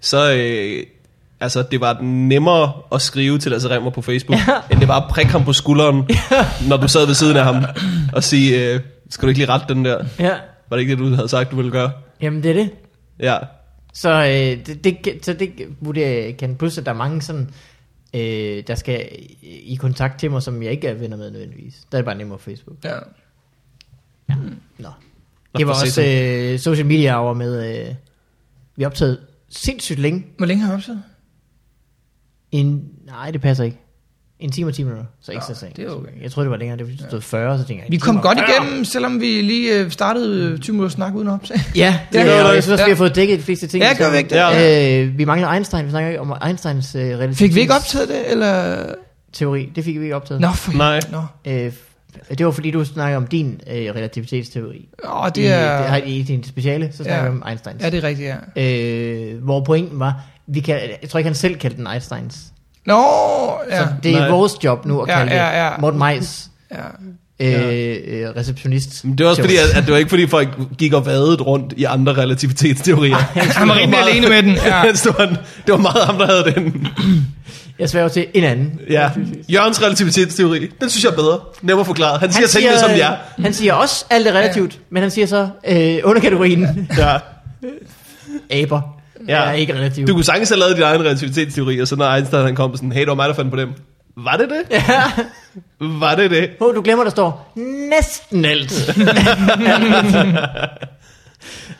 [SPEAKER 1] så øh, altså, det var nemmere at skrive til Lasse Remmer på Facebook, ja. end det var at prikke ham på skulderen, ja. når du sad ved siden af ham, og sige, øh, skal du ikke lige rette den der?
[SPEAKER 2] Ja. ja.
[SPEAKER 1] Var det ikke det, du havde sagt, du ville gøre?
[SPEAKER 2] Jamen det er det.
[SPEAKER 1] Ja.
[SPEAKER 2] Så øh, det, det, kan- så det vurderer jeg ikke kan. Plus at der er mange sådan, øh, der skal i kontakt til mig, som jeg ikke er venner med nødvendigvis. Der er det bare nemmere på Facebook.
[SPEAKER 3] ja.
[SPEAKER 2] Nå.
[SPEAKER 1] Nå,
[SPEAKER 2] Det var
[SPEAKER 1] for
[SPEAKER 2] også øh, social media over med, øh, vi optaget sindssygt længe.
[SPEAKER 3] Hvor længe har jeg optaget?
[SPEAKER 2] En, nej, det passer ikke. En time og 10 minutter, så ikke
[SPEAKER 3] Nå,
[SPEAKER 2] så sent.
[SPEAKER 3] det er okay.
[SPEAKER 2] Jeg troede, det var længere, det var fordi, der stod 40, så tænker jeg...
[SPEAKER 3] Vi
[SPEAKER 2] en
[SPEAKER 3] kom
[SPEAKER 2] time og
[SPEAKER 3] godt
[SPEAKER 2] 40.
[SPEAKER 3] igennem, selvom vi lige øh, startede øh, 20 minutter snak uden op.
[SPEAKER 2] Ja, det
[SPEAKER 3] Ja,
[SPEAKER 2] ja,
[SPEAKER 1] det var
[SPEAKER 2] jeg,
[SPEAKER 1] det.
[SPEAKER 2] jeg synes også, vi
[SPEAKER 3] Ja.
[SPEAKER 2] har fået dækket de fleste ting.
[SPEAKER 3] Ja, gør vi ikke det?
[SPEAKER 2] Øh, vi mangler Einstein, vi snakker ikke om Einsteins øh, relativitetsteori.
[SPEAKER 3] Fik vi ikke optaget det, eller...
[SPEAKER 2] Teori, det fik vi ikke optaget.
[SPEAKER 3] Nå, for
[SPEAKER 1] Nej.
[SPEAKER 3] Nå.
[SPEAKER 2] Øh, f- det var fordi, du snakkede om din øh, relativitetsteori.
[SPEAKER 3] Åh,
[SPEAKER 2] I,
[SPEAKER 3] det er...
[SPEAKER 2] det har I i din speciale, så snakker
[SPEAKER 3] Ja.
[SPEAKER 2] vi om Einsteins.
[SPEAKER 3] Ja, det er rigtigt, ja.
[SPEAKER 2] Øh, hvor pointen var, vi kan, jeg tror ikke, han selv kaldte den Einsteins.
[SPEAKER 3] Nå,
[SPEAKER 2] Ja,
[SPEAKER 3] ja.
[SPEAKER 2] så det er
[SPEAKER 1] Nej.
[SPEAKER 2] vores job nu at
[SPEAKER 3] Ja,
[SPEAKER 2] kalde
[SPEAKER 3] ja, ja.
[SPEAKER 2] det Morten Majs
[SPEAKER 3] ja.
[SPEAKER 2] øh,
[SPEAKER 1] Ja.
[SPEAKER 2] øh, receptionist.
[SPEAKER 1] Men Det var også fordi, at, at det var ikke fordi, folk gik og vadede rundt i andre relativitetsteorier.
[SPEAKER 3] Han var rimelig alene med den. Ja.
[SPEAKER 1] Ja. det, var, en- det var meget ham, der havde den.
[SPEAKER 2] Jeg sværger til en anden.
[SPEAKER 1] Ja. Jørgens relativitetsteori, den synes jeg er bedre. Nemmere forklaret. Han siger, han siger tingene, som de er.
[SPEAKER 2] øh, Han siger også, alt er relativt, ja. men han siger så, øh, underkategorien
[SPEAKER 1] Ja.
[SPEAKER 2] aber ja.
[SPEAKER 1] Ja.
[SPEAKER 2] er ikke relativt.
[SPEAKER 1] Du kunne sagtens have lavet din egen relativitetsteori, og så når Einstein han kom sådan, hey, det var mig, der fandt på dem. Var det det?
[SPEAKER 2] Ja.
[SPEAKER 1] Var det det?
[SPEAKER 2] Hvor du glemmer, der står næsten alt.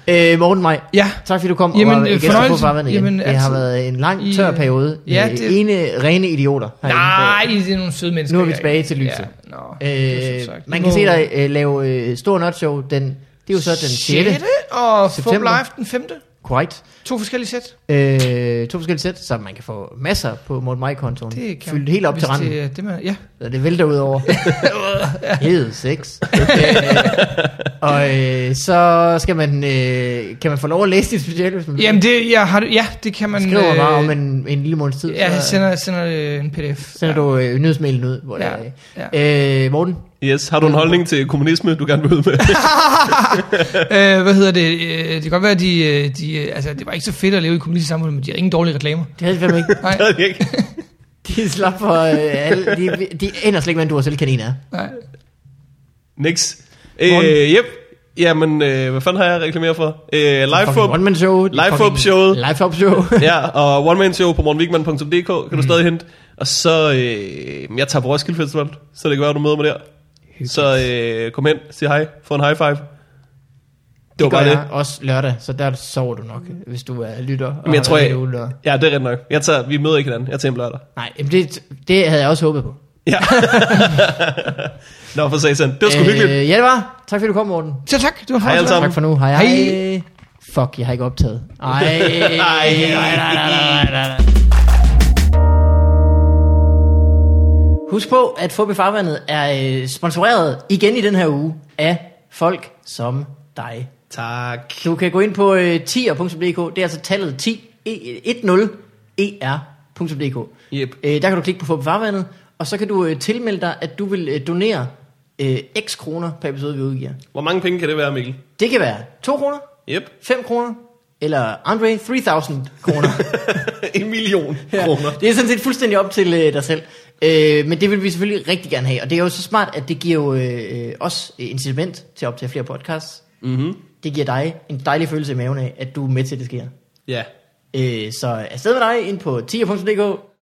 [SPEAKER 2] øh, Morten Maj,
[SPEAKER 3] Ja.
[SPEAKER 2] tak fordi du kom
[SPEAKER 3] Jamen,
[SPEAKER 2] og var
[SPEAKER 3] øh,
[SPEAKER 2] gæst på
[SPEAKER 3] fornøjelse.
[SPEAKER 2] farvandet igen.
[SPEAKER 3] Jamen,
[SPEAKER 2] Jamen, det har
[SPEAKER 3] altid.
[SPEAKER 2] været en
[SPEAKER 3] I,
[SPEAKER 2] lang, tør
[SPEAKER 3] øh,
[SPEAKER 2] periode.
[SPEAKER 3] ja,
[SPEAKER 2] Ja, det...
[SPEAKER 3] det-
[SPEAKER 2] Ene rene idioter. herinde.
[SPEAKER 3] Nej, det er nogle søde mennesker.
[SPEAKER 2] Nu er vi
[SPEAKER 3] jeg
[SPEAKER 2] tilbage
[SPEAKER 3] ikke.
[SPEAKER 2] til lyset.
[SPEAKER 3] Ja, nå, det er som
[SPEAKER 2] Øh,
[SPEAKER 3] sagt.
[SPEAKER 2] man
[SPEAKER 3] Vi
[SPEAKER 2] kan
[SPEAKER 3] må-
[SPEAKER 2] se dig øh, lave øh, Stor Nørd Show den, det er jo så den 6.
[SPEAKER 3] Sjette, og Fup
[SPEAKER 2] september.
[SPEAKER 3] Live den 5.
[SPEAKER 2] Korrekt.
[SPEAKER 3] To forskellige sæt.
[SPEAKER 2] Øh, to forskellige sæt, så man kan få masser på Morten Maj-kontoen.
[SPEAKER 3] Det kan
[SPEAKER 2] Fyldt helt op
[SPEAKER 3] hvis
[SPEAKER 2] til randen,
[SPEAKER 3] Det, er det man, ja.
[SPEAKER 2] så det vælter ud over. Hed sex. øh, og øh, så skal man, øh, kan man få lov at læse dit speciale, hvis man
[SPEAKER 3] Jamen, det, jeg har, det- ja, det kan man...
[SPEAKER 2] man skriver
[SPEAKER 3] øh,
[SPEAKER 2] bare om en, en lille måneds tid.
[SPEAKER 3] Ja, jeg
[SPEAKER 2] så
[SPEAKER 3] sender, jeg sender øh, en pdf.
[SPEAKER 2] sender
[SPEAKER 3] ja.
[SPEAKER 2] du øh, nyhedsmailen ud. Hvor
[SPEAKER 3] Ja,
[SPEAKER 2] det er. Øh, Morten,
[SPEAKER 1] Yes, har du en holdning til kommunisme, du gerne vil ud med?
[SPEAKER 3] øh, hvad hedder det? Øh, det kan godt være, at de, øh, de, øh, altså, det var ikke så fedt at leve i kommunistisk samfund, men de har ingen dårlige reklamer.
[SPEAKER 2] det havde vi fandme ikke.
[SPEAKER 3] Nej,
[SPEAKER 1] Det er ikke.
[SPEAKER 2] De slap for øh, alle. De, de ender slet ikke, hvad en Duracell-kanin er.
[SPEAKER 3] nej.
[SPEAKER 1] Nix.
[SPEAKER 2] Morten?
[SPEAKER 1] Øh, yep. Jamen, øh, hvad fanden har jeg reklameret for? Øh, live
[SPEAKER 2] Fucking
[SPEAKER 1] for
[SPEAKER 2] One Man Show.
[SPEAKER 1] Live Up showet.
[SPEAKER 2] Live Up Show.
[SPEAKER 1] Ja, og One Man Show på morgenvigman.dk kan du stadig hente. Og så, øh, jeg tager på Roskilde Festival, så det kan være, du møder mig der. Så øh, kom hen, sig hej, få en high five. Det var
[SPEAKER 2] Det gør
[SPEAKER 1] bare det.
[SPEAKER 2] jeg også lørdag, så der sover du nok, hvis du er lytter. og
[SPEAKER 1] Men jeg
[SPEAKER 2] har
[SPEAKER 1] tror,
[SPEAKER 2] været
[SPEAKER 1] jeg,
[SPEAKER 2] ude og-
[SPEAKER 1] ja, det er rigtigt nok. Jeg tager, vi møder ikke hinanden. Jeg tager hjem lørdag.
[SPEAKER 2] Nej, jamen det, det havde jeg også håbet på.
[SPEAKER 1] Ja. Nå, for satan. Det var sgu øh, hyggeligt.
[SPEAKER 2] Ja, det var. Tak fordi du kom, Morten.
[SPEAKER 3] Så tak, det var
[SPEAKER 1] Hej alle
[SPEAKER 3] fornøjelse.
[SPEAKER 1] sammen.
[SPEAKER 2] Tak for nu. Hej, altså.
[SPEAKER 3] Hej.
[SPEAKER 2] hej. Fuck, jeg har ikke optaget. Ej, nej, nej, nej, nej, nej, nej. Husk på, at Fubi Farvandet er øh, sponsoreret igen i den her uge af folk som dig.
[SPEAKER 1] Tak.
[SPEAKER 2] Du kan gå ind på øh, 10er.dk, det er altså tallet 10, e- 10er.dk.
[SPEAKER 1] Yep.
[SPEAKER 2] Øh, der kan du klikke på Fubi Farvandet, og så kan du øh, tilmelde dig, at du vil øh, donere øh, x kroner per episode, vi udgiver.
[SPEAKER 1] Hvor mange penge kan det være, Mikkel?
[SPEAKER 2] Det kan være 2 kroner,
[SPEAKER 1] Yep.
[SPEAKER 2] 5 kroner, eller Andre 3000 kroner.
[SPEAKER 1] en million
[SPEAKER 2] Ja,
[SPEAKER 1] kroner.
[SPEAKER 2] Det er sådan set fuldstændig op til øh, dig selv. Øh, men det vil vi selvfølgelig rigtig gerne have. Og det er jo så smart, at det giver jo øh, øh, os incitament til at optage flere podcasts.
[SPEAKER 1] Mhm.
[SPEAKER 2] Det giver dig en dejlig følelse i maven af, at du er med til, at det sker.
[SPEAKER 1] Ja.
[SPEAKER 2] Øh, så afsted med dig ind på 10.dk.